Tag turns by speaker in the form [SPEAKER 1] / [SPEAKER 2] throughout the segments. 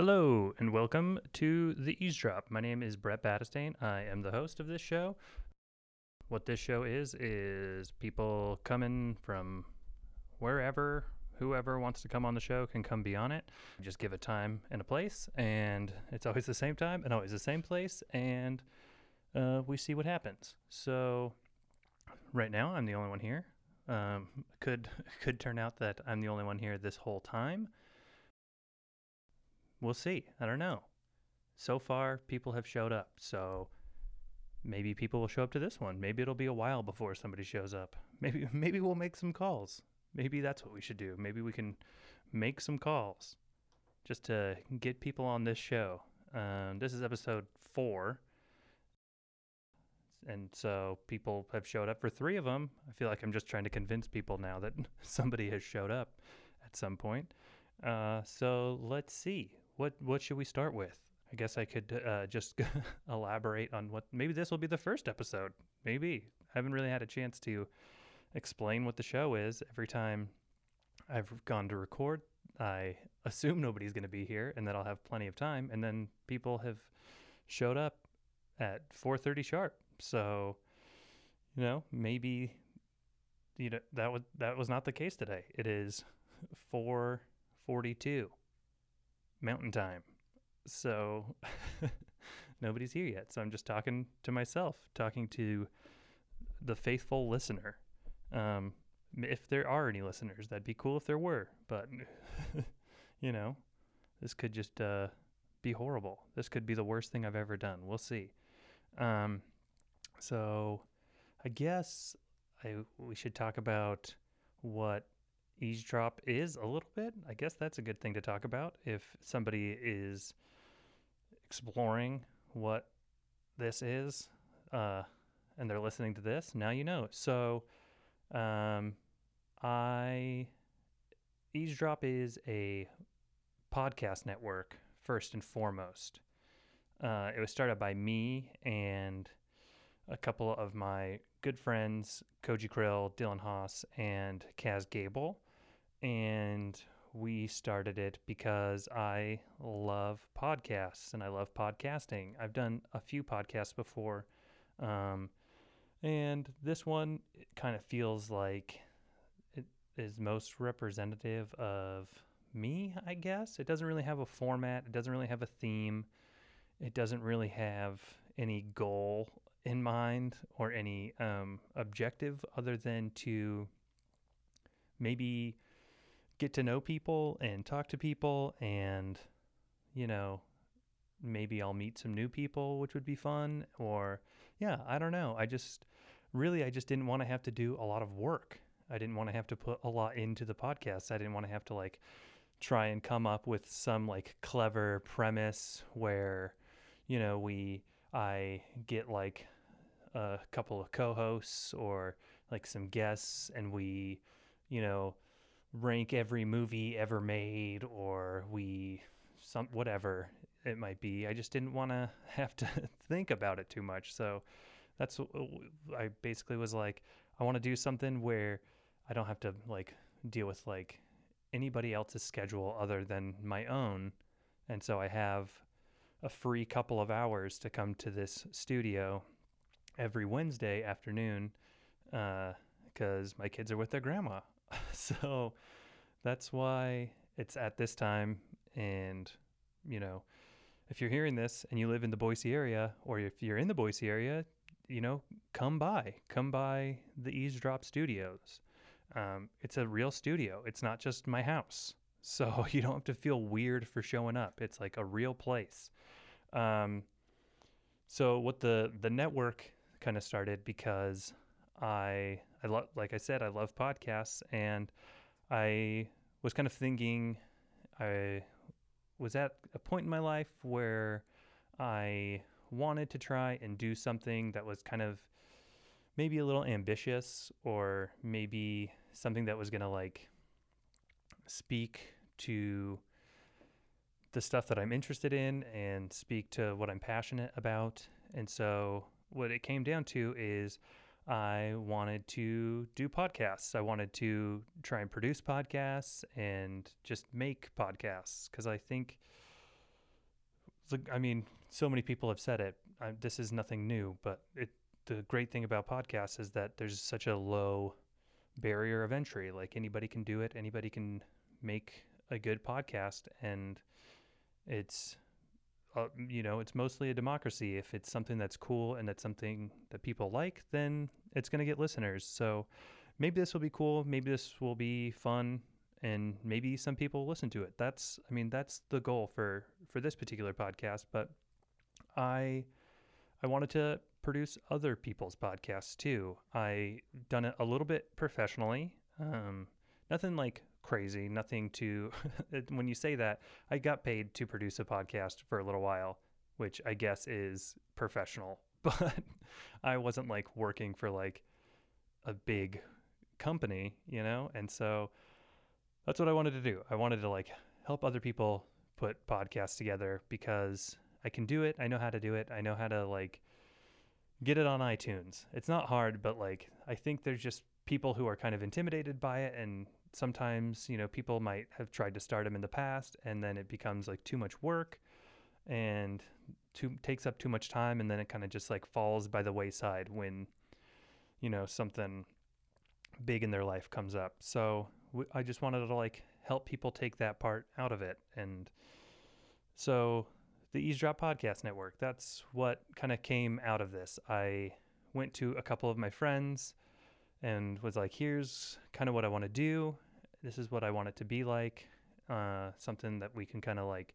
[SPEAKER 1] Hello and welcome to the Eavesdrop. My name is Brett Battistane. I am the host of this show. What this show is is people coming from wherever, whoever wants to come on the show can come be on it. Just give a time and a place, and it's always the same time and always the same place, and uh, we see what happens. So, right now I'm the only one here. Um, could could turn out that I'm the only one here this whole time we'll see. I don't know. So far, people have showed up. So maybe people will show up to this one. Maybe it'll be a while before somebody shows up. Maybe maybe we'll make some calls. Maybe that's what we should do. Maybe we can make some calls just to get people on this show. Um, this is episode four. And so people have showed up for three of them. I feel like I'm just trying to convince people now that somebody has showed up at some point. Uh, so let's see. What what should we start with? I guess I could uh, just elaborate on what. Maybe this will be the first episode. Maybe I haven't really had a chance to explain what the show is. Every time I've gone to record, I assume nobody's going to be here, and that I'll have plenty of time. And then people have showed up at 4:30 sharp. So, you know, maybe you know that was that was not the case today. It is 4. 42 mountain time so nobody's here yet so i'm just talking to myself talking to the faithful listener um, m- if there are any listeners that'd be cool if there were but you know this could just uh, be horrible this could be the worst thing i've ever done we'll see um, so i guess I, we should talk about what eavesdrop is a little bit. I guess that's a good thing to talk about if somebody is exploring what this is uh, and they're listening to this. Now you know. So, um, I eavesdrop is a podcast network first and foremost. Uh, it was started by me and a couple of my good friends, Koji Krill, Dylan Haas, and Kaz Gable. And we started it because I love podcasts and I love podcasting. I've done a few podcasts before. Um, and this one kind of feels like it is most representative of me, I guess. It doesn't really have a format, it doesn't really have a theme it doesn't really have any goal in mind or any um, objective other than to maybe get to know people and talk to people and you know maybe i'll meet some new people which would be fun or yeah i don't know i just really i just didn't want to have to do a lot of work i didn't want to have to put a lot into the podcast i didn't want to have to like try and come up with some like clever premise where you know we i get like a couple of co-hosts or like some guests and we you know rank every movie ever made or we some whatever it might be i just didn't want to have to think about it too much so that's w- w- i basically was like i want to do something where i don't have to like deal with like anybody else's schedule other than my own. And so I have a free couple of hours to come to this studio every Wednesday afternoon because my kids are with their grandma. so that's why it's at this time. And, you know, if you're hearing this and you live in the Boise area, or if you're in the Boise area, you know, come by, come by the Eavesdrop Studios. Um, it's a real studio. It's not just my house. So you don't have to feel weird for showing up. It's like a real place. Um, so what the the network kind of started because I I love like I said I love podcasts and I was kind of thinking I was at a point in my life where I wanted to try and do something that was kind of maybe a little ambitious or maybe something that was going to like speak to the stuff that I'm interested in and speak to what I'm passionate about. And so what it came down to is I wanted to do podcasts. I wanted to try and produce podcasts and just make podcasts because I think look, I mean, so many people have said it. I, this is nothing new, but it the great thing about podcasts is that there's such a low barrier of entry. Like anybody can do it. Anybody can make a good podcast, and it's uh, you know it's mostly a democracy. If it's something that's cool and that's something that people like, then it's going to get listeners. So maybe this will be cool. Maybe this will be fun, and maybe some people will listen to it. That's I mean that's the goal for for this particular podcast. But I I wanted to produce other people's podcasts too. I done it a little bit professionally. Um, nothing like crazy. Nothing to it- when you say that I got paid to produce a podcast for a little while, which I guess is professional. But I wasn't like working for like a big company, you know? And so that's what I wanted to do. I wanted to like help other people put podcasts together because I can do it. I know how to do it. I know how to like get it on iTunes. It's not hard, but like I think there's just people who are kind of intimidated by it and sometimes, you know, people might have tried to start them in the past and then it becomes like too much work and too takes up too much time and then it kind of just like falls by the wayside when you know something big in their life comes up. So w- I just wanted to like help people take that part out of it. And so the Eavesdrop Podcast Network, that's what kind of came out of this. I went to a couple of my friends and was like, here's kind of what I want to do. This is what I want it to be like. Uh, something that we can kind of like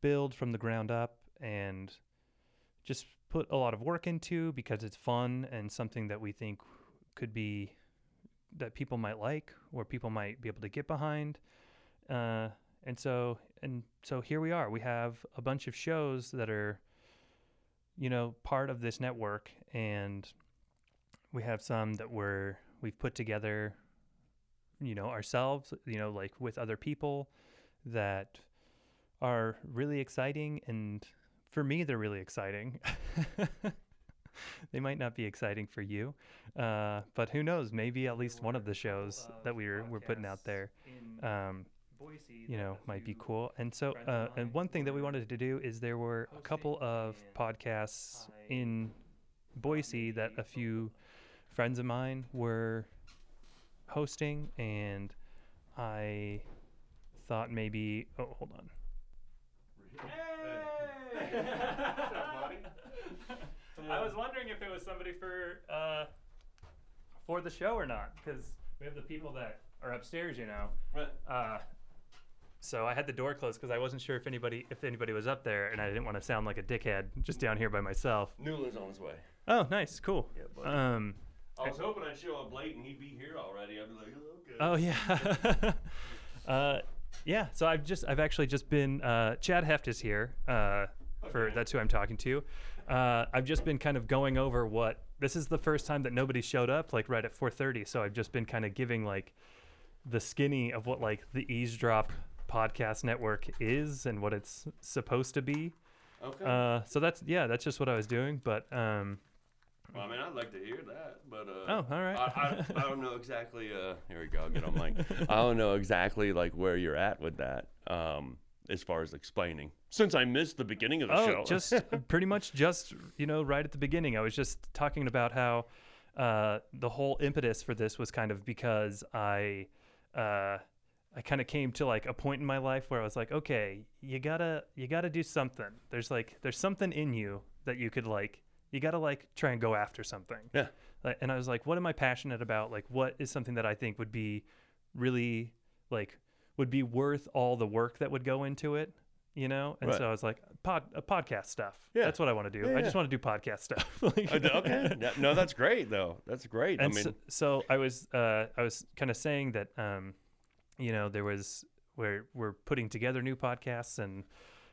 [SPEAKER 1] build from the ground up and just put a lot of work into because it's fun and something that we think could be that people might like or people might be able to get behind. Uh, and so and so here we are. We have a bunch of shows that are, you know, part of this network, and we have some that we're we've put together, you know, ourselves, you know, like with other people that are really exciting and for me they're really exciting. they might not be exciting for you, uh, but who knows? Maybe at least one of the shows that we're we're putting out there, um, you know, might be cool. And so, uh, and one thing that we wanted to do is there were a couple of podcasts in Boise that a few friends of mine were hosting, and I thought maybe. Oh, hold on. I was wondering if it was somebody for uh, for the show or not, because we have the people that are upstairs, you know. Uh, so I had the door closed because I wasn't sure if anybody if anybody was up there, and I didn't want to sound like a dickhead just down here by myself.
[SPEAKER 2] Newland's on his way.
[SPEAKER 1] Oh, nice, cool.
[SPEAKER 2] Yeah, buddy.
[SPEAKER 1] um,
[SPEAKER 2] I was hoping I'd show up late and he'd be here already. I'd be like, okay.
[SPEAKER 1] oh yeah, uh, yeah. So I've just I've actually just been uh, Chad Heft is here. Uh, for
[SPEAKER 2] Okay.
[SPEAKER 1] that's who I'm talking to. Uh, I've just been kind of going over what this is the first time that nobody showed up like right at 4:30. So I've just been kind of giving like the skinny of what like the eavesdrop podcast network is and what it's supposed to be.
[SPEAKER 2] Okay.
[SPEAKER 1] Uh, so that's yeah, that's just what I was doing. But um,
[SPEAKER 2] well, I mean, I'd like to hear that, but uh,
[SPEAKER 1] Oh, all right.
[SPEAKER 2] I, I, I don't know exactly. Uh, here we go. Get on mic. I don't know exactly like where you're at with that. Um, as far as explaining, since I missed the beginning of the
[SPEAKER 1] oh,
[SPEAKER 2] show.
[SPEAKER 1] just pretty much just you know right at the beginning. I was just talking about how uh, the whole impetus for this was kind of because I uh, I kind of came to like a point in my life where I was like, okay, you gotta you gotta do something. There's like there's something in you that you could like you gotta like try and go after something.
[SPEAKER 2] yeah.
[SPEAKER 1] Like, and I was like, what am I passionate about? Like, what is something that I think would be really like would be worth all the work that would go into it, you know? And
[SPEAKER 2] Right.
[SPEAKER 1] so I was like, pod, uh, podcast stuff.
[SPEAKER 2] Yeah.
[SPEAKER 1] that's what I want to do.
[SPEAKER 2] Yeah,
[SPEAKER 1] I just
[SPEAKER 2] yeah.
[SPEAKER 1] want to do podcast stuff. Like-
[SPEAKER 2] Uh, d- okay. Yeah, No, that's great though. That's great.
[SPEAKER 1] and
[SPEAKER 2] I mean,
[SPEAKER 1] so, so I was uh, I was kind of saying that um, you know there was we're we're putting together new podcasts and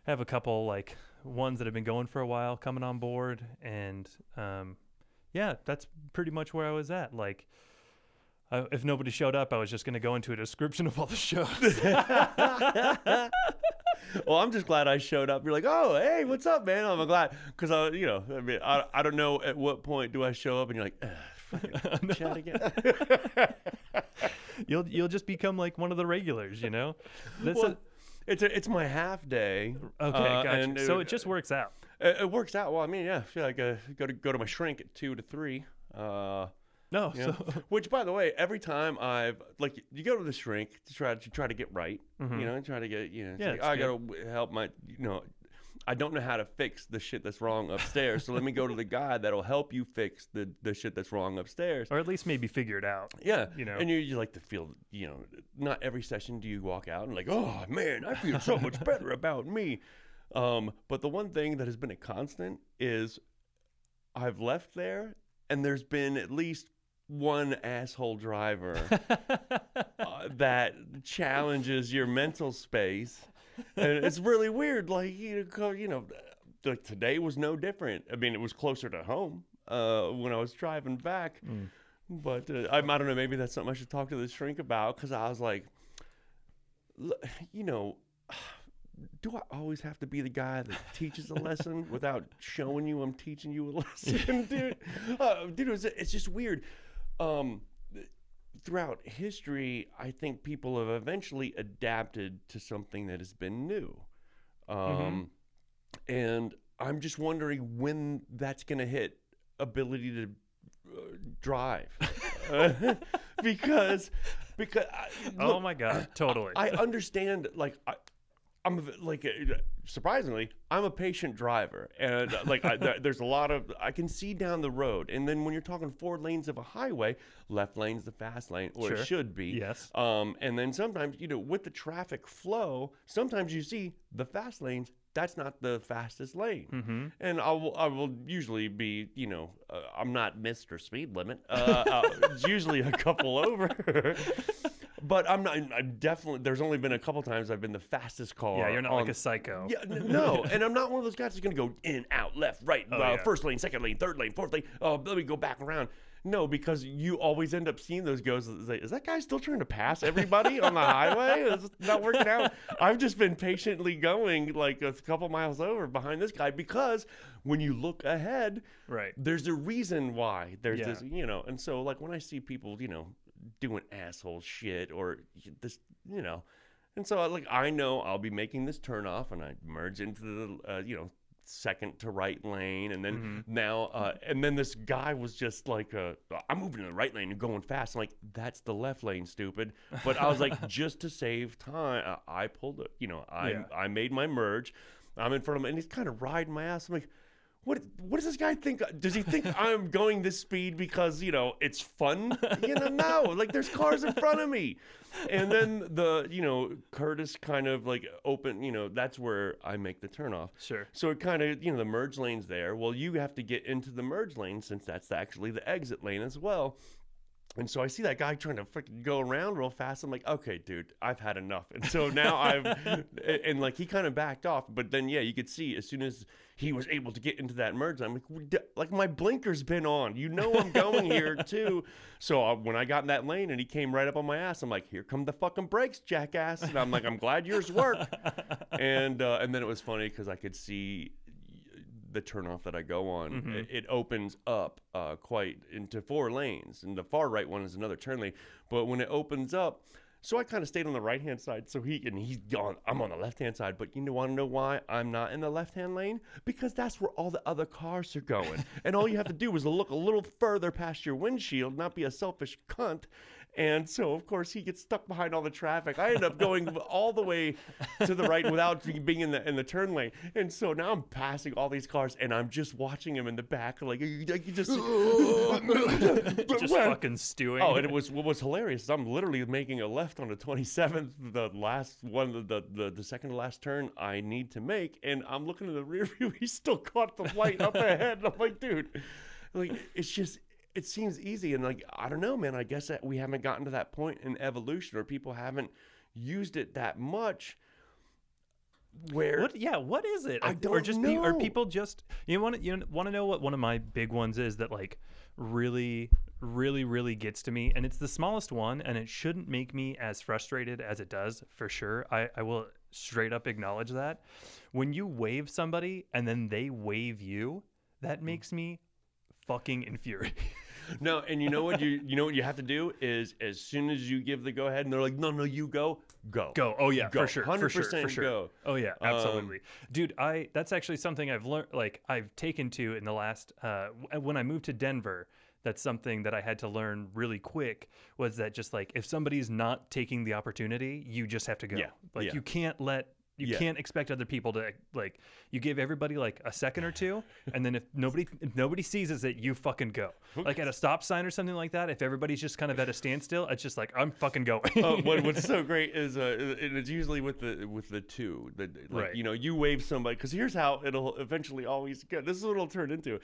[SPEAKER 1] have a couple like ones that have been going for a while coming on board and um, yeah that's pretty much where I was at like. I, if nobody showed up, I was just going to go into a description of all the shows.
[SPEAKER 2] well, I'm just glad I showed up. You're like, oh, hey, what's up, man? I'm glad because I, you know, I mean, I, I don't know at what point do I show up, and you're like, "Ugh, fucking chat again.
[SPEAKER 1] you'll you'll just become like one of the regulars, you know. That's a-
[SPEAKER 2] well, It's a, it's my half day.
[SPEAKER 1] Okay,
[SPEAKER 2] uh,
[SPEAKER 1] gotcha.
[SPEAKER 2] and
[SPEAKER 1] so it just works out.
[SPEAKER 2] it, it works out. Well, I mean, yeah, I feel like I go to go to my shrink at two to three. Uh,
[SPEAKER 1] No,
[SPEAKER 2] you know? Which, by the way, every time I've like you go to the shrink to try to try to get right,
[SPEAKER 1] Mhm.
[SPEAKER 2] you know, and try to get you know, it's
[SPEAKER 1] Yeah,
[SPEAKER 2] like,
[SPEAKER 1] that's
[SPEAKER 2] I
[SPEAKER 1] good.
[SPEAKER 2] gotta w- help my you know, I don't know how to fix the shit that's wrong upstairs, so let me go to the guy that'll help you fix the the shit that's wrong upstairs.
[SPEAKER 1] or at least maybe figure it out.
[SPEAKER 2] Yeah,
[SPEAKER 1] you know.
[SPEAKER 2] and you, you like to feel, you know, not every session do you walk out and like, oh man, I feel so much better about me. Um, but the one thing that has been a constant is I've left there, and there's been at least one asshole driver uh, that challenges your mental space, and it's really weird. Like you know, co- you know, like today was no different. I mean, it was closer to home uh, when I was driving back, but uh, I, I don't know. Maybe that's something I should talk to the shrink about because I was like, "Look, you know. Do I always have to be the guy that teaches a lesson without showing you I'm teaching you a lesson, dude? Uh, dude, it was, it's just weird. Um, throughout history, I think people have eventually adapted to something that has been new. Um, And I'm just wondering when that's going to hit ability to uh, drive. Uh, because, because, I,
[SPEAKER 1] oh
[SPEAKER 2] look,
[SPEAKER 1] my god, totally.
[SPEAKER 2] I understand, like, I, I'm a v- like, uh, surprisingly, I'm a patient driver, and uh, like, I, there- there's a lot of I can see down the road, and then when you're talking four lanes of a highway, left lane's the fast lane, or
[SPEAKER 1] Sure.
[SPEAKER 2] it should be.
[SPEAKER 1] Yes.
[SPEAKER 2] Um, and then sometimes, you know, with the traffic flow, sometimes you see the fast lanes. That's not the fastest lane,
[SPEAKER 1] Mm-hmm.
[SPEAKER 2] and I will. I will usually be, you know, uh, I'm not Mr. Speed Limit. Uh, uh, it's usually a couple over, but I'm not. I'm definitely. There's only been a couple times I've been the fastest car.
[SPEAKER 1] yeah, you're not like
[SPEAKER 2] on-
[SPEAKER 1] a psycho.
[SPEAKER 2] yeah, n- no, and I'm not one of those guys that's gonna go in, out, left, right, uh,
[SPEAKER 1] yeah.
[SPEAKER 2] first lane, second lane, third lane, fourth lane. Oh, let me go back around. No, because you always end up seeing those goes. it's like, Is that guy still trying to pass everybody on the highway? It's not working out. I've just been patiently going like a couple miles over behind this guy because when you look ahead,
[SPEAKER 1] Right.
[SPEAKER 2] there's a reason why there's
[SPEAKER 1] Yeah.
[SPEAKER 2] this, you know. And so, like, when I see people, you know, doing asshole shit or y- this, you know, and so, like, I know I'll be making this turn off and I merge into the, uh, you know, second to right lane. And then
[SPEAKER 1] Mm-hmm.
[SPEAKER 2] now, uh, and then this guy was just like, uh, I'm moving to the right lane and going fast. I'm like, that's the left lane, stupid. But I was like, just to save time, uh, I, I pulled, a- you know, I,
[SPEAKER 1] Yeah.
[SPEAKER 2] I made my merge. I'm in front of him and he's kind of riding my ass. I'm like, what what does this guy think? Does he think I'm going this speed because you know it's fun? You know, no. Like there's cars in front of me, and then the you know Curtis kind of like open. You know that's where I make the turnoff.
[SPEAKER 1] Sure.
[SPEAKER 2] So it kind of you know the merge lane's there. Well, you have to get into the merge lane since that's actually the exit lane as well. And so I see that guy trying to freaking go around real fast. I'm like, okay, dude, I've had enough. And so now I've, and, and like he kind of backed off. But then, yeah, you could see as soon as he was able to get into that merge, I'm like, "What the- like my blinker's been on. You know I'm going here too. So I, when I got in that lane and he came right up on my ass, I'm like, here come the fucking brakes, jackass. And I'm like, I'm glad yours work. and uh, and then it was funny because I could see the turnoff that I go on, it, it opens up uh, quite into four lanes, and the far right one is another turn lane. But when it opens up, so I kind of stayed on the right hand side. So he and he's gone. I'm on the left hand side, but you know, want to know why I'm not in the left hand lane? Because that's where all the other cars are going, and all you have to do is look a little further past your windshield, not be a selfish cunt. And so, of course, he gets stuck behind all the traffic. I end up going all the way to the right without be- being in the in the turn lane. And so now I'm passing all these cars, and I'm just watching him in the back, like you, you you just.
[SPEAKER 1] Just
[SPEAKER 2] Where-
[SPEAKER 1] fucking stewing.
[SPEAKER 2] Oh, and it was what was hilarious. is I'm literally making a left on the 27th, the last one, the the, the, the second to last turn I need to make, and I'm looking in the rear view. He's still caught the light up ahead. And I'm like, dude, like it's just it seems easy, and like I don't know, man. I guess that we haven't gotten to that point in evolution, or people haven't used it that much. Where
[SPEAKER 1] What? Yeah. What is it?
[SPEAKER 2] I
[SPEAKER 1] or
[SPEAKER 2] don't
[SPEAKER 1] just pe- or
[SPEAKER 2] know.
[SPEAKER 1] people just you want to you want to know what one of my big ones is that like really really really gets to me and it's the smallest one and it shouldn't make me as frustrated as it does for sure I, I will straight up acknowledge that when you wave
[SPEAKER 2] Hmm.
[SPEAKER 1] somebody and then they wave you that makes me fucking infuriated
[SPEAKER 2] No, and you know what you you know what you have to do is as soon as you give the go ahead and they're like, no, no, you go, go,
[SPEAKER 1] Go. Oh yeah,
[SPEAKER 2] Go.
[SPEAKER 1] for sure. for sure. For
[SPEAKER 2] 100%
[SPEAKER 1] sure.
[SPEAKER 2] go. Um,
[SPEAKER 1] Oh yeah, absolutely. Dude, I that's actually something I've learned like I've taken to in the last uh w- when I moved to Denver, that's something that I had to learn really quick was that just like if somebody's not taking the opportunity, you just have to go.
[SPEAKER 2] Yeah,
[SPEAKER 1] Like
[SPEAKER 2] yeah.
[SPEAKER 1] you can't let you
[SPEAKER 2] Yeah.
[SPEAKER 1] can't expect other people to like you give everybody like a second or two and then if nobody if nobody seizes it you fucking go like at a stop sign or something like that if everybody's just kind of at a standstill it's just like i'm fucking going
[SPEAKER 2] Oh, what, what's so great is, uh, and it's usually with the with the two, the, like
[SPEAKER 1] Right.
[SPEAKER 2] you know, you wave somebody because here's how it'll eventually always go. This is what it'll turn into.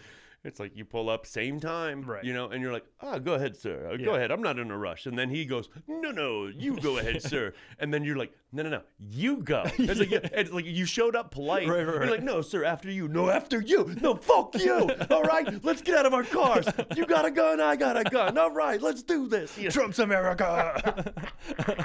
[SPEAKER 2] It's like you pull up same time,
[SPEAKER 1] Right.
[SPEAKER 2] You know, and you're like, oh, go ahead, sir. Uh, Go
[SPEAKER 1] Yeah.
[SPEAKER 2] ahead. I'm not in a rush. And then he goes, no, no, you go ahead, sir. And then you're like, no, no, no, you go. It's like, it's like you showed up polite.
[SPEAKER 1] Right, right,
[SPEAKER 2] you're
[SPEAKER 1] right.
[SPEAKER 2] like, no, sir, after you. No, after you. No, fuck you. All right, let's get out of our cars. You got a gun. I got a gun. All right, let's do this. You know?
[SPEAKER 1] trump's america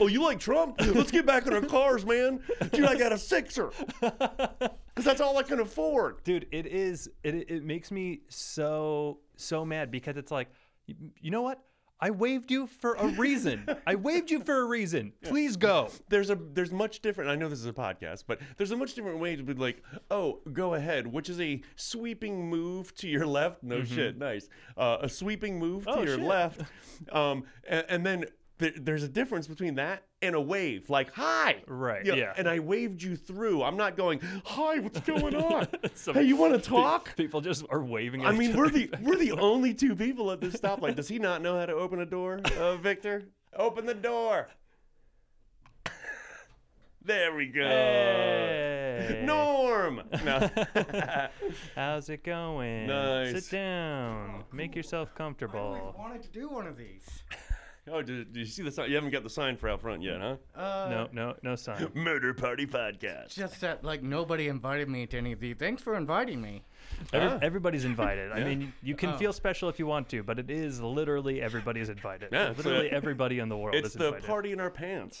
[SPEAKER 2] Oh, you like Trump? Let's get back in our cars, man. Dude, I got a sixer. Because that's all I can afford.
[SPEAKER 1] dude it is it, it makes me so so mad because it's like y- you know what i waved you for a reason i waved you for a reason please go
[SPEAKER 2] There's a there's much different. I know this is a podcast, but there's a much different way to be like, oh, go ahead, which is a sweeping move to your left. No shit, nice. Uh, a sweeping move to
[SPEAKER 1] Mm-hmm. Oh,
[SPEAKER 2] your
[SPEAKER 1] shit.
[SPEAKER 2] left, um, and, and then th- there's a difference between that and a wave, like hi,
[SPEAKER 1] Right,
[SPEAKER 2] You know,
[SPEAKER 1] yeah.
[SPEAKER 2] And I waved you through. I'm not going hi. What's going on?
[SPEAKER 1] Some-
[SPEAKER 2] hey, you want to talk?
[SPEAKER 1] people just are waving at
[SPEAKER 2] I
[SPEAKER 1] each
[SPEAKER 2] mean,
[SPEAKER 1] other.
[SPEAKER 2] we're the we're the only two people at this stoplight. Does he not know how to open a door, uh, Victor? Open the door. There we go.
[SPEAKER 1] Hey,
[SPEAKER 2] Norm. No.
[SPEAKER 1] how's it going
[SPEAKER 2] Nice.
[SPEAKER 1] sit down make yourself
[SPEAKER 3] I always
[SPEAKER 1] comfortable
[SPEAKER 3] wanted to do one of these.
[SPEAKER 2] oh, did, did you see the sign? You haven't got the sign for out front yet, huh?
[SPEAKER 3] Uh,
[SPEAKER 1] no no no sign
[SPEAKER 2] Murder Party Podcast.
[SPEAKER 3] Just that, like, nobody invited me to any of these. Thanks for inviting me.
[SPEAKER 1] Every,
[SPEAKER 2] Ah.
[SPEAKER 1] everybody's invited i
[SPEAKER 2] Yeah. Ah.
[SPEAKER 1] mean you can
[SPEAKER 3] Oh.
[SPEAKER 1] feel special if you want to but it is literally everybody's invited
[SPEAKER 2] Yeah, it's
[SPEAKER 1] literally
[SPEAKER 2] a-
[SPEAKER 1] everybody in the world
[SPEAKER 2] It's
[SPEAKER 1] is
[SPEAKER 2] the
[SPEAKER 1] invited
[SPEAKER 2] party in our pants.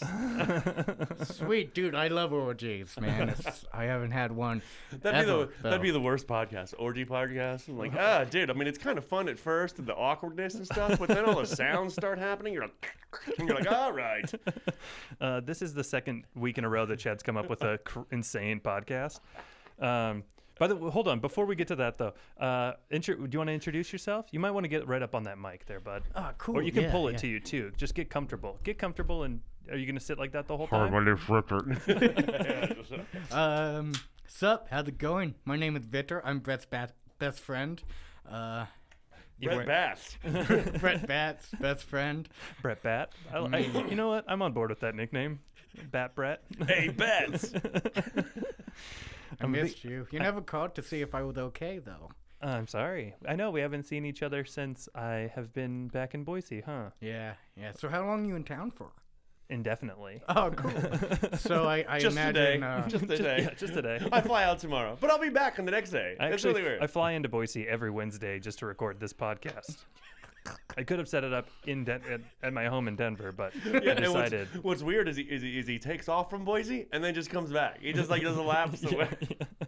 [SPEAKER 3] Sweet, dude, I love orgies, man. It's, I haven't had one.
[SPEAKER 2] That'd be
[SPEAKER 3] ever,
[SPEAKER 2] the that'd be
[SPEAKER 3] though.
[SPEAKER 2] the worst podcast, orgy podcast. I'm like, ah, dude. I mean, it's kind of fun at first, and the awkwardness and stuff, but then all the sounds start happening. You're like, and you're like, all right.
[SPEAKER 1] Uh, this is the second week in a row that Chad's come up with a cr- insane podcast. Um, by the way, hold on. Before we get to that, though, uh, intro- do you want to introduce yourself? You might want to get right up on that mic there, bud.
[SPEAKER 3] Ah,
[SPEAKER 1] Or
[SPEAKER 3] cool,
[SPEAKER 1] you can
[SPEAKER 3] yeah,
[SPEAKER 1] pull it
[SPEAKER 3] yeah.
[SPEAKER 1] to you too. Just get comfortable. Get comfortable, and are you going to sit like that the whole time?
[SPEAKER 2] uh,
[SPEAKER 3] Um, sup? How's it going? My name is Victor. I'm Brett's bat- best friend. Uh,
[SPEAKER 2] Brett Bass.
[SPEAKER 3] Brett Bat's best friend.
[SPEAKER 1] Brett Bat. I, I, you know what? I'm on board with that nickname, Bat Brett.
[SPEAKER 2] hey, Bats.
[SPEAKER 3] I missed you. You never called to see if I was okay, though.
[SPEAKER 1] Uh, I'm sorry. I know we haven't seen each other since I have been back in Boise, huh?
[SPEAKER 3] Yeah, yeah. So how long you in town for?
[SPEAKER 1] Indefinitely.
[SPEAKER 3] Oh, cool. so I, I
[SPEAKER 2] Just
[SPEAKER 3] imagine.
[SPEAKER 2] today.
[SPEAKER 3] Uh,
[SPEAKER 2] just today.
[SPEAKER 1] yeah, just today.
[SPEAKER 2] I fly out tomorrow, but I'll be back on the next day.
[SPEAKER 1] I
[SPEAKER 2] That's
[SPEAKER 1] actually,
[SPEAKER 2] really weird.
[SPEAKER 1] I fly into Boise every Wednesday just to record this podcast. I could have set it up in Den- at, at my home in Denver, but I
[SPEAKER 2] and what's-
[SPEAKER 1] decided.
[SPEAKER 2] What's, weird is he, is, he, is he takes off from Boise and then just comes back. He just like does a lap. somewhere.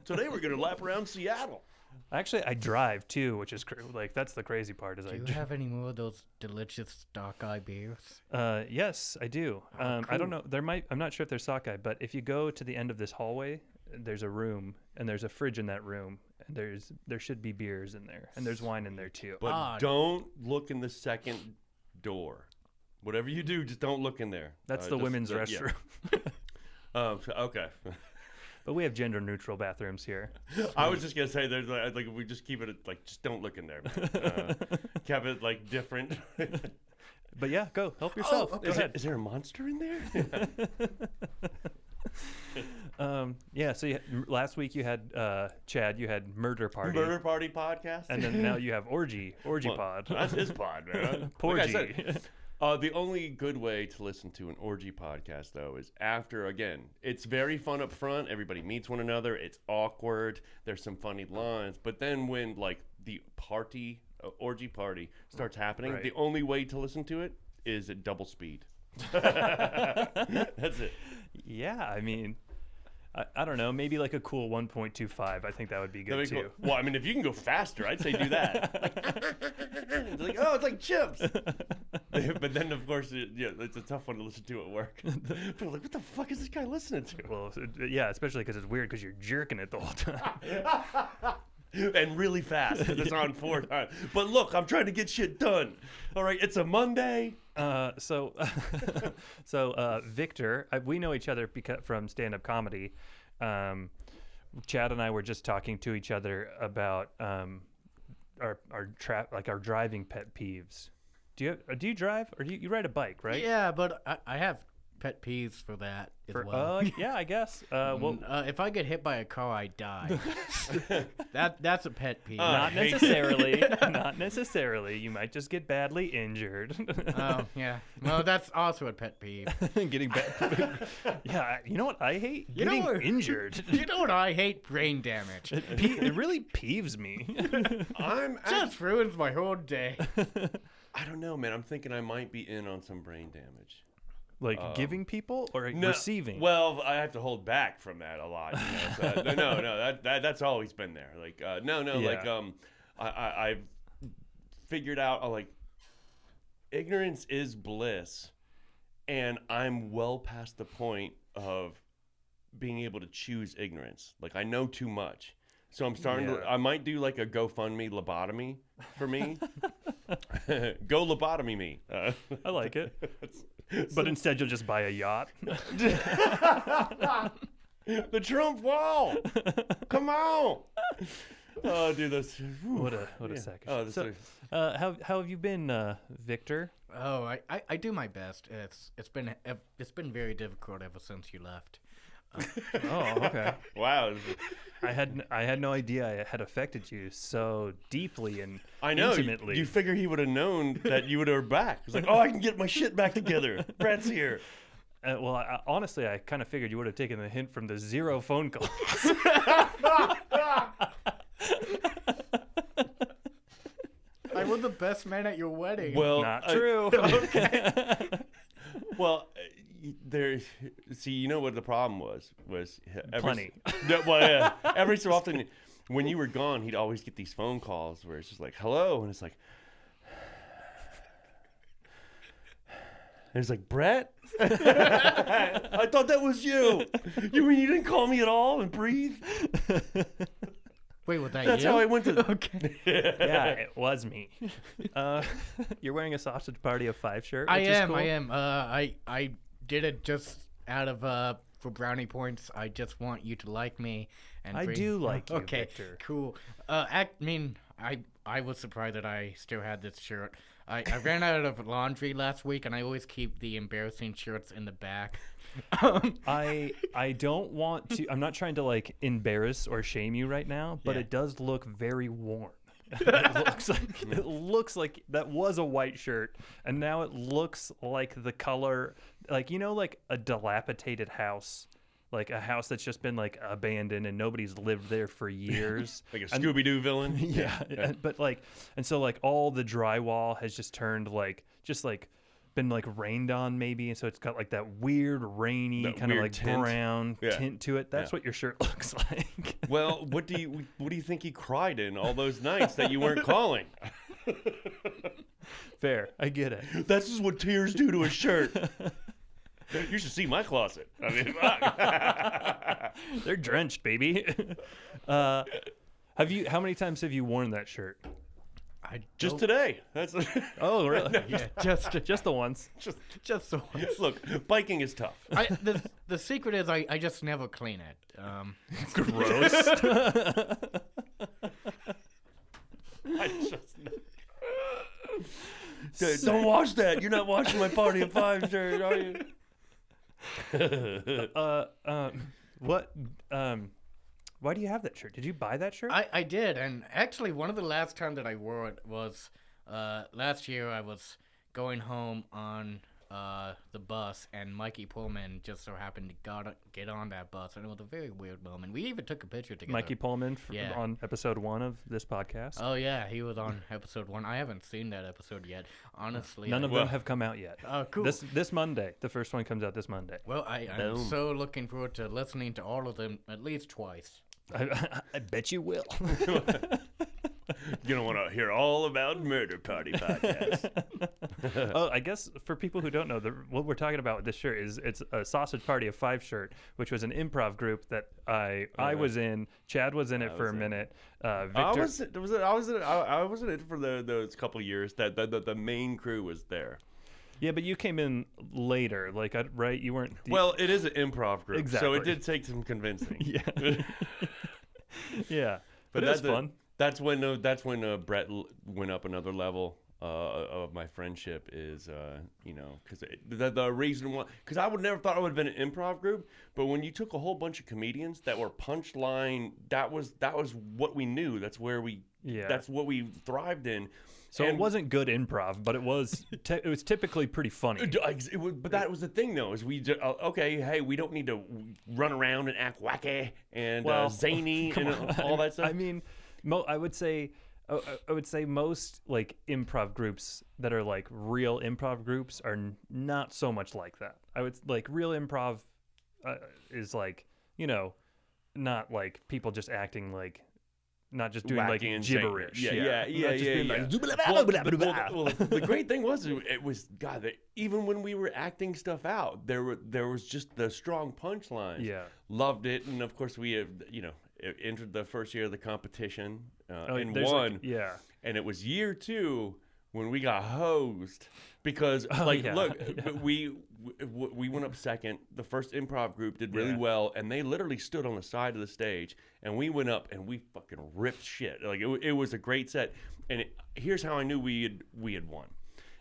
[SPEAKER 2] Today we're gonna lap around Seattle.
[SPEAKER 1] Actually, I drive too, which is cr- like that's the crazy part. Is I
[SPEAKER 3] Do you
[SPEAKER 1] dri-
[SPEAKER 3] have any more of those delicious stock eye beers?
[SPEAKER 1] uh, yes, I do.
[SPEAKER 2] Oh,
[SPEAKER 1] Um, I don't know. There might. I'm not sure if there's sockeye, but if you go to the end of this hallway, there's a room and there's a fridge in that room. And there's there should be beers in there and there's wine in there too.
[SPEAKER 2] But
[SPEAKER 3] Ah.
[SPEAKER 2] don't look in the second door. Whatever you do, just don't look in there.
[SPEAKER 1] that's
[SPEAKER 2] Uh,
[SPEAKER 1] the
[SPEAKER 2] just-
[SPEAKER 1] women's
[SPEAKER 2] uh, yeah.
[SPEAKER 1] restroom.
[SPEAKER 2] Um, so- okay.
[SPEAKER 1] but we have gender neutral bathrooms here.
[SPEAKER 2] I was just gonna say there's like, like we just keep it at, like just don't look in there. man. Uh, kept it like different.
[SPEAKER 1] But yeah, go help
[SPEAKER 2] Oh,
[SPEAKER 1] yourself.
[SPEAKER 3] okay.
[SPEAKER 1] Oh, Go
[SPEAKER 2] is, there-
[SPEAKER 1] ahead.
[SPEAKER 2] is there a monster in there?
[SPEAKER 1] Um, yeah. So you, m- last week you had uh, Chad, you had murder party,
[SPEAKER 2] Murder Party podcast.
[SPEAKER 1] and then now you have orgy, orgy
[SPEAKER 2] Well,
[SPEAKER 1] pod.
[SPEAKER 2] That's his pod, man. Like I said,
[SPEAKER 1] Porgy.
[SPEAKER 2] uh, the only good way to listen to an orgy podcast, though, is after, again, it's very fun up front. Everybody meets one another. It's awkward. There's some funny lines. But then when, like, the party, uh, orgy party starts happening,
[SPEAKER 1] Right.
[SPEAKER 2] the only way to listen to it is at double speed. that's it.
[SPEAKER 1] yeah, I mean, I, I don't know, maybe like a cool 1.25. I think that would be good
[SPEAKER 2] That'd be
[SPEAKER 1] too.
[SPEAKER 2] cool. Well, I mean, if you can go faster, I'd say do that. like, it's like, oh, it's like chips. but then, of course, it, yeah, it's a tough one to listen to at work. People are like, what the fuck is this guy listening to?
[SPEAKER 1] Well, so- yeah, especially because it's weird because you're jerking it the whole time.
[SPEAKER 2] and really fast 'cause it's on four times. But look, I'm trying to get shit done. All right, it's a Monday.
[SPEAKER 1] Uh, so, so uh, Victor, I, we know each other because, from stand-up comedy. Um, Chad and I were just talking to each other about um, our our tra- like our driving pet peeves. Do you uh, do you drive or do you, you ride a bike? Right?
[SPEAKER 3] Yeah, but I, I have pet peeves for that as
[SPEAKER 1] Or-
[SPEAKER 3] well.
[SPEAKER 1] uh, yeah, I guess. Uh, well,
[SPEAKER 3] Uh, if I get hit by a car, I die. that that's a pet peeve.
[SPEAKER 2] Uh, I
[SPEAKER 1] not
[SPEAKER 2] hate-
[SPEAKER 1] necessarily. not necessarily. You might just get badly injured.
[SPEAKER 3] oh yeah. Well, that's also a pet peeve.
[SPEAKER 1] Getting bad. yeah, I- you know what I hate?
[SPEAKER 3] You know
[SPEAKER 1] Getting
[SPEAKER 3] what-
[SPEAKER 1] injured.
[SPEAKER 3] You know what I hate? Brain damage.
[SPEAKER 1] It, pe- it really peeves me.
[SPEAKER 2] I'm. Act-
[SPEAKER 3] Just ruins my whole day.
[SPEAKER 2] I don't know, man. I'm thinking I might be in on some brain damage.
[SPEAKER 1] like giving people or receiving.
[SPEAKER 2] Well, I have to hold back from that a lot. You know? so, no, no, no, that, that that's always been there. Like, uh, no, no, like,
[SPEAKER 1] Yeah.
[SPEAKER 2] um, I, I I've figured out, uh, like, ignorance is bliss, and I'm well past the point of being able to choose ignorance. Like, I know too much. So I'm starting to.
[SPEAKER 1] Yeah.
[SPEAKER 2] I might do like a GoFundMe lobotomy for me. Go lobotomy me. Uh,
[SPEAKER 1] I like it, but instead you'll just buy a yacht.
[SPEAKER 2] the Trump wall. Come on. Oh, dude, that's whew.
[SPEAKER 1] What a what a
[SPEAKER 2] Yeah.
[SPEAKER 1] second.
[SPEAKER 2] Oh, that's
[SPEAKER 1] so, uh, how how have you been, uh, Victor?
[SPEAKER 3] Oh, I, I, I do my best. It's it's been ev- it's been very difficult ever since you left.
[SPEAKER 1] Oh, okay.
[SPEAKER 2] wow.
[SPEAKER 1] I had n- I had no idea I had affected you so deeply and
[SPEAKER 2] I know. you-
[SPEAKER 1] intimately.
[SPEAKER 2] You figure he would have known that you would have back. He's like, oh, I can get my shit back together. Brett's here.
[SPEAKER 1] Uh, well, I, I- honestly, I kind of figured you would have taken the hint from the zero phone calls.
[SPEAKER 3] I was the best man at your wedding.
[SPEAKER 2] Well,
[SPEAKER 1] Not
[SPEAKER 2] I-
[SPEAKER 1] true.
[SPEAKER 2] Well, uh, y- there. See, you know what the problem was was h- every,
[SPEAKER 1] Plenty.
[SPEAKER 2] No, well, yeah, every so often, when you were gone, he'd always get these phone calls where it's just like "hello," and it's like, and it's like Brett. I thought that was you. You mean you didn't call me at all and breathe?
[SPEAKER 3] Wait, was that
[SPEAKER 2] That's
[SPEAKER 3] you?
[SPEAKER 2] how I went to.
[SPEAKER 3] okay.
[SPEAKER 1] yeah, it was me. Uh, you're wearing a sausage party of five shirt. Which
[SPEAKER 3] I
[SPEAKER 1] is
[SPEAKER 3] am.
[SPEAKER 1] Cool.
[SPEAKER 3] I am. Uh, I I did it just out of uh for brownie points. I just want you to like me. And
[SPEAKER 1] I
[SPEAKER 3] bring-
[SPEAKER 1] do like you,
[SPEAKER 3] Okay,
[SPEAKER 1] Victor.
[SPEAKER 3] cool. Uh, act, I mean, I I was surprised that I still had this shirt. I, I ran out of laundry last week, and I always keep the embarrassing shirts in the back. Um,
[SPEAKER 1] I I don't want to. I'm not trying to like embarrass or shame you right now, but
[SPEAKER 3] Yeah.
[SPEAKER 1] it does look very worn. it looks like it looks like that was a white shirt, and now it looks like the color, like you know, like a dilapidated house, like a house that's just been like abandoned and nobody's lived there for years.
[SPEAKER 2] Like a
[SPEAKER 1] And-
[SPEAKER 2] Scooby Doo villain.
[SPEAKER 1] yeah, and- but like and so like all the drywall has just turned like just like been like rained on maybe and so it's got like that weird rainy
[SPEAKER 2] That
[SPEAKER 1] kind of
[SPEAKER 2] weird
[SPEAKER 1] like
[SPEAKER 2] tint.
[SPEAKER 1] brown
[SPEAKER 2] Yeah.
[SPEAKER 1] tint to it that's what your shirt looks like
[SPEAKER 2] Well, what do you what do you think he cried in all those nights that you weren't calling?
[SPEAKER 1] fair i get it
[SPEAKER 2] This is what tears do to a shirt. you should see my closet. I mean, fuck.
[SPEAKER 1] they're drenched baby uh have you how many times have you worn that shirt
[SPEAKER 3] I
[SPEAKER 2] just
[SPEAKER 3] don't-
[SPEAKER 2] today. That's
[SPEAKER 1] oh really
[SPEAKER 3] yeah, just
[SPEAKER 1] just the once
[SPEAKER 2] just
[SPEAKER 3] just so.
[SPEAKER 2] look. Biking is tough.
[SPEAKER 3] I, the, the secret is I, I just never clean it. Um,
[SPEAKER 1] gross
[SPEAKER 2] I just don't wash that. You're not washing my party of five shirt, are you?
[SPEAKER 1] uh um what um why do you have that shirt did you buy that shirt
[SPEAKER 3] I, I did, and actually, one of the last time that I wore it was uh, last year. I was going home on uh, the bus, and Mikey Pullman just so happened to got get on that bus, and it was a very weird moment. We even took a picture together.
[SPEAKER 1] Mikey Pullman f-
[SPEAKER 3] Yeah.
[SPEAKER 1] on episode one of this podcast.
[SPEAKER 3] Oh yeah, he was on episode one. I haven't seen that episode yet, honestly.
[SPEAKER 1] None
[SPEAKER 3] I-
[SPEAKER 1] of
[SPEAKER 2] Well-
[SPEAKER 1] them have come out yet.
[SPEAKER 3] Oh, cool.
[SPEAKER 1] This this Monday, the first one comes out this Monday.
[SPEAKER 3] well, I, I'm
[SPEAKER 2] Boom.
[SPEAKER 3] so looking forward to listening to all of them at least twice.
[SPEAKER 1] I, I bet you will.
[SPEAKER 2] You're gonna want to hear all about Murder Party podcast.
[SPEAKER 1] oh, I guess for people who don't know, the, what we're talking about with this shirt is it's a Sausage Party of Five shirt, which was an improv group that I I was in. Chad was in it for a
[SPEAKER 2] was in it.
[SPEAKER 1] minute. Uh, Victor,
[SPEAKER 2] I was, was it, I was, in, I, I was in it for the, those couple years that the, the, the main crew was there.
[SPEAKER 1] yeah, but you came in later, like I, right? You weren't. the-
[SPEAKER 2] Well, it is an improv group, so
[SPEAKER 1] Exactly.
[SPEAKER 2] it did take some convincing.
[SPEAKER 1] yeah, yeah. But, it was
[SPEAKER 2] that's the-
[SPEAKER 1] fun.
[SPEAKER 2] That's when uh, that's when uh, Brett l- went up another level uh, of my friendship. Is uh, you know because the, the reason why because I would never thought I would have been an improv group, but when you took a whole bunch of comedians that were punchline, that was that was what we knew. That's where we
[SPEAKER 1] Yeah.
[SPEAKER 2] That's what we thrived in.
[SPEAKER 1] So it
[SPEAKER 2] And-
[SPEAKER 1] wasn't good improv, but it was te- it was typically pretty funny.
[SPEAKER 2] D- ex- it was- but that was the thing, though, is we just, okay, hey, we don't need to w- run around and act wacky and uh,
[SPEAKER 1] Well,
[SPEAKER 2] zany and uh, all that stuff.
[SPEAKER 1] I mean, mo- I would say, I- I, I would say most like improv groups that are like real improv groups are n- not so much like that. I would like real improv uh, is like you know, not like people just acting like. Not just doing like
[SPEAKER 2] Wacky and zany.
[SPEAKER 1] gibberish.
[SPEAKER 2] Yeah, yeah, yeah,
[SPEAKER 1] Not just
[SPEAKER 2] yeah,
[SPEAKER 1] being
[SPEAKER 2] yeah.
[SPEAKER 1] like, "Zoobalabala,
[SPEAKER 2] well,
[SPEAKER 1] blah, blah,
[SPEAKER 2] the,
[SPEAKER 1] blah."
[SPEAKER 2] well, the- well, the great thing was it it was God. That even when we were acting stuff out, there were there was just the strong punchlines.
[SPEAKER 1] Yeah.
[SPEAKER 2] loved it, and of course we have you know e- entered the first year of the competition uh,
[SPEAKER 1] Oh,
[SPEAKER 2] and
[SPEAKER 1] there's, like-
[SPEAKER 2] won,
[SPEAKER 1] yeah.
[SPEAKER 2] and it was year two when we got hosed because like
[SPEAKER 1] Oh, yeah,
[SPEAKER 2] look we we- w- we went up second the first improv group did really
[SPEAKER 1] Yeah.
[SPEAKER 2] well and they literally stood on the side of the stage and we went up and we fucking ripped shit like it, wa- it was a great set and it, here's how i knew we had we had won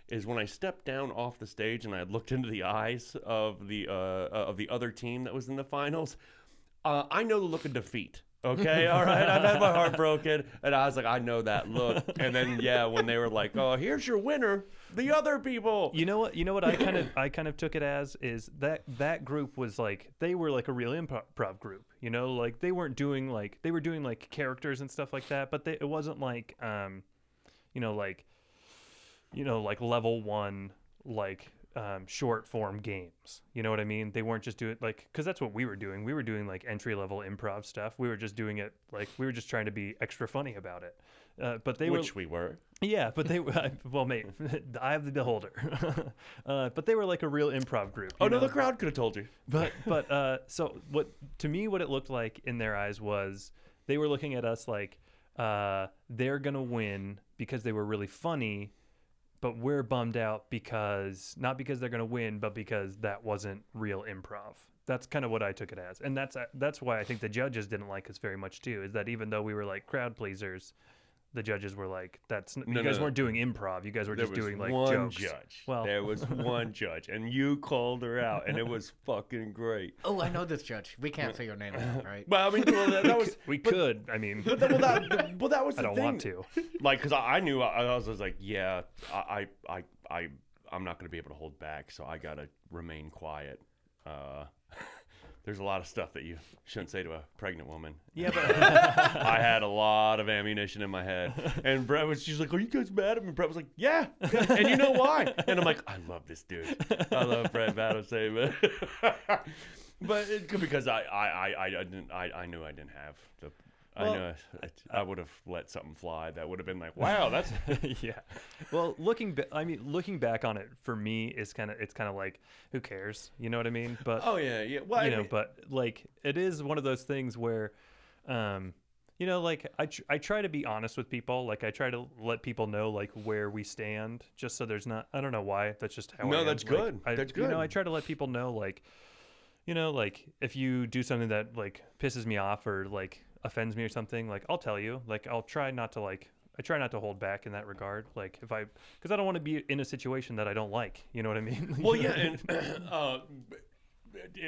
[SPEAKER 2] is when i stepped down off the stage and i looked into the eyes of the uh, uh, of the other team that was in the finals uh, I know the look of defeat. Okay, all right. I've had my heart broken, and I was like, I know that look. And then, yeah, when they were like, "Oh, here's your winner," the other people.
[SPEAKER 1] You know what? You know what? I kind of I kind of took it as is that that group was like they were like a real improv group. You know, like they weren't doing like they were doing like characters and stuff like that, but they, it wasn't like um, you know, like you know, like level one like um, short form games. You know what I mean? They weren't just doing like because that's what we were doing. We were doing like entry level improv stuff. We were just doing it like we were just trying to be extra funny about it. Uh, but they were
[SPEAKER 2] Which we were.
[SPEAKER 1] yeah, but they I, well, mate, the eye of the beholder. uh, but they were like a real improv group.
[SPEAKER 2] Oh
[SPEAKER 1] you
[SPEAKER 2] no,
[SPEAKER 1] know?
[SPEAKER 2] the crowd could have told you.
[SPEAKER 1] But but uh, so what? To me, what it looked like in their eyes was they were looking at us like uh, they're gonna win because they were really funny, but we're bummed out because not because they're gonna win, but because that wasn't real improv. That's kind of what I took it as, and that's uh, that's why I think the judges didn't like us very much too. Is that even though we were like crowd pleasers, the judges were like, "That's n you
[SPEAKER 2] No,
[SPEAKER 1] guys
[SPEAKER 2] no.
[SPEAKER 1] weren't doing improv. You guys were
[SPEAKER 2] There
[SPEAKER 1] just
[SPEAKER 2] was
[SPEAKER 1] doing like
[SPEAKER 2] one
[SPEAKER 1] jokes."
[SPEAKER 2] judge.
[SPEAKER 1] Well-
[SPEAKER 2] there was one judge, and you called her out, and it was fucking great.
[SPEAKER 3] Oh, I know this judge. We can't say your name, right?
[SPEAKER 2] Well, I mean, well, that, that was.
[SPEAKER 1] We could, I mean,
[SPEAKER 2] Well, that, well, that was the
[SPEAKER 1] I don't
[SPEAKER 2] thing.
[SPEAKER 1] want to.
[SPEAKER 2] like because I, I knew I, I was just like yeah I I I I I'm not gonna be able to hold back so I gotta remain quiet. Uh, there's a lot of stuff that you shouldn't say to a pregnant woman. Yeah, but I had a lot of ammunition in my head, and Brett was she's like, "Are you guys mad at me?" Brett was like, "Yeah," and you know why? And I'm like, "I love this dude. I love Brett Battlesay, but but it could because I I I, I didn't I, I knew I didn't have the. I
[SPEAKER 1] Well,
[SPEAKER 2] know I, I would have let something fly. That would have been like, wow, that's
[SPEAKER 1] yeah. Well, looking, ba- I mean, looking back on it for me is kind of, it's kind of like, who cares? You know what I mean? But
[SPEAKER 2] oh yeah, yeah. Well,
[SPEAKER 1] you
[SPEAKER 2] I
[SPEAKER 1] know,
[SPEAKER 2] mean-
[SPEAKER 1] but like, it is one of those things where, um, you know, like I, tr- I try to be honest with people. Like I try to let people know like where we stand, just so there's not. I don't know why. That's just how.
[SPEAKER 2] No,
[SPEAKER 1] I am.
[SPEAKER 2] that's
[SPEAKER 1] Like,
[SPEAKER 2] good.
[SPEAKER 1] I,
[SPEAKER 2] That's
[SPEAKER 1] You
[SPEAKER 2] good.
[SPEAKER 1] know, I try to let people know like, you know, like if you do something that like pisses me off or like offends me or something, like I'll tell you. Like I'll try not to like I try not to hold back in that regard. Like if I because I don't want to be in a situation that I don't like. You know what I mean?
[SPEAKER 2] well, yeah, and uh,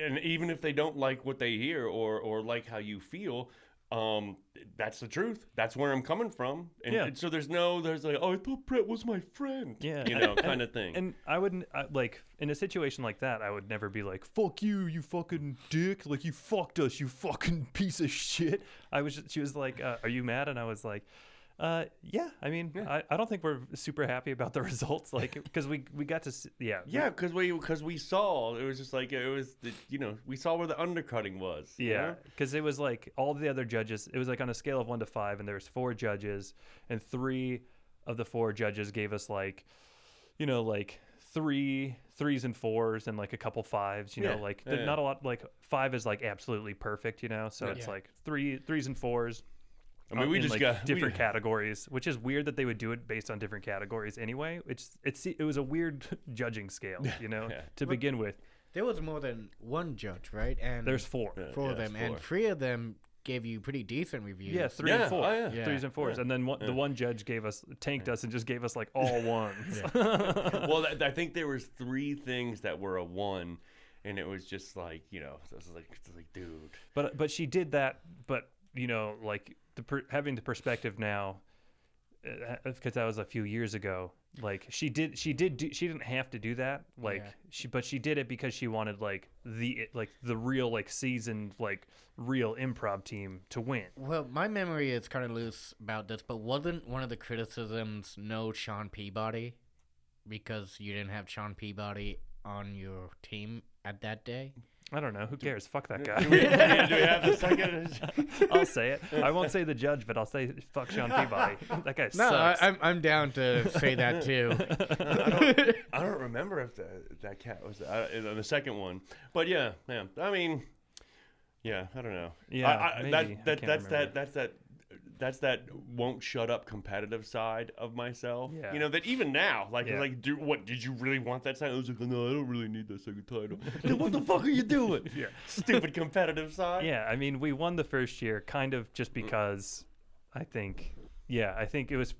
[SPEAKER 2] and even if they don't like what they hear or or like how you feel, Um, that's the truth. That's where I'm coming from. And,
[SPEAKER 1] Yeah.
[SPEAKER 2] and so there's no, there's like, oh, I thought Brett was my friend.
[SPEAKER 1] Yeah.
[SPEAKER 2] You know, kind of thing.
[SPEAKER 1] And I wouldn't I, like in a situation like that. I would never be like, "Fuck you, you fucking dick! Like you fucked us, you fucking piece of shit." I was. She was like, uh, "Are you mad?" And I was like, uh, "Yeah." I mean, I, I don't think we're super happy about the results, like because we we got to see, yeah we-
[SPEAKER 2] yeah, because we because we saw it was just like it was the, you know we saw where the undercutting was. you
[SPEAKER 1] Yeah,
[SPEAKER 2] know?
[SPEAKER 1] because it was like all the other judges. It was like on a scale of one to five, and there was four judges, and three of the four judges gave us like, you know, like three threes and fours, and like a couple fives. You
[SPEAKER 2] Yeah,
[SPEAKER 1] know, like
[SPEAKER 2] yeah,
[SPEAKER 1] th- not a lot. Like five is like absolutely perfect. You know, so it's
[SPEAKER 3] Yeah.
[SPEAKER 1] like three threes and fours.
[SPEAKER 2] I mean,
[SPEAKER 1] uh,
[SPEAKER 2] we
[SPEAKER 1] in,
[SPEAKER 2] just
[SPEAKER 1] like,
[SPEAKER 2] got- we-
[SPEAKER 1] different categories, which is weird that they would do it based on different categories anyway. It's it's it was a weird judging scale, you know,
[SPEAKER 2] Yeah.
[SPEAKER 1] to begin with.
[SPEAKER 3] There was more than one judge, right? And
[SPEAKER 1] There's four.
[SPEAKER 4] Uh,
[SPEAKER 3] four of
[SPEAKER 2] Yeah,
[SPEAKER 3] them,
[SPEAKER 2] it's
[SPEAKER 3] and
[SPEAKER 2] four.
[SPEAKER 3] three of them gave you pretty decent reviews.
[SPEAKER 1] Yeah, three
[SPEAKER 2] Yeah,
[SPEAKER 1] and four.
[SPEAKER 2] oh, yeah.
[SPEAKER 3] Yeah.
[SPEAKER 1] Threes and fours. And then one, the one judge gave us, tanked us and just gave us like all ones.
[SPEAKER 2] well, th- I think there was three things that were a one, and it was just like you know, it was like, it was like dude,
[SPEAKER 1] but but she did that, but you know, like the per, having the perspective now because that was a few years ago. Like she did she did do, she didn't have to do that. Like
[SPEAKER 3] Yeah.
[SPEAKER 1] she but she did it because she wanted like the like the real like seasoned like real improv team to win.
[SPEAKER 3] Well, my memory is kind of loose about this, but wasn't one of the criticisms no Sean Peabody because you didn't have Sean Peabody on your team at that day?
[SPEAKER 1] I don't know, who cares? Fuck that guy.
[SPEAKER 2] do we, do we have the second?
[SPEAKER 1] I'll say it. I won't say the judge, but I'll say fuck Sean Peabody. That guy
[SPEAKER 3] No, I,
[SPEAKER 1] sucks.
[SPEAKER 3] I'm I'm down to say that too.
[SPEAKER 2] I don't remember if that that cat was uh, on the second one, but yeah, yeah. I mean, yeah, I don't know.
[SPEAKER 1] Yeah,
[SPEAKER 2] I, I,
[SPEAKER 1] maybe. I
[SPEAKER 2] that, that,
[SPEAKER 1] can't
[SPEAKER 2] that's
[SPEAKER 1] remember.
[SPEAKER 2] that that's that that's that won't shut up competitive side of myself.
[SPEAKER 1] Yeah.
[SPEAKER 2] You know that even now, like
[SPEAKER 1] Yeah.
[SPEAKER 2] like, do what did you really want that title? I was like, no, I don't really need that second title. Then what the fuck are you doing?
[SPEAKER 1] Yeah.
[SPEAKER 2] stupid competitive side.
[SPEAKER 1] Yeah, I mean, we won the first year kind of
[SPEAKER 2] Mm.
[SPEAKER 1] just because I think yeah, I think it was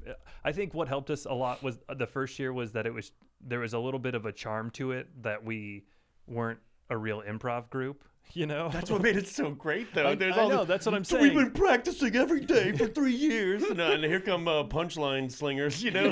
[SPEAKER 1] I think what helped us a lot was uh, the first year was that it was there was a little bit of a charm to it that we weren't a real improv group, you know.
[SPEAKER 2] That's what made it so great, though.
[SPEAKER 1] I-
[SPEAKER 2] There's
[SPEAKER 1] I
[SPEAKER 2] all
[SPEAKER 1] know, that's what I'm
[SPEAKER 2] "So We've been practicing every day for three years, and, uh, and here come uh, punchline slingers. You know,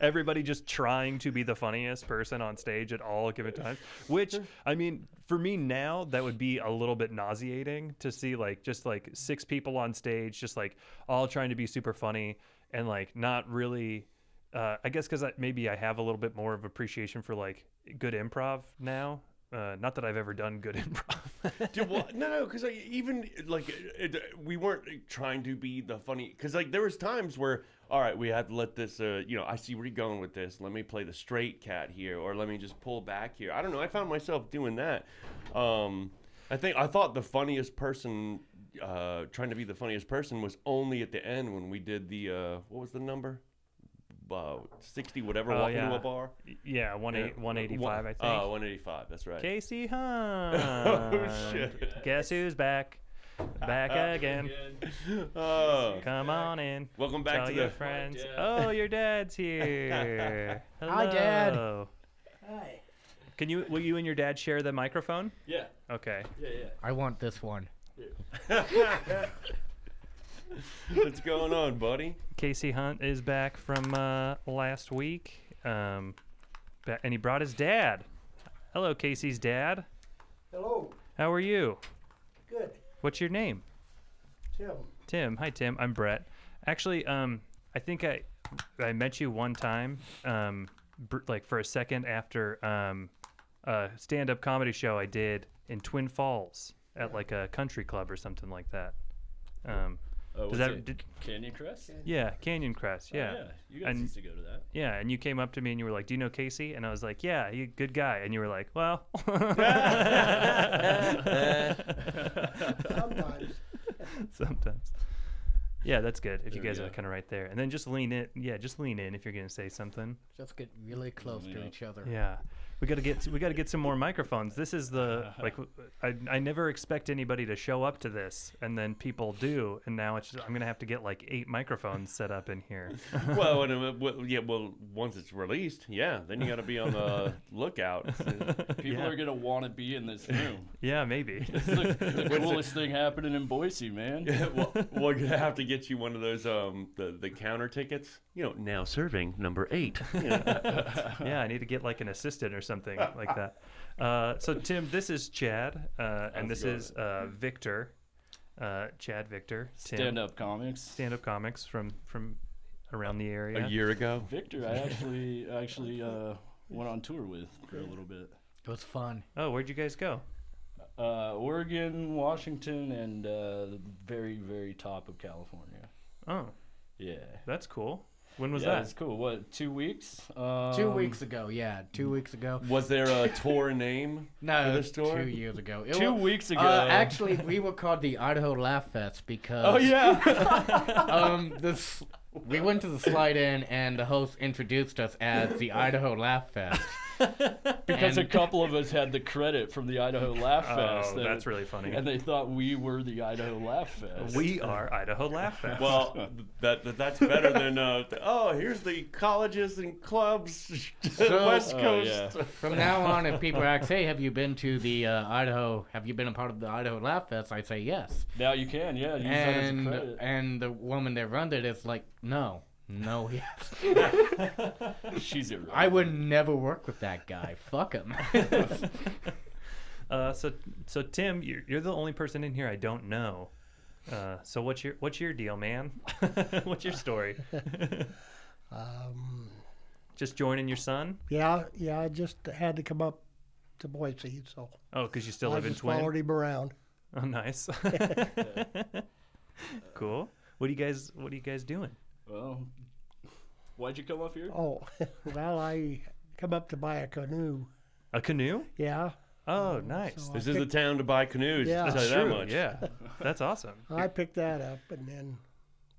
[SPEAKER 1] everybody just trying to be the funniest person on stage at all given times which i mean for me now that would be a little bit nauseating to see like just like six people on stage just like all trying to be super funny and like not really uh, i guess because maybe i have a little bit more of appreciation for like good improv now uh, not that i've ever done good improv
[SPEAKER 2] Dude, well, no, no, because even like it, it- we weren't like, trying to be the funny. Because like there was times where, all right, we had to let this. Uh, you know, I see where you're going with this. Let me play the straight cat here, or let me just pull back here. I don't know. I found myself doing that. Um, I think I thought the funniest person, uh, trying to be the funniest person, was only at the end when we did the uh, what was the number, uh, sixty whatever,
[SPEAKER 1] Oh,
[SPEAKER 2] walking to
[SPEAKER 1] yeah.
[SPEAKER 2] a bar.
[SPEAKER 1] yeah, one
[SPEAKER 2] Yeah.
[SPEAKER 1] eight one eighty five. i think
[SPEAKER 2] Oh, 185. That's right.
[SPEAKER 1] Casey Hunt.
[SPEAKER 2] Oh, shit.
[SPEAKER 1] Guess who's back? Back again.
[SPEAKER 2] Oh.
[SPEAKER 1] Come on in.
[SPEAKER 2] Welcome back
[SPEAKER 1] Tell
[SPEAKER 2] to
[SPEAKER 1] your
[SPEAKER 2] the
[SPEAKER 1] friends.
[SPEAKER 4] Dad.
[SPEAKER 1] Oh, your dad's here. Hello.
[SPEAKER 3] Hi, Dad.
[SPEAKER 4] Hi.
[SPEAKER 1] Can you? Will you and your dad share the microphone?
[SPEAKER 4] Yeah,
[SPEAKER 1] Okay.
[SPEAKER 4] yeah, yeah.
[SPEAKER 3] I want this one.
[SPEAKER 2] What's going on, buddy?
[SPEAKER 1] Casey Hunt is back from uh, last week. Um, ba- and he brought his dad. Hello, Casey's dad.
[SPEAKER 5] Hello,
[SPEAKER 1] How are you?
[SPEAKER 5] good,
[SPEAKER 1] What's your name?
[SPEAKER 5] Tim.
[SPEAKER 1] Tim. Hi, Tim. I'm Brett. Actually, um, I think I I met you one time, um, br- like for a second after um, a stand-up comedy show I did in Twin Falls at like a country club or something like that. Um,
[SPEAKER 4] Oh,
[SPEAKER 1] Does
[SPEAKER 4] what's
[SPEAKER 1] that-
[SPEAKER 4] it?
[SPEAKER 1] did-
[SPEAKER 4] Canyon Crest?
[SPEAKER 1] yeah, Canyon Crest.
[SPEAKER 4] Oh,
[SPEAKER 1] Yeah.
[SPEAKER 4] yeah. You guys
[SPEAKER 1] And-
[SPEAKER 4] used to go to that.
[SPEAKER 1] Yeah, and you came up to me and you were like, "Do you know Casey?" And I was like, "Yeah, he good guy." And you were like, "Well."
[SPEAKER 5] Sometimes.
[SPEAKER 1] Sometimes. Yeah, that's good. If you
[SPEAKER 4] There we
[SPEAKER 1] guys
[SPEAKER 4] go.
[SPEAKER 1] are kind of right there, and then just lean in. Yeah, just lean in if you're gonna say something.
[SPEAKER 3] Just get really close to
[SPEAKER 4] Yeah.
[SPEAKER 3] each other.
[SPEAKER 1] Yeah. We gotta get we gotta get some more microphones. This is the like I, I never expect anybody to show up to this, and then people do, and now it's I'm gonna have to get like eight microphones set up in here.
[SPEAKER 2] well, and, uh, well, yeah, well, once it's released, yeah, then you got to be on the lookout.
[SPEAKER 4] People
[SPEAKER 1] Yeah.
[SPEAKER 4] are gonna want to be in this room.
[SPEAKER 1] yeah, maybe.
[SPEAKER 4] It's the, the coolest thing happening in Boise, man.
[SPEAKER 2] well, we're gonna have to get you one of those um the, the counter tickets. You know, now serving number eight.
[SPEAKER 1] yeah, I need to get like an assistant or something like that. Uh, so Tim, this is Chad, uh, and
[SPEAKER 4] How's
[SPEAKER 1] this
[SPEAKER 4] it going?
[SPEAKER 1] is uh, Victor, uh, Chad Victor, Tim,
[SPEAKER 4] Stand up comics.
[SPEAKER 1] stand-up comics from from around the area.
[SPEAKER 2] A year ago.
[SPEAKER 4] Victor, I actually actually uh, went on tour with for a little bit.
[SPEAKER 3] It was fun.
[SPEAKER 1] Oh, where'd you guys go?
[SPEAKER 4] Uh, Oregon, Washington, and uh, the very very top of California.
[SPEAKER 1] Oh,
[SPEAKER 4] Yeah.
[SPEAKER 1] that's cool. When was
[SPEAKER 4] yeah,
[SPEAKER 1] that?
[SPEAKER 4] It's cool. What? Two weeks? Um,
[SPEAKER 3] Two weeks ago, yeah, two weeks ago.
[SPEAKER 2] Was there a tour name?
[SPEAKER 3] No,
[SPEAKER 2] this tour?
[SPEAKER 3] two years ago. It
[SPEAKER 4] Two
[SPEAKER 3] wa-
[SPEAKER 4] weeks ago.
[SPEAKER 3] Uh, actually, we were called the Idaho Laugh Fest because
[SPEAKER 4] Oh yeah.
[SPEAKER 3] um, this we went to the slide in and the host introduced us as the Idaho Laugh Fest.
[SPEAKER 4] Because a
[SPEAKER 3] And-
[SPEAKER 4] couple of us had the credit from the Idaho Laugh Fest.
[SPEAKER 1] Oh, that's really funny.
[SPEAKER 4] And they thought we were the Idaho Laugh Fest.
[SPEAKER 1] we are Idaho Laugh Fest.
[SPEAKER 2] Well, th- that, that that's better than uh, th- oh, here's the colleges and clubs
[SPEAKER 3] So-
[SPEAKER 2] West
[SPEAKER 4] Oh,
[SPEAKER 2] Coast.
[SPEAKER 4] yeah.
[SPEAKER 3] From now on, if people ask, "Hey, have you been to the uh, Idaho? Have you been a part of the Idaho Laugh Fest?" I say yes.
[SPEAKER 4] now you can, yeah. Use
[SPEAKER 3] and
[SPEAKER 4] that as a credit.
[SPEAKER 3] and the woman that runs it is like, "No, no, yes,
[SPEAKER 4] She's irrelevant.
[SPEAKER 3] I would never work with that guy. Fuck him."
[SPEAKER 1] uh, so so Tim, you're, you're the only person in here I don't know. Uh, so what's your what's your deal, man? what's your story?
[SPEAKER 6] Um,
[SPEAKER 1] Just joining your son?
[SPEAKER 6] yeah, yeah, I just had to come up to Boise, so
[SPEAKER 1] Oh, because you still
[SPEAKER 6] I
[SPEAKER 1] live in
[SPEAKER 6] just
[SPEAKER 1] Twin.
[SPEAKER 6] followed him around.
[SPEAKER 1] Oh, nice. cool. What do you guys What are you guys doing?
[SPEAKER 4] Well, why'd you come up here?
[SPEAKER 6] Oh, well, I come up to buy a canoe.
[SPEAKER 1] A canoe?
[SPEAKER 6] Yeah,
[SPEAKER 1] Oh, nice.
[SPEAKER 6] so
[SPEAKER 2] This is the town to buy canoes.
[SPEAKER 6] Yeah.
[SPEAKER 2] I'll tell
[SPEAKER 6] That's
[SPEAKER 2] you that
[SPEAKER 1] True,
[SPEAKER 2] much.
[SPEAKER 1] Yeah, that's awesome.
[SPEAKER 6] I picked that up and then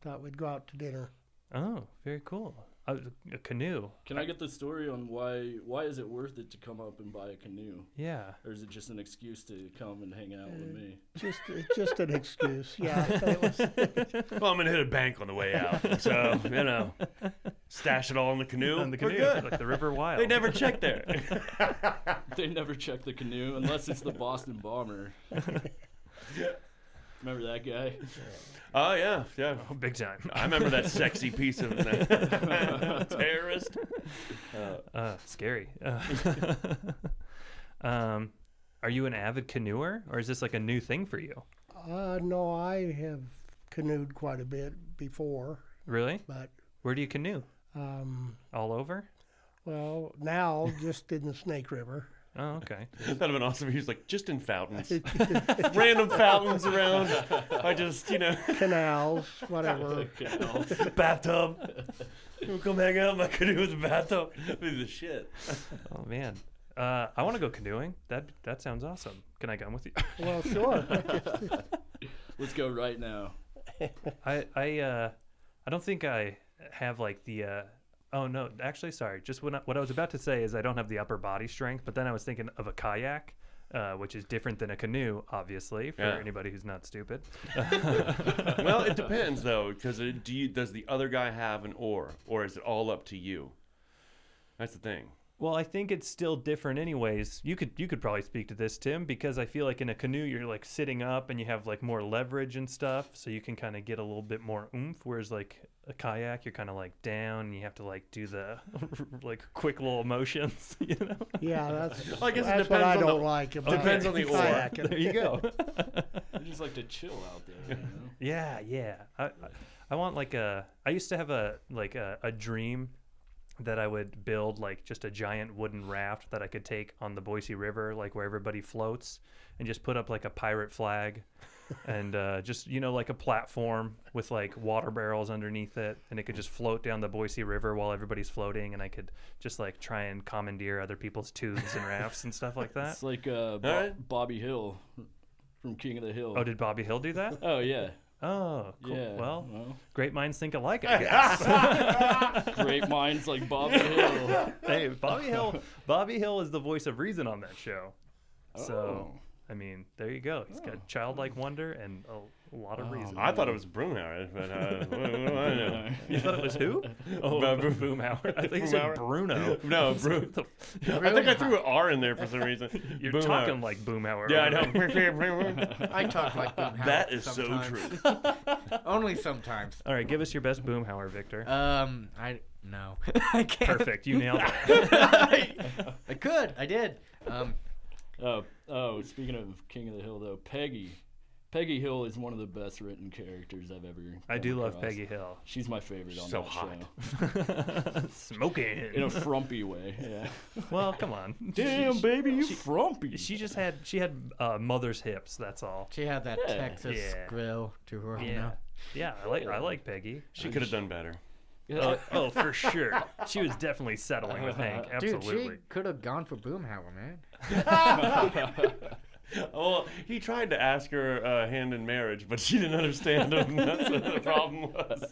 [SPEAKER 6] thought we'd go out to dinner.
[SPEAKER 1] Oh, very cool. A, a canoe.
[SPEAKER 4] Can I get the story on why why is it worth it to come up and buy a canoe?
[SPEAKER 1] Yeah.
[SPEAKER 4] Or is it just an excuse to come and hang out with me?
[SPEAKER 6] Just, it's just an excuse. Yeah, it was,
[SPEAKER 2] Well, I'm gonna hit a bank on the way out, so you know, stash it all in the canoe.
[SPEAKER 1] On the canoe,
[SPEAKER 2] We're good.
[SPEAKER 1] like the River Wild.
[SPEAKER 2] They never check there.
[SPEAKER 4] They never check the canoe unless it's the Boston Bomber. Remember that guy?
[SPEAKER 2] oh yeah, yeah.
[SPEAKER 1] Oh, big time.
[SPEAKER 2] I remember that sexy piece of that terrorist.
[SPEAKER 1] Uh, scary. Uh, um, are you an avid canoeer, or is this like a new thing for you?
[SPEAKER 6] uh, no, I have canoed quite a bit before,
[SPEAKER 1] Really?
[SPEAKER 6] but
[SPEAKER 1] Where do you canoe?
[SPEAKER 6] um,
[SPEAKER 1] All over?
[SPEAKER 6] well, now just in the Snake River.
[SPEAKER 1] Oh, okay.
[SPEAKER 2] That'd have been awesome. if He was like just in fountains, random fountains around. I just you know
[SPEAKER 6] canals, whatever.
[SPEAKER 4] Okay.
[SPEAKER 2] bathtub. You come hang out in my canoe with the bathtub. That'd be the shit.
[SPEAKER 1] Oh man, uh, I want to go canoeing. That that sounds awesome. Can I come with you?
[SPEAKER 6] Well, sure.
[SPEAKER 4] Let's go right now.
[SPEAKER 1] I I uh, I don't think I have like the. Uh, oh no, actually, sorry. Just when I, what I was about to say is I don't have the upper body strength, but then I was thinking of a kayak. Uh, which is different than a canoe, obviously, for
[SPEAKER 2] Yeah.
[SPEAKER 1] anybody who's not stupid.
[SPEAKER 2] Well, it depends though, because do you does the other guy have an oar, or is it all up to you? That's the thing.
[SPEAKER 1] Well, I think it's still different anyways. You could you could probably speak to this, Tim, because I feel like in a canoe you're like sitting up and you have like more leverage and stuff, so you can kind of get a little bit more oomph whereas like a kayak you're kind of like down and you have to like do the like quick little motions, you know.
[SPEAKER 6] Yeah, that's,
[SPEAKER 2] Well, I guess it
[SPEAKER 6] that's what
[SPEAKER 2] depends
[SPEAKER 6] I
[SPEAKER 2] on the-
[SPEAKER 6] don't like about
[SPEAKER 2] depends on the oar.
[SPEAKER 6] kayaking.
[SPEAKER 1] There you go.
[SPEAKER 4] You just like to chill out there. You know?
[SPEAKER 1] Yeah, yeah. I, I- I want like a. I used to have a like a, a dream that I would build like just a giant wooden raft that I could take on the Boise River, like where everybody floats, and just put up like a pirate flag, and uh, just you know like a platform with like water barrels underneath it, and it could just float down the Boise River while everybody's floating, and I could just like try and commandeer other people's tubes and rafts and stuff like that.
[SPEAKER 4] It's like uh, Bo-
[SPEAKER 2] right.
[SPEAKER 4] Bobby Hill from King of the Hill.
[SPEAKER 1] Oh, did Bobby Hill do that?
[SPEAKER 4] Oh yeah,
[SPEAKER 1] Oh, cool.
[SPEAKER 4] Yeah.
[SPEAKER 1] well,
[SPEAKER 4] well,
[SPEAKER 1] great minds think alike, I guess.
[SPEAKER 4] great minds like Bobby Hill.
[SPEAKER 1] hey, Bobby Hill. Bobby Hill is the voice of reason on that show. So,
[SPEAKER 4] Oh.
[SPEAKER 1] I mean, there you go. He's got childlike wonder and a lot of reason.
[SPEAKER 2] Oh. I thought it was Brunhauer, but uh, what, what do I know?
[SPEAKER 1] You thought it was who? Oh,
[SPEAKER 2] Bro-
[SPEAKER 1] Bro- Boomhauer. I think you said
[SPEAKER 2] Boomhauer?
[SPEAKER 1] Bruno.
[SPEAKER 2] No, Bru-
[SPEAKER 1] What the f-
[SPEAKER 2] I think I threw an R in there for some reason.
[SPEAKER 1] You're
[SPEAKER 2] Boomhauer.
[SPEAKER 1] talking like Boomhauer.
[SPEAKER 2] Yeah, I
[SPEAKER 1] right now.
[SPEAKER 2] know.
[SPEAKER 3] I talk like Boom Howard
[SPEAKER 2] that is
[SPEAKER 3] sometimes.
[SPEAKER 2] so true.
[SPEAKER 3] Only sometimes.
[SPEAKER 1] All right, give us your best Boomhauer, Victor.
[SPEAKER 3] Um, I no, I can't.
[SPEAKER 1] Perfect. You nailed it.
[SPEAKER 3] I, I could. I did. Um,
[SPEAKER 4] Oh, oh, speaking of King of the Hill, though, Peggy. Peggy Hill is one of the best written characters I've ever.
[SPEAKER 1] I
[SPEAKER 4] come
[SPEAKER 1] do love
[SPEAKER 4] across.
[SPEAKER 1] Peggy Hill.
[SPEAKER 4] She's my favorite on
[SPEAKER 2] So
[SPEAKER 4] that
[SPEAKER 2] hot.
[SPEAKER 4] show.
[SPEAKER 1] Smoking.
[SPEAKER 4] In a frumpy way. Yeah.
[SPEAKER 1] well, come on.
[SPEAKER 4] Damn, baby, you frumpy.
[SPEAKER 1] She just had she had uh, mother's hips. That's all.
[SPEAKER 3] she had that
[SPEAKER 4] Yeah.
[SPEAKER 3] Texas
[SPEAKER 1] Yeah.
[SPEAKER 3] grill to her. you
[SPEAKER 1] Yeah,
[SPEAKER 3] know.
[SPEAKER 1] yeah. I like I like Peggy.
[SPEAKER 2] She could have done better.
[SPEAKER 1] Oh, oh, for sure. She was definitely settling with Hank.
[SPEAKER 3] Dude,
[SPEAKER 1] Absolutely.
[SPEAKER 3] she could have gone for Boomhauer, man.
[SPEAKER 2] Well, he tried to ask her uh, hand in marriage, but she didn't understand him. That's what the problem was.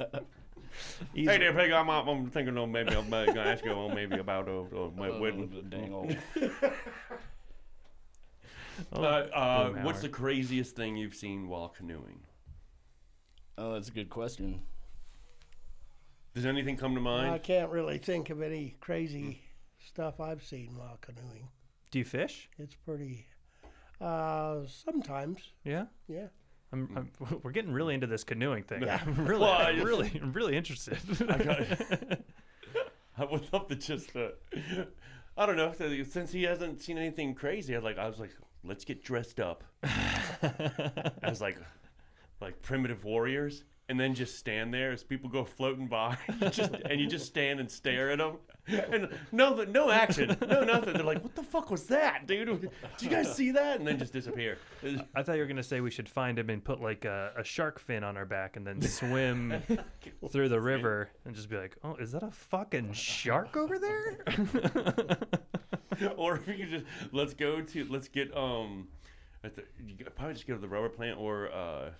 [SPEAKER 1] Easy.
[SPEAKER 2] Hey there, Peg. I'm, I'm thinking, oh, maybe I'm uh, gonna ask you, oh, maybe about uh, uh, my
[SPEAKER 4] Oh,
[SPEAKER 2] wedding.
[SPEAKER 4] the dang old.
[SPEAKER 1] Oh,
[SPEAKER 2] Uh, uh,
[SPEAKER 1] Boom
[SPEAKER 2] what's
[SPEAKER 1] hour.
[SPEAKER 2] the craziest thing you've seen while canoeing?
[SPEAKER 4] Oh, that's a good question.
[SPEAKER 2] Does anything come to
[SPEAKER 6] I
[SPEAKER 2] mind?
[SPEAKER 6] can't really think of any crazy stuff I've seen while canoeing.
[SPEAKER 1] Do you fish?
[SPEAKER 6] It's pretty. Uh, sometimes,
[SPEAKER 1] Yeah.
[SPEAKER 6] yeah.
[SPEAKER 1] I'm, I'm, we're getting really into this canoeing thing.
[SPEAKER 2] Yeah.
[SPEAKER 1] I'm really,
[SPEAKER 2] Well, I
[SPEAKER 1] I'm
[SPEAKER 2] just-
[SPEAKER 1] really, I'm really interested.
[SPEAKER 2] I would love to just. Uh, I don't know. Since he hasn't seen anything crazy, I like. I was like, let's get dressed up as like, like primitive warriors, and then just stand there as people go floating by, You just and you just stand and stare at them, and no, no action, no nothing. They're like, what the fuck was that, dude? Did you guys see that? And then just disappear.
[SPEAKER 1] I thought you were gonna say we should find him and put like a, a shark fin on our back and then swim through the river and just be like, "Oh, is that a fucking shark over there?"
[SPEAKER 2] or if you could just let's go to let's get um at the, you could probably just go to the rubber plant or uh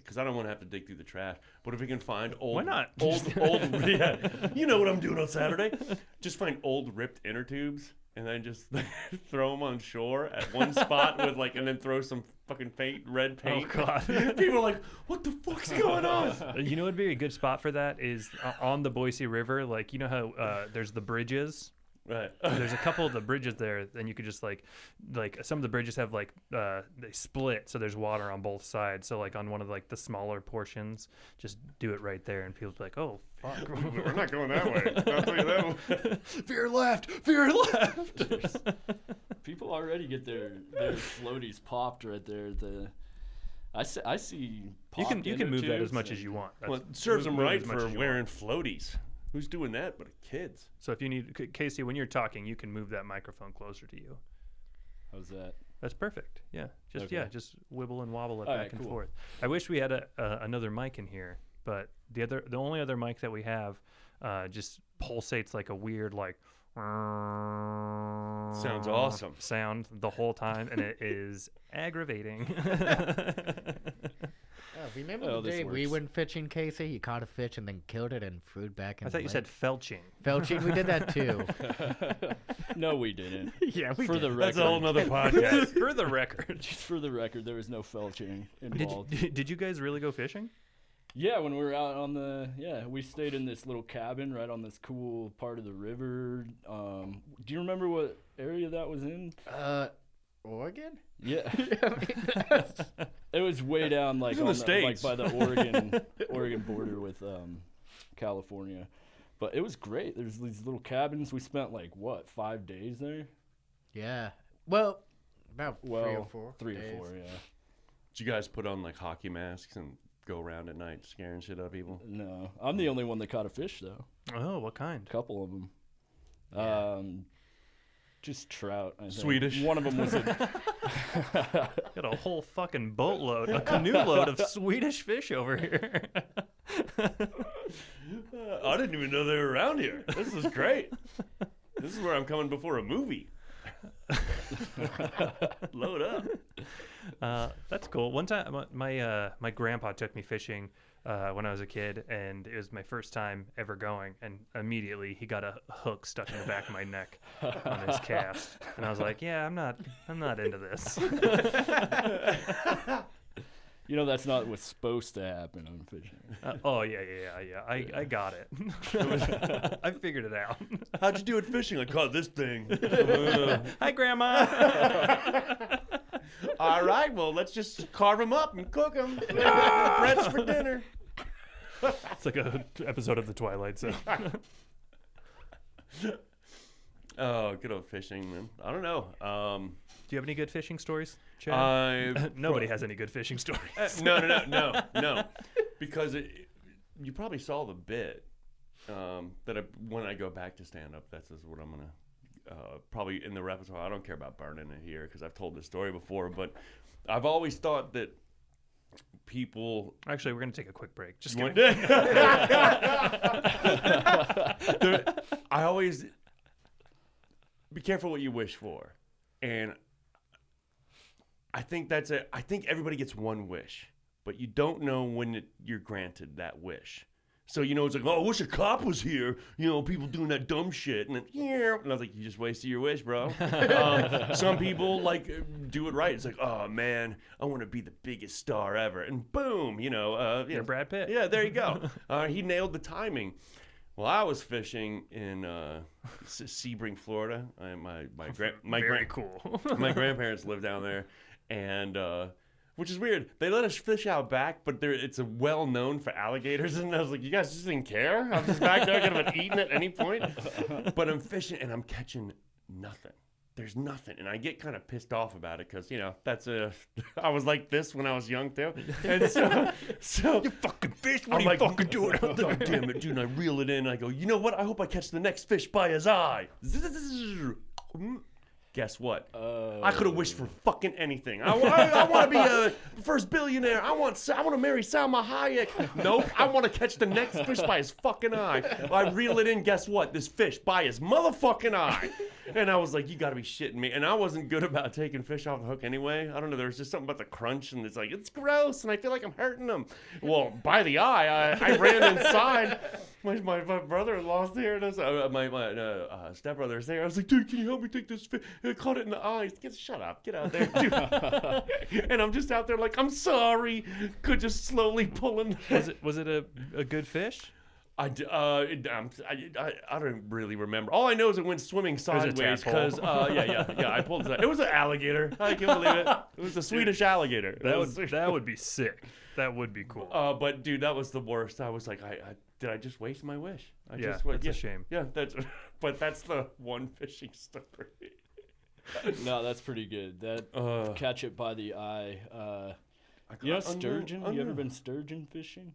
[SPEAKER 2] because I don't want to have to dig through the trash. But if we can find old
[SPEAKER 1] not?
[SPEAKER 2] old old yeah, you know what I'm doing on Saturday? Just find old ripped inner tubes and then just throw them on shore at one spot with like and then throw some fucking paint red
[SPEAKER 1] oh
[SPEAKER 2] paint.
[SPEAKER 1] God.
[SPEAKER 2] People are like, what the fuck's going on?
[SPEAKER 1] Uh, You know what would be a good spot for that is uh, on the Boise River. Like you know how uh, there's the bridges.
[SPEAKER 2] Right.
[SPEAKER 1] There's a couple of the bridges there, and you could just like, like some of the bridges have like uh, they split, so there's water on both sides. So like on one of like the smaller portions, just do it right there, and people be like, "Oh, fuck,
[SPEAKER 2] We're not going that way. I'll tell you that one.
[SPEAKER 1] fear left, fear left."
[SPEAKER 4] People already get their their floaties popped right there. at The I see, I see
[SPEAKER 1] You can
[SPEAKER 4] popped
[SPEAKER 1] you can
[SPEAKER 4] inner
[SPEAKER 1] move that as
[SPEAKER 4] tubes
[SPEAKER 1] much
[SPEAKER 4] and-
[SPEAKER 1] as you want.
[SPEAKER 2] Well,
[SPEAKER 1] That's-
[SPEAKER 2] it serves
[SPEAKER 1] move-
[SPEAKER 2] them
[SPEAKER 1] move
[SPEAKER 2] right
[SPEAKER 1] as much
[SPEAKER 2] for
[SPEAKER 1] as you want.
[SPEAKER 2] wearing floaties. Who's doing that but kids?
[SPEAKER 1] So if you need C- Casey, when you're talking, you can move that microphone closer to you.
[SPEAKER 4] How's that?
[SPEAKER 1] That's perfect. Yeah, just
[SPEAKER 4] Okay.
[SPEAKER 1] yeah, just wibble and wobble it
[SPEAKER 4] All
[SPEAKER 1] back
[SPEAKER 4] right,
[SPEAKER 1] and
[SPEAKER 4] cool.
[SPEAKER 1] forth. I wish we had a, uh, another mic in here, but the other the only other mic that we have uh, just pulsates like a weird like
[SPEAKER 2] Sounds awesome.
[SPEAKER 1] sound the whole time, and it is aggravating.
[SPEAKER 3] Oh, remember
[SPEAKER 4] Oh,
[SPEAKER 3] the
[SPEAKER 4] this
[SPEAKER 3] day we
[SPEAKER 4] works.
[SPEAKER 3] went fishing, Casey? You caught a fish and then killed it and threw it back in.
[SPEAKER 1] I thought
[SPEAKER 3] the
[SPEAKER 1] you said
[SPEAKER 3] lake?
[SPEAKER 1] felching.
[SPEAKER 3] Felching. We did that too.
[SPEAKER 4] No, we didn't.
[SPEAKER 3] yeah, we
[SPEAKER 4] for
[SPEAKER 3] did.
[SPEAKER 4] the record,
[SPEAKER 2] That's a whole nother podcast.
[SPEAKER 1] for the record.
[SPEAKER 4] just for the record, there was no felching
[SPEAKER 1] Did
[SPEAKER 4] involved.
[SPEAKER 1] you, did you guys really go fishing?
[SPEAKER 4] Yeah, when we were out on the yeah, we stayed in this little cabin right on this cool part of the river. Um, do you remember what area that was in?
[SPEAKER 3] Uh, Oregon.
[SPEAKER 4] Yeah,
[SPEAKER 3] I mean, that's-
[SPEAKER 4] it was way down like
[SPEAKER 2] in the
[SPEAKER 4] on the- like
[SPEAKER 2] States.
[SPEAKER 4] by the Oregon Oregon border with um, California. But it was great. There's these little cabins. We spent like what five days there?
[SPEAKER 3] yeah. Well, about
[SPEAKER 4] Well,
[SPEAKER 3] three or four.
[SPEAKER 4] three
[SPEAKER 3] days.
[SPEAKER 4] or four. Yeah.
[SPEAKER 2] Did you guys put on like hockey masks and go around at night scaring shit out of people?
[SPEAKER 4] No, I'm the only one that caught a fish though.
[SPEAKER 1] Oh, what kind?
[SPEAKER 4] A couple of them. Um, just trout. I think.
[SPEAKER 2] Swedish.
[SPEAKER 4] One of them was a
[SPEAKER 1] Got a whole fucking boatload, a canoe load of Swedish fish over here.
[SPEAKER 2] Uh, I didn't even know they were around here. This is great. this is where I'm coming before a movie. Load up.
[SPEAKER 1] uh, that's cool. One time, my my, uh, my grandpa took me fishing uh, when I was a kid, and it was my first time ever going. And immediately, he got a hook stuck in the back of my neck on his cast, and I was like, "Yeah, I'm not, I'm not into this." Uh,
[SPEAKER 4] You know that's not what's supposed to happen on fishing.
[SPEAKER 1] Uh, oh yeah, yeah, yeah, yeah. I, I got it. I figured it out.
[SPEAKER 2] How'd you do it fishing? I caught this thing.
[SPEAKER 1] Hi, Grandma.
[SPEAKER 2] All right, well, let's just carve them up and cook them. Bread's for dinner.
[SPEAKER 1] it's like a episode of The Twilight Zone.
[SPEAKER 2] Oh, good old fishing, man. I don't know. Um,
[SPEAKER 1] Do you have any good fishing stories, Chad?
[SPEAKER 2] Uh, I
[SPEAKER 1] Nobody has any good fishing stories.
[SPEAKER 2] no, no, no, no, no, because it, you probably saw the bit um, that I, when I go back to stand up, that's just what I'm gonna uh, probably in the repertoire. I don't care about burning it here because I've told this story before, but I've always thought that people
[SPEAKER 1] Actually, we're gonna take a quick break. Just
[SPEAKER 2] one
[SPEAKER 1] kidding.
[SPEAKER 2] There- I always be careful what you wish for, and I think that's a. I think everybody gets one wish, but you don't know when it, you're granted that wish. So you know it's like, oh, I wish a cop was here. You know, people doing that dumb shit, and then yeah, and I was like, you just wasted your wish, bro. um, some people like do it right. It's like, oh man, I want to be the biggest star ever, and boom, you know, uh, you
[SPEAKER 1] You're
[SPEAKER 2] know,
[SPEAKER 1] Brad Pitt.
[SPEAKER 2] yeah, there you go. Uh, he nailed the timing. Well, I was fishing in uh, S- Sebring, Florida. I, my my gra- my
[SPEAKER 1] Very
[SPEAKER 2] gran-
[SPEAKER 1] cool.
[SPEAKER 2] my grandparents live down there, and uh, which is weird. They let us fish out back, but there it's a well known for alligators. And I was like, you guys just didn't care. I'm just back there, could have been eaten at any point. But I'm fishing and I'm catching nothing. There's nothing, and I get kind of pissed off about it because you know that's a. I was like this when I was young too, and so so you fucking fish. What are you fucking doing? God damn it, dude! And I reel it in. And I go, you know what? I hope I catch the next fish by his eye. Mm. Guess what?
[SPEAKER 4] Uh,
[SPEAKER 2] I could have wished for fucking anything. I, want to be a first billionaire. I want Sa- I want to marry Salma Hayek. Nope. I want to catch the next fish by his fucking eye. I reel it in. Guess what? This fish by his motherfucking eye. And I was like, you got to be shitting me. And I wasn't good about taking fish off the hook anyway. I don't know. There was just something about the crunch, and it's like it's gross, and I feel like I'm hurting them. Well, by the eye, I, I ran inside. My, my, my brother-in-law's there, and I was, uh, my my uh, uh, stepbrother's there. I was like, dude, can you help me take this fish? I caught it in the eyes. Get shut up, get out there, dude. and I'm just out there like, I'm sorry. Could just slowly pulling.
[SPEAKER 1] was it was it a, a good fish?
[SPEAKER 2] I, d- uh, it- I'm, I, I, I don't really remember. All I know is it went swimming
[SPEAKER 1] was a
[SPEAKER 2] sideways
[SPEAKER 1] tadpole.
[SPEAKER 2] because uh, yeah yeah yeah I pulled it. It was an alligator. I can't believe it. It was a Swedish alligator.
[SPEAKER 1] That
[SPEAKER 2] It
[SPEAKER 1] would
[SPEAKER 2] was-
[SPEAKER 1] that would be sick. That would be cool.
[SPEAKER 4] Oh,
[SPEAKER 2] Uh, but dude, that was the worst. I was like, I, I did I just waste my wish? I
[SPEAKER 1] Yeah,
[SPEAKER 2] just, wa-
[SPEAKER 1] that's a shame.
[SPEAKER 2] Yeah, that's. But that's the one fishing story.
[SPEAKER 4] no, that's pretty good. That
[SPEAKER 2] Uh,
[SPEAKER 4] catch it by the eye. Uh,
[SPEAKER 2] I
[SPEAKER 4] you know
[SPEAKER 2] got unknown-
[SPEAKER 4] sturgeon. You ever
[SPEAKER 2] unknown.
[SPEAKER 4] been sturgeon fishing?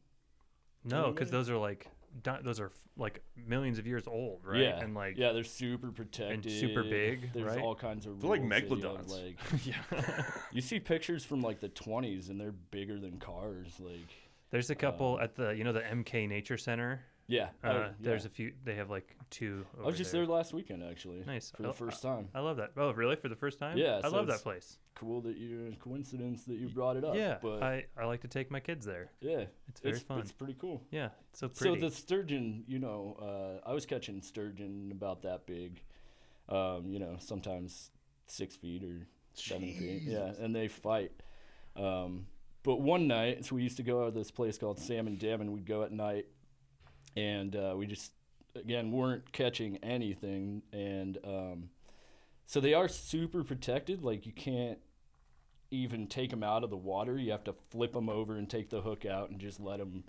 [SPEAKER 1] no, because those are like di- those are like millions of years old, right?
[SPEAKER 4] Yeah,
[SPEAKER 1] And like
[SPEAKER 4] yeah, they're super protected
[SPEAKER 1] big,
[SPEAKER 4] There's
[SPEAKER 1] right?
[SPEAKER 4] all kinds of
[SPEAKER 2] They're like
[SPEAKER 4] rules that you have,
[SPEAKER 2] megalodons.
[SPEAKER 4] like you see pictures from like the 20s, and they're bigger than cars. Like
[SPEAKER 1] there's a couple at the you know the MK Nature Center.
[SPEAKER 4] yeah,
[SPEAKER 1] Uh,
[SPEAKER 4] Uh, I-
[SPEAKER 1] There's
[SPEAKER 4] yeah.
[SPEAKER 1] a few. They have like two. Over
[SPEAKER 4] I was just
[SPEAKER 1] there.
[SPEAKER 4] there. last weekend actually.
[SPEAKER 1] Nice. Oh,
[SPEAKER 4] for
[SPEAKER 1] I-
[SPEAKER 4] the first time.
[SPEAKER 1] I love that. Oh, really? For the first time?
[SPEAKER 4] Yeah,
[SPEAKER 1] I
[SPEAKER 4] so
[SPEAKER 1] love that
[SPEAKER 4] it's-
[SPEAKER 1] place.
[SPEAKER 4] Cool that you coincidence that you brought it up.
[SPEAKER 1] yeah,
[SPEAKER 4] but
[SPEAKER 1] I, I like to take my kids there.
[SPEAKER 4] yeah,
[SPEAKER 1] It's very fun.
[SPEAKER 4] It's pretty cool.
[SPEAKER 1] Yeah, it's so pretty.
[SPEAKER 4] So the sturgeon, you know, uh, I was catching sturgeon about that big, um, you know, sometimes six feet or seven feet. Yeah, and they fight. Um, but one night, so we used to go to this place called Salmon Dam, and we'd go at night, and uh, we just, again, weren't catching anything. And um, so they are super protected. Like, you can't even take them out of the water. You have to flip them over and take the hook out and just let uh, them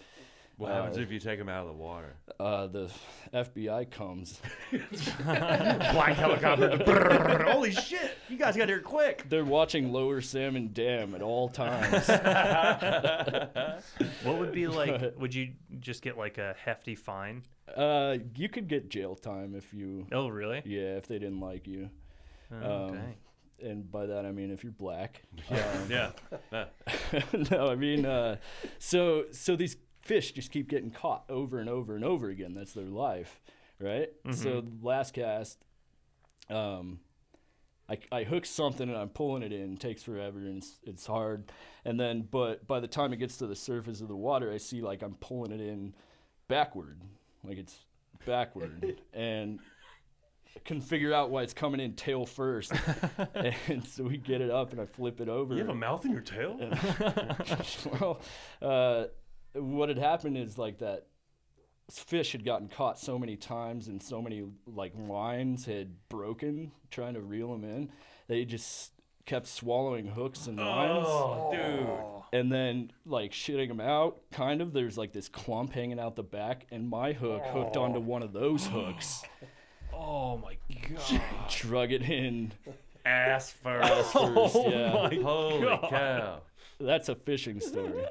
[SPEAKER 2] What happens if you take them out of the water?
[SPEAKER 4] uh, the f- FBI comes.
[SPEAKER 2] Black helicopter. Brrr, Holy shit! You guys got here quick.
[SPEAKER 4] They're watching Lower Salmon Dam at all times.
[SPEAKER 1] what would be like? would you just get like a hefty fine?
[SPEAKER 4] uh, you could get jail time if you,
[SPEAKER 1] Oh, really?
[SPEAKER 4] yeah, if they didn't like you.
[SPEAKER 1] Oh,
[SPEAKER 4] Um,
[SPEAKER 1] dang.
[SPEAKER 4] And by that I mean if you're black.
[SPEAKER 2] Yeah.
[SPEAKER 4] no, I mean, uh, so so these fish just keep getting caught over and over and over again. That's
[SPEAKER 2] Mm-hmm.
[SPEAKER 4] their life, right? So last cast, um, I I, I hook something and I'm pulling it in. It takes forever and it's, it's hard. And then, but by the time it gets to the surface of the water, I see like I'm pulling it in backward, like it's backward, and I couldn't figure out why it's coming in tail first. and so we get it up and I flip it over.
[SPEAKER 2] You have a mouth in your tail?
[SPEAKER 4] well, uh, what had happened is like that fish had gotten caught so many times and so many like lines had broken trying to reel them in. They just kept swallowing hooks and lines
[SPEAKER 2] Oh, dude.
[SPEAKER 4] and then like shitting them out kind of there's like this clump hanging out the back and my hook hooked onto one of those hooks
[SPEAKER 1] Oh my god.
[SPEAKER 4] drug it in
[SPEAKER 2] Ass first.
[SPEAKER 4] first yeah
[SPEAKER 2] Holy cow. Uh,
[SPEAKER 4] that's a fishing story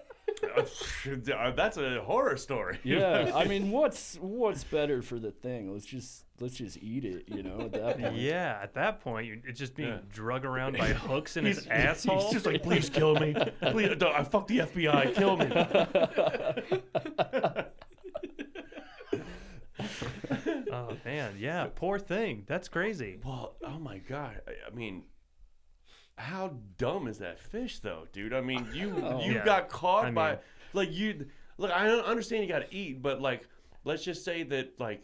[SPEAKER 2] That's a horror story.
[SPEAKER 4] yeah i mean what's what's better for the thing let's just let's just eat it you know at that point
[SPEAKER 1] Yeah, at that point, you're, it's just being drug around by hooks in his asshole.
[SPEAKER 2] He's just like, please kill me. Please, no, I fuck the FBI. Kill me.
[SPEAKER 1] oh man, yeah, poor thing. That's crazy.
[SPEAKER 2] Well, oh my god. I, I mean, how dumb is that fish, though, dude? I mean, you you
[SPEAKER 1] Oh, Yeah.
[SPEAKER 2] got caught
[SPEAKER 1] I
[SPEAKER 2] by
[SPEAKER 1] mean-
[SPEAKER 2] like you. Look, I don't understand you got to eat, but like, let's just say that like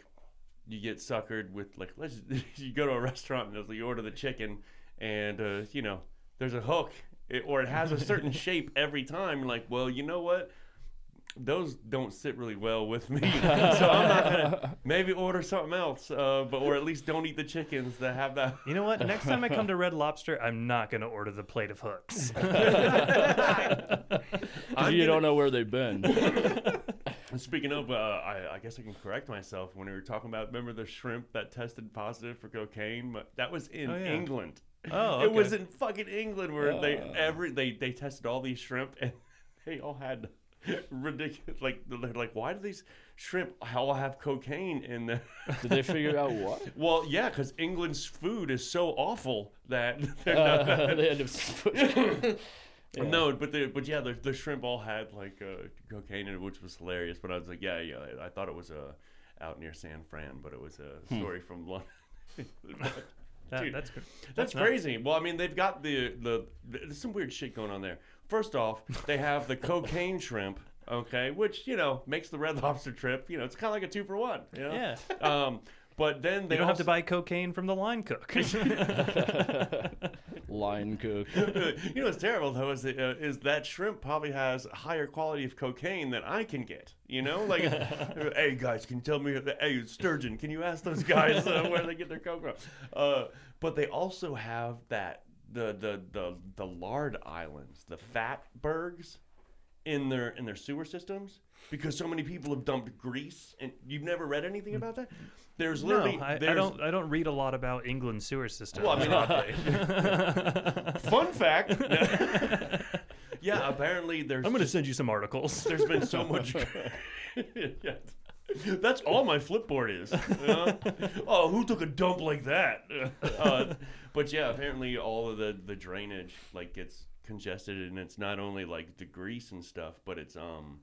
[SPEAKER 2] you get suckered with like let's you go to a restaurant and you order the chicken, and uh, you know there's a hook it, or it has a certain shape every time. You're like, well, you know what? Those don't sit really well with me, so I'm not gonna maybe order something else, uh, but or at least don't eat the chickens that have that.
[SPEAKER 1] You know what? Next time I come to Red Lobster, I'm not gonna order the plate of hooks. Oh,
[SPEAKER 2] I'm
[SPEAKER 4] you
[SPEAKER 2] gonna-
[SPEAKER 4] don't know where they've been
[SPEAKER 2] And Speaking of, uh, I, I guess I can correct myself. When we were talking about, remember the shrimp that tested positive for cocaine? But That was in
[SPEAKER 1] Oh, yeah.
[SPEAKER 2] England.
[SPEAKER 1] Oh,
[SPEAKER 2] It was
[SPEAKER 1] okay. Uh.
[SPEAKER 2] in fucking England where they every they they tested all these shrimp and they all had ridiculous like they're like why do these shrimp all have cocaine in them?
[SPEAKER 4] did they figure out what
[SPEAKER 2] well, yeah, because England's food is so awful that they're not.
[SPEAKER 4] uh, they had to
[SPEAKER 2] No, but the but yeah, the, the shrimp all had like uh, cocaine in it, which was hilarious. But I was like, yeah, yeah, I, I thought it was uh, out near San Fran, but it was a story from London.
[SPEAKER 1] Hmm. That-
[SPEAKER 2] Dude,
[SPEAKER 1] that's good.
[SPEAKER 2] That's crazy. Well, I mean, they've got the, the the there's some weird shit going on there. First off, they have the cocaine shrimp, okay, which you know makes the Red Lobster trip. You know, it's kind of like a two for one. You know?
[SPEAKER 1] Yeah.
[SPEAKER 2] Um, but then they
[SPEAKER 1] You don't have
[SPEAKER 2] also,
[SPEAKER 1] to buy cocaine from the line cook.
[SPEAKER 4] line cook
[SPEAKER 2] you know what's terrible though is that, uh, is that shrimp probably has a higher quality of cocaine than I can get. You know, like, uh, hey guys, can you tell me? uh, Hey Sturgeon, can you ask those guys uh, where they get their coke from? Uh, but they also have that the the the the lard islands, the fatbergs, in their in their sewer systems because so many people have dumped grease and you've never read anything about that. There's
[SPEAKER 1] Mm. no,
[SPEAKER 2] literally
[SPEAKER 1] I, I
[SPEAKER 2] there's,
[SPEAKER 1] don't. I don't read a lot about England's sewer system.
[SPEAKER 2] well, I mean, uh, fun fact. yeah, apparently there's
[SPEAKER 1] I'm gonna
[SPEAKER 2] just-
[SPEAKER 1] send you some articles.
[SPEAKER 2] there's been so much. Yeah. That's all my flipboard is. you know? oh, who took a dump like that? Uh, but yeah, apparently all of the the drainage like gets congested, and it's not only like the grease and stuff, but it's um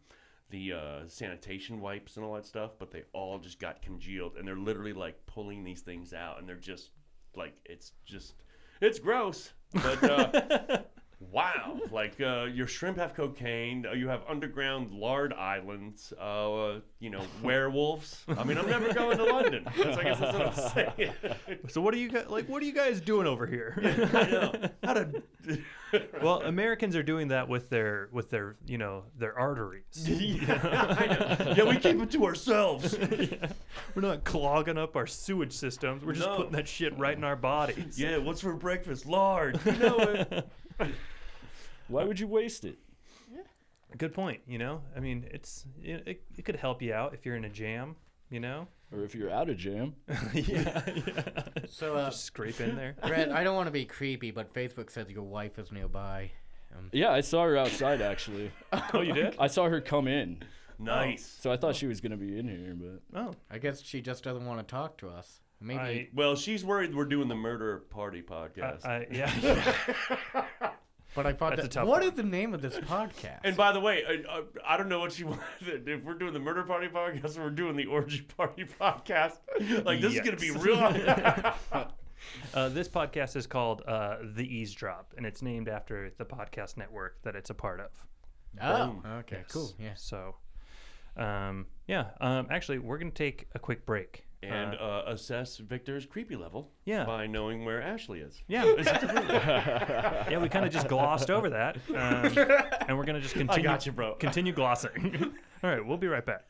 [SPEAKER 2] the uh, sanitation wipes and all that stuff. But they all just got congealed, and they're literally like pulling these things out, and they're just like it's just it's gross, but. Uh, Wow! Like uh, your shrimp have cocaine. uh, You have underground lard islands. Uh, you know werewolves. I mean, I'm never going to London. That's, I guess that's what I'm saying.
[SPEAKER 1] so what are you guys like? What are you guys doing over here?
[SPEAKER 2] I know. How to?
[SPEAKER 1] well, Americans are doing that with their with their you know their arteries.
[SPEAKER 2] yeah, I know. Yeah, we keep it to ourselves.
[SPEAKER 1] We're not clogging up our sewage systems. We're just
[SPEAKER 2] No.
[SPEAKER 1] putting that shit right in our bodies.
[SPEAKER 2] Yeah, what's for breakfast? Lard. You know it.
[SPEAKER 4] why would you waste it
[SPEAKER 1] Good point. You know, I mean, it's it, it, it could help you out if you're in a jam. You know,
[SPEAKER 4] or if you're out of jam
[SPEAKER 1] yeah,
[SPEAKER 3] So, uh,
[SPEAKER 1] just scrape in there.
[SPEAKER 3] Brett, I don't want to be creepy, but Facebook says your wife is nearby. Um,
[SPEAKER 4] yeah i saw her outside actually
[SPEAKER 1] Oh, you did?
[SPEAKER 4] i saw her come in
[SPEAKER 2] Nice.
[SPEAKER 4] so i thought she was going to be in here but
[SPEAKER 1] Oh,
[SPEAKER 3] I guess she just doesn't want to talk to us. Maybe
[SPEAKER 1] I,
[SPEAKER 2] Well, she's worried we're doing the murder party podcast.
[SPEAKER 1] I yeah.
[SPEAKER 3] But I thought
[SPEAKER 1] That's
[SPEAKER 3] that.
[SPEAKER 1] a tough
[SPEAKER 3] What
[SPEAKER 1] one.
[SPEAKER 3] is the name of this podcast?
[SPEAKER 2] and by the way, I, I, I don't know what you want. If we're doing the murder party podcast, we're doing the orgy party podcast. Like this is gonna be
[SPEAKER 1] Yikes.
[SPEAKER 2] real.
[SPEAKER 1] Uh, this podcast is called uh, The Eavesdrop, and it's named after the podcast network that it's a part of.
[SPEAKER 3] Oh, okay, cool.
[SPEAKER 1] Yes.
[SPEAKER 3] Yeah.
[SPEAKER 1] So, um, yeah. Um, actually, we're gonna take a quick break.
[SPEAKER 2] and
[SPEAKER 1] Uh,
[SPEAKER 2] uh, assess Victor's creepy level
[SPEAKER 1] Yeah.
[SPEAKER 2] by knowing where Ashley is.
[SPEAKER 1] yeah, yeah. We kind of just glossed over that, um, and we're gonna just continue.
[SPEAKER 2] got you, bro.
[SPEAKER 1] Continue glossing. All right, we'll be right back.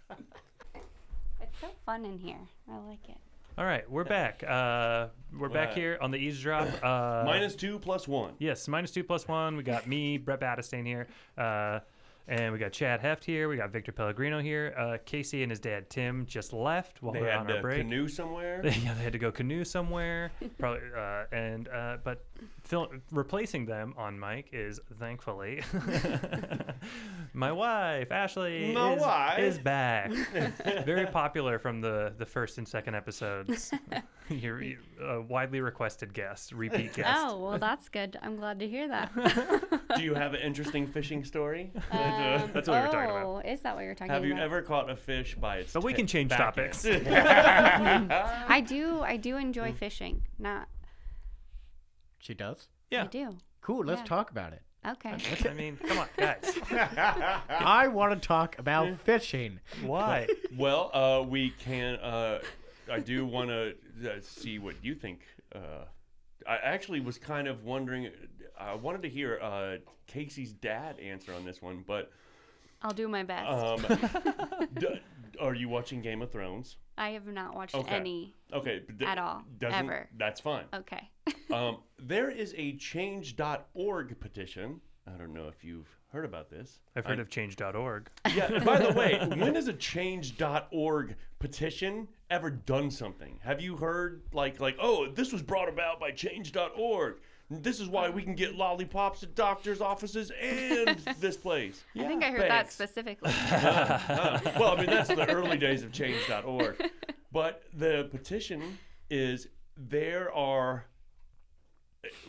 [SPEAKER 7] It's so fun in here. I like it.
[SPEAKER 1] All right, we're back. Uh, we're back
[SPEAKER 2] Right.
[SPEAKER 1] here on the eavesdrop. Uh,
[SPEAKER 2] Minus two plus one.
[SPEAKER 1] yes, minus two plus one. We got me, Brett Battistain here, uh, and we got Chad Heft here. We got Victor Pellegrino here. Uh, Casey and his dad Tim just left while
[SPEAKER 2] They
[SPEAKER 1] we are
[SPEAKER 2] had
[SPEAKER 1] on our
[SPEAKER 2] to
[SPEAKER 1] break.
[SPEAKER 2] canoe somewhere.
[SPEAKER 1] yeah, they had to go canoe somewhere. Probably, uh, and uh, but fill, replacing them on mic is thankfully my wife Ashley
[SPEAKER 2] My
[SPEAKER 1] is,
[SPEAKER 2] wife.
[SPEAKER 1] is back. Very popular from the the first and second episodes. Your uh, widely requested guest, repeat guest.
[SPEAKER 7] Oh, well, that's good. I'm glad to hear that.
[SPEAKER 2] Do you have an interesting fishing story?
[SPEAKER 7] Um,
[SPEAKER 1] That's what we were talking about.
[SPEAKER 7] Oh, is that what you're talking
[SPEAKER 2] have you
[SPEAKER 7] about?
[SPEAKER 2] ever caught a fish by its
[SPEAKER 1] But we
[SPEAKER 2] ta-
[SPEAKER 1] can change
[SPEAKER 2] back
[SPEAKER 1] topics.
[SPEAKER 2] end?
[SPEAKER 7] I do. I do enjoy fishing. Not.
[SPEAKER 3] She does.
[SPEAKER 1] Yeah.
[SPEAKER 7] I do.
[SPEAKER 3] Cool. Let's
[SPEAKER 7] Yeah.
[SPEAKER 3] talk about it.
[SPEAKER 7] Okay.
[SPEAKER 1] I mean, come on, guys.
[SPEAKER 3] I want to talk about fishing.
[SPEAKER 1] Why?
[SPEAKER 2] well, uh, we can. Uh, I do want to uh, see what you think. Uh, I actually was kind of wondering. I wanted to hear uh, Casey's dad answer on this one, but
[SPEAKER 7] I'll do my best.
[SPEAKER 2] um, d- are you watching Game of Thrones?
[SPEAKER 7] I have not watched
[SPEAKER 2] okay.
[SPEAKER 7] any.
[SPEAKER 2] Okay, but
[SPEAKER 7] At all,
[SPEAKER 2] doesn't-
[SPEAKER 7] ever.
[SPEAKER 2] That's fine.
[SPEAKER 7] Okay.
[SPEAKER 2] um, there is a change.org petition. I don't know if you've heard about this.
[SPEAKER 1] I've heard of change.org.
[SPEAKER 2] Yeah, by the way, when has a change.org petition ever done something? Have you heard like like, "Oh, this was brought about by change.org. This is why we can get lollipops at doctors' offices and this place."
[SPEAKER 7] I think I heard that
[SPEAKER 2] thanks.
[SPEAKER 7] specifically.
[SPEAKER 2] Uh, well, I mean, that's the early days of change.org. But the petition is there are,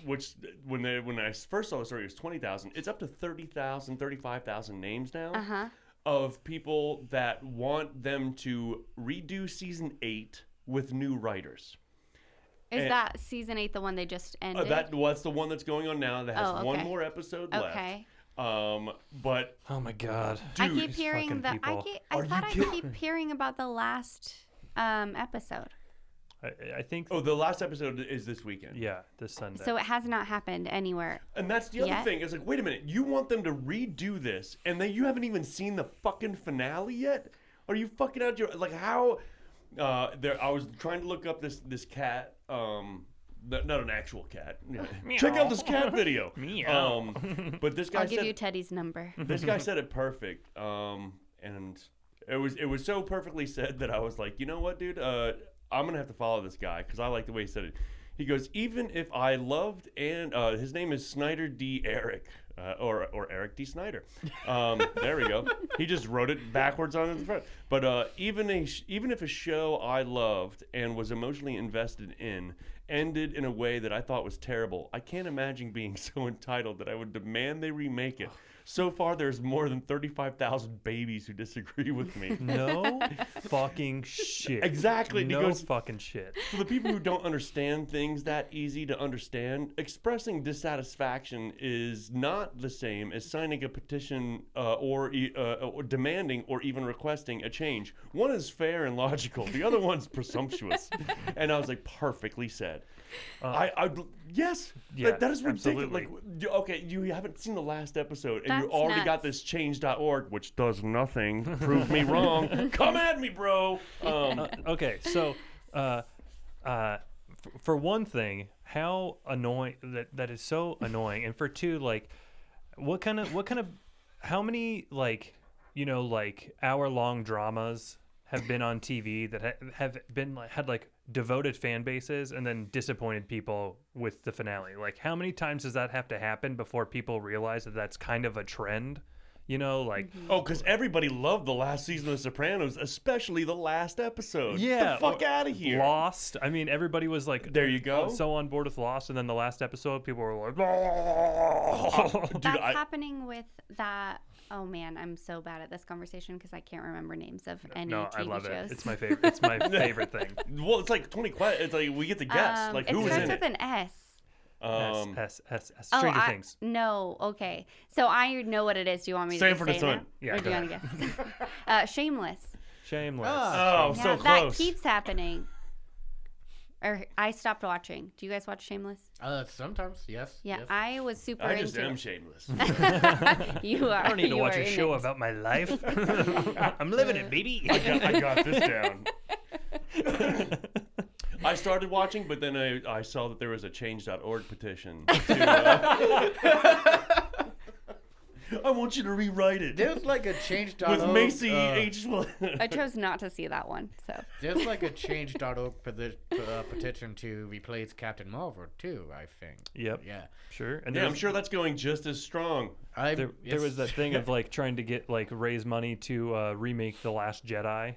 [SPEAKER 2] which when they when I first saw the story, it was 20,000. It's up to 30,000, 35,000 names now
[SPEAKER 7] Uh-huh.
[SPEAKER 2] of people that want them to redo season eight with new writers.
[SPEAKER 7] Is
[SPEAKER 2] And-
[SPEAKER 7] that season eight the one they just
[SPEAKER 2] Uh,
[SPEAKER 7] ended?
[SPEAKER 2] that What's the one that's going on now that has
[SPEAKER 7] Oh,
[SPEAKER 2] one
[SPEAKER 7] okay.
[SPEAKER 2] more episode
[SPEAKER 7] okay.
[SPEAKER 2] left. Um, but
[SPEAKER 1] Oh my god.
[SPEAKER 7] I keep
[SPEAKER 1] these
[SPEAKER 7] hearing
[SPEAKER 1] fucking
[SPEAKER 7] the. I
[SPEAKER 1] people.
[SPEAKER 7] keep, I thought I keep hearing about the last um, episode.
[SPEAKER 1] I, I think.
[SPEAKER 2] oh, the last episode is this weekend.
[SPEAKER 1] Yeah, this Sunday.
[SPEAKER 7] So it has not happened anywhere.
[SPEAKER 2] And that's the other
[SPEAKER 7] Yeah.
[SPEAKER 2] thing. It's like, wait a minute, you want them to redo this, and then you haven't even seen the fucking finale yet? Are you fucking out your like how? Uh, there, I was trying to look up this this cat. Um, not, not an actual cat. Yeah. Check out this cat video.
[SPEAKER 1] Meow.
[SPEAKER 2] um, but this guy
[SPEAKER 7] I'll give
[SPEAKER 2] said
[SPEAKER 7] you Teddy's number.
[SPEAKER 2] this guy said it perfect. Um, and it was it was so perfectly said that I was like, you know what, dude? Uh, I'm gonna have to follow this guy because I like the way he said it. He goes, even if I loved and uh, his name is Snyder D. Eric. Uh, or, or Eric D. Snyder. Um, there we go. He just wrote it backwards on the front. But uh, even a sh- even if a show I loved and was emotionally invested in ended in a way that I thought was terrible, I can't imagine being so entitled that I would demand they remake it. So far, there's more than 35,000 babies who disagree with me.
[SPEAKER 1] No fucking shit.
[SPEAKER 2] Exactly, and he
[SPEAKER 1] No
[SPEAKER 2] goes-
[SPEAKER 1] fucking shit.
[SPEAKER 2] For the people who don't understand things that easy to understand, expressing dissatisfaction is not the same as signing a petition uh, or, e- uh, or demanding or even requesting a change. One is fair and logical, the other one's presumptuous. And I was like, perfectly said. I, I, yes,
[SPEAKER 1] yeah,
[SPEAKER 2] that, that is ridiculous.
[SPEAKER 1] absolutely.
[SPEAKER 2] Like, you- okay, you haven't seen the last episode, and you
[SPEAKER 7] That's
[SPEAKER 2] already got
[SPEAKER 7] nuts.
[SPEAKER 2] this change.org, which does nothing. Prove me wrong. Come at me, bro. Um,
[SPEAKER 1] Uh, okay, so uh, uh, f- for one thing, how annoying that that is so annoying, and for two, like, what kind of what kind of how many like you know like hour long dramas have been on TV that ha- have been like had like devoted fan bases and then disappointed people with the finale. Like, how many times does that have to happen before people realize that that's kind of a trend? You know, like
[SPEAKER 2] Oh, because everybody loved the last season of The Sopranos, especially the last episode.
[SPEAKER 1] Yeah,
[SPEAKER 2] Get the fuck
[SPEAKER 1] or-
[SPEAKER 2] out of here.
[SPEAKER 1] Lost. I mean, everybody was like,
[SPEAKER 2] There you go.
[SPEAKER 1] So on board with Lost, and then the last episode, people were like, "Oh."
[SPEAKER 2] Dude,
[SPEAKER 7] That's
[SPEAKER 2] I,
[SPEAKER 7] happening with that oh man, I'm so bad at this conversation because I can't remember names of any
[SPEAKER 1] no,
[SPEAKER 7] TV
[SPEAKER 1] I love
[SPEAKER 7] shows.
[SPEAKER 1] it. It's my favorite. It's my favorite thing.
[SPEAKER 2] Well, it's like twenty questions. It's like we get to guess,
[SPEAKER 7] Um,
[SPEAKER 2] like
[SPEAKER 7] it
[SPEAKER 2] who was in
[SPEAKER 7] starts with
[SPEAKER 2] it.
[SPEAKER 7] an S. Oh,
[SPEAKER 1] S
[SPEAKER 2] um,
[SPEAKER 1] S S S. Stranger
[SPEAKER 7] I,
[SPEAKER 1] Things.
[SPEAKER 7] No, okay. So I know what it is. Do you want me
[SPEAKER 2] Say
[SPEAKER 7] to
[SPEAKER 2] it
[SPEAKER 7] just
[SPEAKER 2] for the
[SPEAKER 7] say
[SPEAKER 2] sun.
[SPEAKER 7] now?
[SPEAKER 1] Yeah,
[SPEAKER 7] Or
[SPEAKER 1] go
[SPEAKER 7] do you want to guess? uh, shameless.
[SPEAKER 1] Shameless.
[SPEAKER 2] oh,
[SPEAKER 7] Yeah,
[SPEAKER 2] so
[SPEAKER 7] that
[SPEAKER 2] close.
[SPEAKER 7] keeps happening. Or I stopped watching. Do you guys watch Shameless?
[SPEAKER 3] Uh, sometimes, yes.
[SPEAKER 7] Yeah,
[SPEAKER 3] yes.
[SPEAKER 7] I was super
[SPEAKER 2] I just
[SPEAKER 7] into.
[SPEAKER 2] am
[SPEAKER 7] it.
[SPEAKER 2] shameless.
[SPEAKER 7] you are.
[SPEAKER 1] I don't need to
[SPEAKER 7] you
[SPEAKER 1] watch
[SPEAKER 7] are
[SPEAKER 1] a
[SPEAKER 7] in
[SPEAKER 1] show
[SPEAKER 7] it.
[SPEAKER 1] about my life. I'm living it, baby.
[SPEAKER 2] I got this down. I started watching, but then I, I saw that there was a change.org petition. To, uh, I want you to rewrite it
[SPEAKER 3] There's like a change.org.
[SPEAKER 2] with Macy
[SPEAKER 3] uh,
[SPEAKER 2] H. Wilson.
[SPEAKER 7] I chose not to see that one. So
[SPEAKER 3] There's like a change.org peti- uh, petition to replace Captain Marvel too. I think.
[SPEAKER 1] Yep.
[SPEAKER 3] Yeah.
[SPEAKER 1] Sure. And
[SPEAKER 2] Yeah,
[SPEAKER 1] there's-
[SPEAKER 2] I'm sure that's going just as strong.
[SPEAKER 3] I,
[SPEAKER 1] There, there was that
[SPEAKER 3] it's-
[SPEAKER 1] thing of like trying to get like raise money to uh, remake the Last Jedi,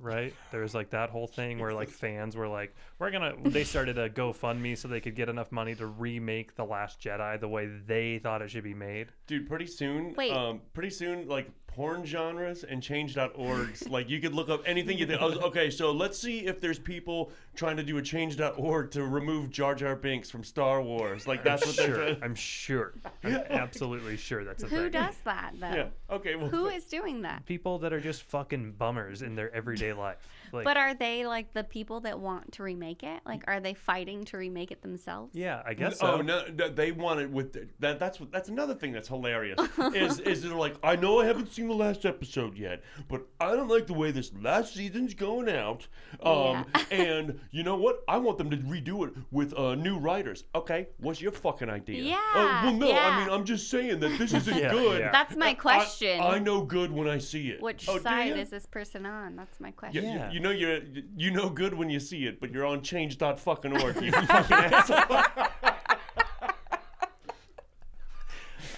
[SPEAKER 1] right? There was like that whole thing where like fans were like, "We're gonna." They started a GoFundMe so they could get enough money to remake the Last Jedi the way they thought it should be made.
[SPEAKER 2] Dude, pretty soon,
[SPEAKER 7] Wait.
[SPEAKER 2] Um, pretty soon, like porn genres and change.orgs, like you could look up anything you think. oh, Okay, so let's see if there's people trying to do a change.org to remove Jar Jar Binks from Star Wars. Like that's what they're
[SPEAKER 1] Sure,
[SPEAKER 2] trying-
[SPEAKER 1] I'm sure, I'm absolutely sure that's a
[SPEAKER 7] who
[SPEAKER 1] thing.
[SPEAKER 7] does that though?
[SPEAKER 2] Yeah. Okay. Well,
[SPEAKER 7] Who is doing that?
[SPEAKER 1] People that are just fucking bummers in their everyday life. Like,
[SPEAKER 7] But are they like the people that want to remake it? Like, are they fighting to remake it themselves?
[SPEAKER 1] yeah, I guess.
[SPEAKER 2] Oh
[SPEAKER 1] so.
[SPEAKER 2] no, no, they want it with the, that. That's what. That's another thing that's hilarious. is is they're like, I know I haven't seen the last episode yet, but I don't like the way this last season's going out. Um, and you know what? I want them to redo it with uh, new writers. Okay, what's your fucking idea? Uh,
[SPEAKER 7] Yeah,
[SPEAKER 2] well, no, I
[SPEAKER 7] yeah.
[SPEAKER 2] mean, I'm just saying that this isn't
[SPEAKER 1] Yeah,
[SPEAKER 2] good.
[SPEAKER 1] yeah.
[SPEAKER 7] That's my
[SPEAKER 2] I-
[SPEAKER 7] question.
[SPEAKER 2] I, know good when I see it.
[SPEAKER 7] Which
[SPEAKER 2] Oh, do
[SPEAKER 7] side
[SPEAKER 2] ya?
[SPEAKER 7] is this person on? That's my
[SPEAKER 2] Yeah,
[SPEAKER 7] question.
[SPEAKER 2] you-
[SPEAKER 1] Yeah.
[SPEAKER 2] You, know you're you know good when you see it, but you're on change.fucking.org, you fucking asshole.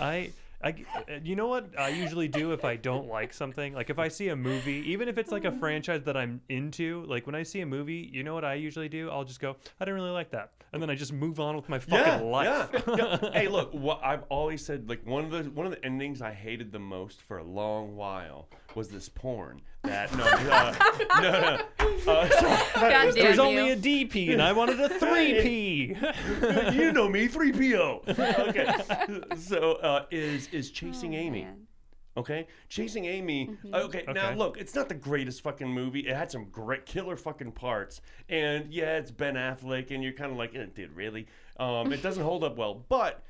[SPEAKER 1] I, I g- uh, you know what I usually do if I don't like something? Like if I see a movie, even if it's like a
[SPEAKER 7] Mm-hmm.
[SPEAKER 1] franchise that I'm into, like when I see a movie, you know what I usually do? I'll just go, I didn't really like that. And then I just move on with my fucking life.
[SPEAKER 2] Yeah, yeah. hey, look, what I've always said, like one of the one of the endings I hated the most for a long while was this porn. That no, uh, no, no. Uh, sorry.
[SPEAKER 7] God
[SPEAKER 1] There was
[SPEAKER 7] damn
[SPEAKER 1] only
[SPEAKER 7] you.
[SPEAKER 1] a DP and I wanted a 3P.
[SPEAKER 2] uh, you know me, three PO. Okay, so uh, is is chasing Amy?
[SPEAKER 7] Oh, man.
[SPEAKER 2] Okay, Chasing Amy. Okay, now
[SPEAKER 1] Okay.
[SPEAKER 2] look, it's not the greatest fucking movie. It had some great killer fucking parts, and yeah, it's Ben Affleck, and you're kind of like, eh, it did really. Um, it doesn't hold up well, but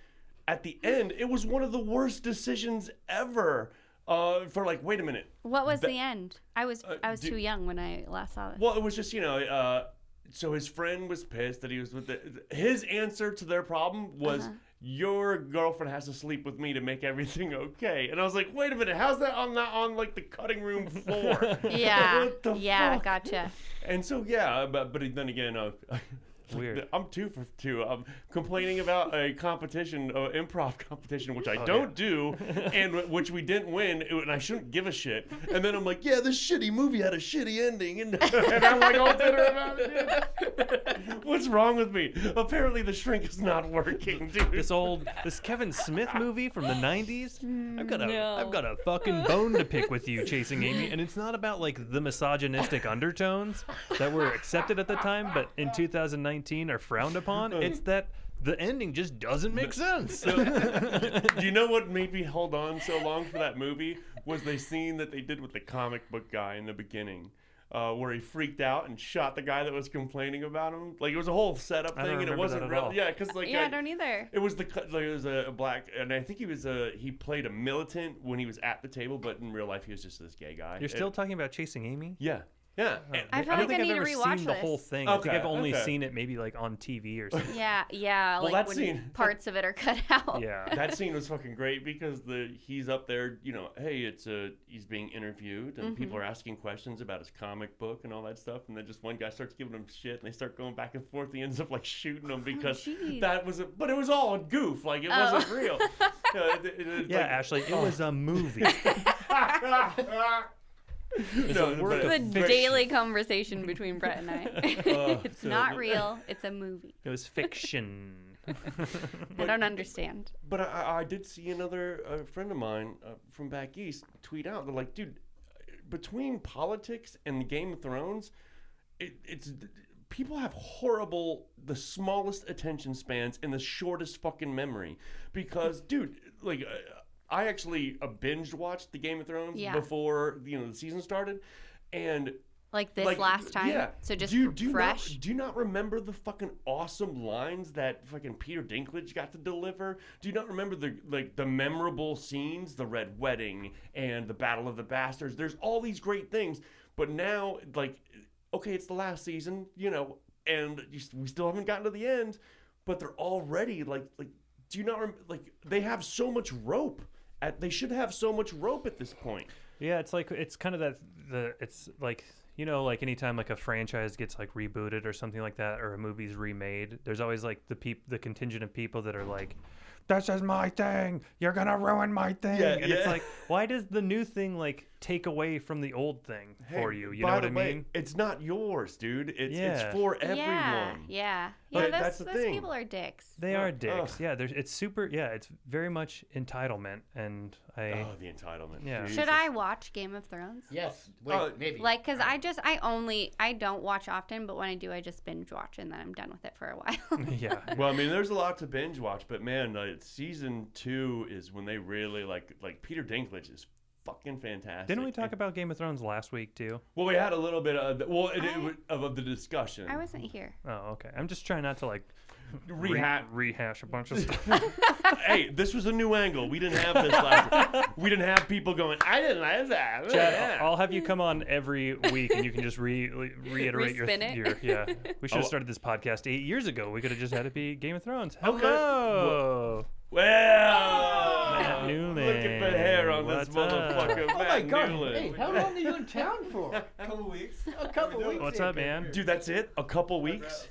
[SPEAKER 2] at the end, it was one of the worst decisions ever. Uh, for like, wait a minute.
[SPEAKER 7] What was
[SPEAKER 2] Ba-
[SPEAKER 7] the end? I was I was
[SPEAKER 2] Uh, do-
[SPEAKER 7] too young when I last saw this.
[SPEAKER 2] Well, it was just you know. Uh, so his friend was pissed that he was with the, his answer to their problem was. Your girlfriend has to sleep with me to make everything okay, and I was like, "Wait a minute, how's that? I'm not on like the cutting room floor."
[SPEAKER 7] Yeah.
[SPEAKER 2] What the
[SPEAKER 7] yeah,
[SPEAKER 2] fuck?
[SPEAKER 7] gotcha.
[SPEAKER 2] And so yeah, but but then again, uh,
[SPEAKER 1] Weird.
[SPEAKER 2] I'm two for two. I'm complaining about a competition, uh, improv competition, which I don't do, and w- which we didn't win, and I shouldn't give a shit. And then I'm like, yeah, this shitty movie had a shitty ending, and, and I'm like, all bitter about it. What's wrong with me? Apparently, the shrink is not working, dude.
[SPEAKER 1] This old, this Kevin Smith movie from the '90s. I've got a, have
[SPEAKER 7] Mm, no.
[SPEAKER 1] got a fucking bone to pick with you, chasing Amy, and it's not about like the misogynistic undertones that were accepted at the time, but in 2019 are frowned upon. It's that the ending just doesn't make sense.
[SPEAKER 2] Do you know what made me hold on so long for that movie? Was the scene that they did with the comic book guy in the beginning, uh, where he freaked out and shot the guy that was complaining about him. Like it was a whole setup
[SPEAKER 1] I don't
[SPEAKER 2] thing, and it
[SPEAKER 1] remember
[SPEAKER 2] wasn't
[SPEAKER 1] that at
[SPEAKER 2] real.
[SPEAKER 1] all.
[SPEAKER 2] Yeah, because like
[SPEAKER 7] yeah,
[SPEAKER 2] I-
[SPEAKER 7] I don't e either.
[SPEAKER 2] it was the cu- like it was a, a black, and I think he was a he played a militant when he was at the table, but in real life he was just this gay guy.
[SPEAKER 1] You're still Oh.
[SPEAKER 2] And-
[SPEAKER 1] talking about chasing Amy.
[SPEAKER 2] yeah, yeah. And-
[SPEAKER 7] I feel
[SPEAKER 1] don't
[SPEAKER 7] like
[SPEAKER 1] think
[SPEAKER 7] I
[SPEAKER 1] have
[SPEAKER 7] need to
[SPEAKER 1] ever
[SPEAKER 7] rewatch
[SPEAKER 1] seen the whole
[SPEAKER 7] this.
[SPEAKER 1] thing. I think I've
[SPEAKER 2] Okay,
[SPEAKER 1] only
[SPEAKER 2] okay.
[SPEAKER 1] seen it maybe like on TV or something.
[SPEAKER 7] Yeah, yeah.
[SPEAKER 2] Well,
[SPEAKER 7] like
[SPEAKER 2] that
[SPEAKER 7] when
[SPEAKER 2] scene-
[SPEAKER 7] parts of it are cut out.
[SPEAKER 1] yeah.
[SPEAKER 2] that scene was fucking great because the he's up there, you know, hey, it's a he's being interviewed and people are asking questions about his comic book and all that stuff, and then just one guy starts giving him shit and they start going back and forth. He ends up like shooting him because
[SPEAKER 7] jeez.
[SPEAKER 2] that was a, but it was all a goof, like it wasn't real. Yeah, it- it- it's
[SPEAKER 1] Yeah,
[SPEAKER 2] like-
[SPEAKER 1] Ashley, it was a movie.
[SPEAKER 2] no, but
[SPEAKER 7] It's
[SPEAKER 2] it-
[SPEAKER 7] a daily
[SPEAKER 2] Uh,
[SPEAKER 7] conversation between Brett and I. it's not real. It's a movie.
[SPEAKER 1] It was fiction.
[SPEAKER 7] I don't understand.
[SPEAKER 2] But I- I, I did see another uh, friend of mine uh, from back east tweet out. They're like, dude, between politics and Game of Thrones, it, it's people have horrible, the smallest attention spans and the shortest fucking memory. Because, dude, like. Uh, I actually uh, binge watched the Game of Thrones
[SPEAKER 7] Yeah.
[SPEAKER 2] before you know the season started, and
[SPEAKER 7] Like this
[SPEAKER 2] like,
[SPEAKER 7] last time.
[SPEAKER 2] Yeah.
[SPEAKER 7] So just
[SPEAKER 2] do you, do you
[SPEAKER 7] fresh.
[SPEAKER 2] Not, do you not remember the fucking awesome lines that fucking Peter Dinklage got to deliver? Do you not remember the like the memorable scenes, the Red Wedding and the Battle of the Bastards? There's all these great things, but now like, okay, it's the last season, you know, and you, s- we still haven't gotten to the end, but they're already like like. Do you not rem- like they have so much rope? At, they should have so much rope at this point.
[SPEAKER 1] Yeah, it's like it's kind of that the it's like you know like anytime like a franchise gets like rebooted or something like that or a movie's remade, there's always like the peop the contingent of people that are like this is my thing. You're going to ruin my thing.
[SPEAKER 2] Yeah,
[SPEAKER 1] and it's
[SPEAKER 2] yeah.
[SPEAKER 1] like why does the new thing like take away from the old thing for
[SPEAKER 2] Hey,
[SPEAKER 1] you? You
[SPEAKER 2] by
[SPEAKER 1] know what
[SPEAKER 2] the
[SPEAKER 1] I mean?
[SPEAKER 2] way, It's not yours, dude. It's
[SPEAKER 1] Yeah.
[SPEAKER 2] it's for everyone.
[SPEAKER 7] Yeah. Yeah.
[SPEAKER 2] But
[SPEAKER 7] Yeah. Those,
[SPEAKER 2] that's the
[SPEAKER 7] those
[SPEAKER 2] thing.
[SPEAKER 7] people are dicks.
[SPEAKER 1] They
[SPEAKER 2] Uh,
[SPEAKER 1] are
[SPEAKER 2] ugh.
[SPEAKER 1] dicks. Yeah, there's it's super yeah, it's very much entitlement and I
[SPEAKER 2] Oh, the entitlement.
[SPEAKER 1] Yeah.
[SPEAKER 7] Should I watch Game of Thrones?
[SPEAKER 3] Yes. Wait,
[SPEAKER 2] uh,
[SPEAKER 3] maybe.
[SPEAKER 7] Like, cause I just I only I don't watch often, but when I do, I just binge watch and then I'm done with it for a while.
[SPEAKER 1] yeah.
[SPEAKER 2] Well, I mean, there's a lot to binge watch, but man, uh, season two is when they really like like Peter Dinklage is fucking fantastic.
[SPEAKER 1] Didn't we talk
[SPEAKER 2] And-
[SPEAKER 1] about Game of Thrones last week too?
[SPEAKER 2] Well, we had a little bit of the, well it,
[SPEAKER 7] I-
[SPEAKER 2] it, of, of the discussion.
[SPEAKER 7] I wasn't here.
[SPEAKER 1] Oh, okay. I'm just trying not to like re-
[SPEAKER 2] Reha-
[SPEAKER 1] rehash a bunch of stuff.
[SPEAKER 2] hey, this was a new angle. We didn't have this last. week. We didn't have people going. I didn't like that.
[SPEAKER 1] Chad,
[SPEAKER 2] Yeah.
[SPEAKER 1] I'll have you come on every week, and you can just re- reiterate your,
[SPEAKER 7] Respin it.
[SPEAKER 1] your yeah. We should
[SPEAKER 2] Oh.
[SPEAKER 1] have started this podcast eight years ago. We could have just had it be Game of Thrones.
[SPEAKER 2] Okay.
[SPEAKER 1] Hello,
[SPEAKER 2] Well,
[SPEAKER 1] Matt Newland.
[SPEAKER 2] look at the hair on
[SPEAKER 1] What's
[SPEAKER 2] this
[SPEAKER 1] up?
[SPEAKER 2] motherfucker.
[SPEAKER 5] Oh my
[SPEAKER 2] Matt
[SPEAKER 5] God!
[SPEAKER 2] Newland.
[SPEAKER 5] Hey, how long are you in town for?
[SPEAKER 8] A couple weeks.
[SPEAKER 5] A couple weeks.
[SPEAKER 1] What's
[SPEAKER 5] here,
[SPEAKER 1] up,
[SPEAKER 5] kid.
[SPEAKER 1] man?
[SPEAKER 2] Dude, that's it. A couple weeks.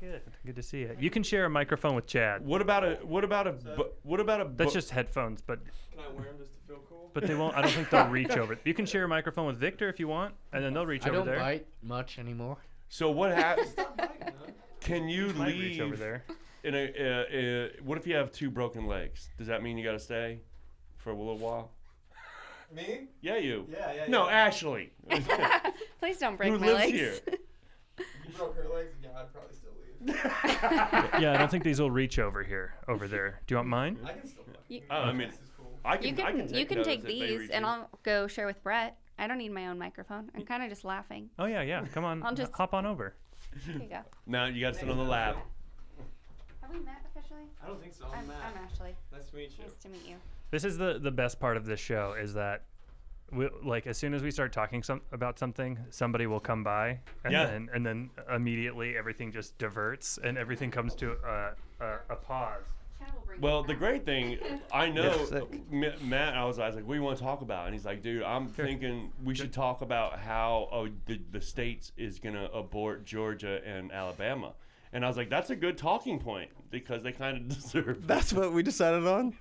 [SPEAKER 1] Good, good to see you. You can share a microphone with Chad.
[SPEAKER 2] What about a what about a bu- what about a
[SPEAKER 1] That's
[SPEAKER 2] bu-
[SPEAKER 1] just headphones, but
[SPEAKER 8] Can I wear them just to feel cool?
[SPEAKER 1] but they won't. I don't think they'll reach over. You can share a microphone with Victor if you want, and then they'll reach
[SPEAKER 3] I
[SPEAKER 1] over
[SPEAKER 3] don't
[SPEAKER 1] there.
[SPEAKER 3] bite much anymore.
[SPEAKER 2] so what happens?
[SPEAKER 8] Mine, huh?
[SPEAKER 2] Can you
[SPEAKER 1] Might
[SPEAKER 2] leave
[SPEAKER 1] reach over there.
[SPEAKER 2] in a uh, uh, what if you have two broken legs? Does that mean you got to stay for a little while?
[SPEAKER 8] Me?
[SPEAKER 2] Yeah, you.
[SPEAKER 8] Yeah, yeah.
[SPEAKER 2] No,
[SPEAKER 8] yeah.
[SPEAKER 2] Ashley.
[SPEAKER 7] Please don't break
[SPEAKER 2] Who
[SPEAKER 7] my
[SPEAKER 2] lives
[SPEAKER 7] legs.
[SPEAKER 2] here?
[SPEAKER 8] If you broke her legs, yeah, I'd probably still leave.
[SPEAKER 1] Yeah, I don't think these will reach over here. Over there. Do you want mine?
[SPEAKER 8] I can still fucking.
[SPEAKER 7] You-
[SPEAKER 2] Oh, I mean,
[SPEAKER 8] this is cool.
[SPEAKER 2] I can.
[SPEAKER 7] you
[SPEAKER 2] I
[SPEAKER 7] can,
[SPEAKER 2] can take
[SPEAKER 7] you can
[SPEAKER 2] those
[SPEAKER 7] take
[SPEAKER 2] if they
[SPEAKER 7] these
[SPEAKER 2] reach
[SPEAKER 7] and
[SPEAKER 2] you.
[SPEAKER 7] I'll go share with Brett. I don't need my own microphone. I'm kind of just laughing.
[SPEAKER 1] Oh yeah, yeah. Come on,
[SPEAKER 7] I'll
[SPEAKER 1] h-
[SPEAKER 7] just-
[SPEAKER 1] hop on over.
[SPEAKER 7] Here you go.
[SPEAKER 2] No, you got to sit on the lap.
[SPEAKER 7] Have we met officially?
[SPEAKER 8] I don't think so.
[SPEAKER 7] I'm,
[SPEAKER 8] I'm
[SPEAKER 7] I'm
[SPEAKER 8] Matt.
[SPEAKER 7] Ashley.
[SPEAKER 8] Nice to meet you.
[SPEAKER 7] Nice to meet you.
[SPEAKER 1] This is the the best part of this show is that we like as soon as we start talking some about something, somebody will come by and
[SPEAKER 2] Yeah.
[SPEAKER 1] then and then immediately everything just diverts and everything comes to a a, a pause.
[SPEAKER 2] Well, the great thing I know,
[SPEAKER 8] That's sick.
[SPEAKER 2] M- Matt. I was, I was like, "What do you want to talk about?" And he's like, "Dude, I'm thinking we should talk about how oh, the the states is gonna abort Georgia and Alabama." And I was like, "That's a good talking point because they kind of deserve."
[SPEAKER 8] That's what we decided on.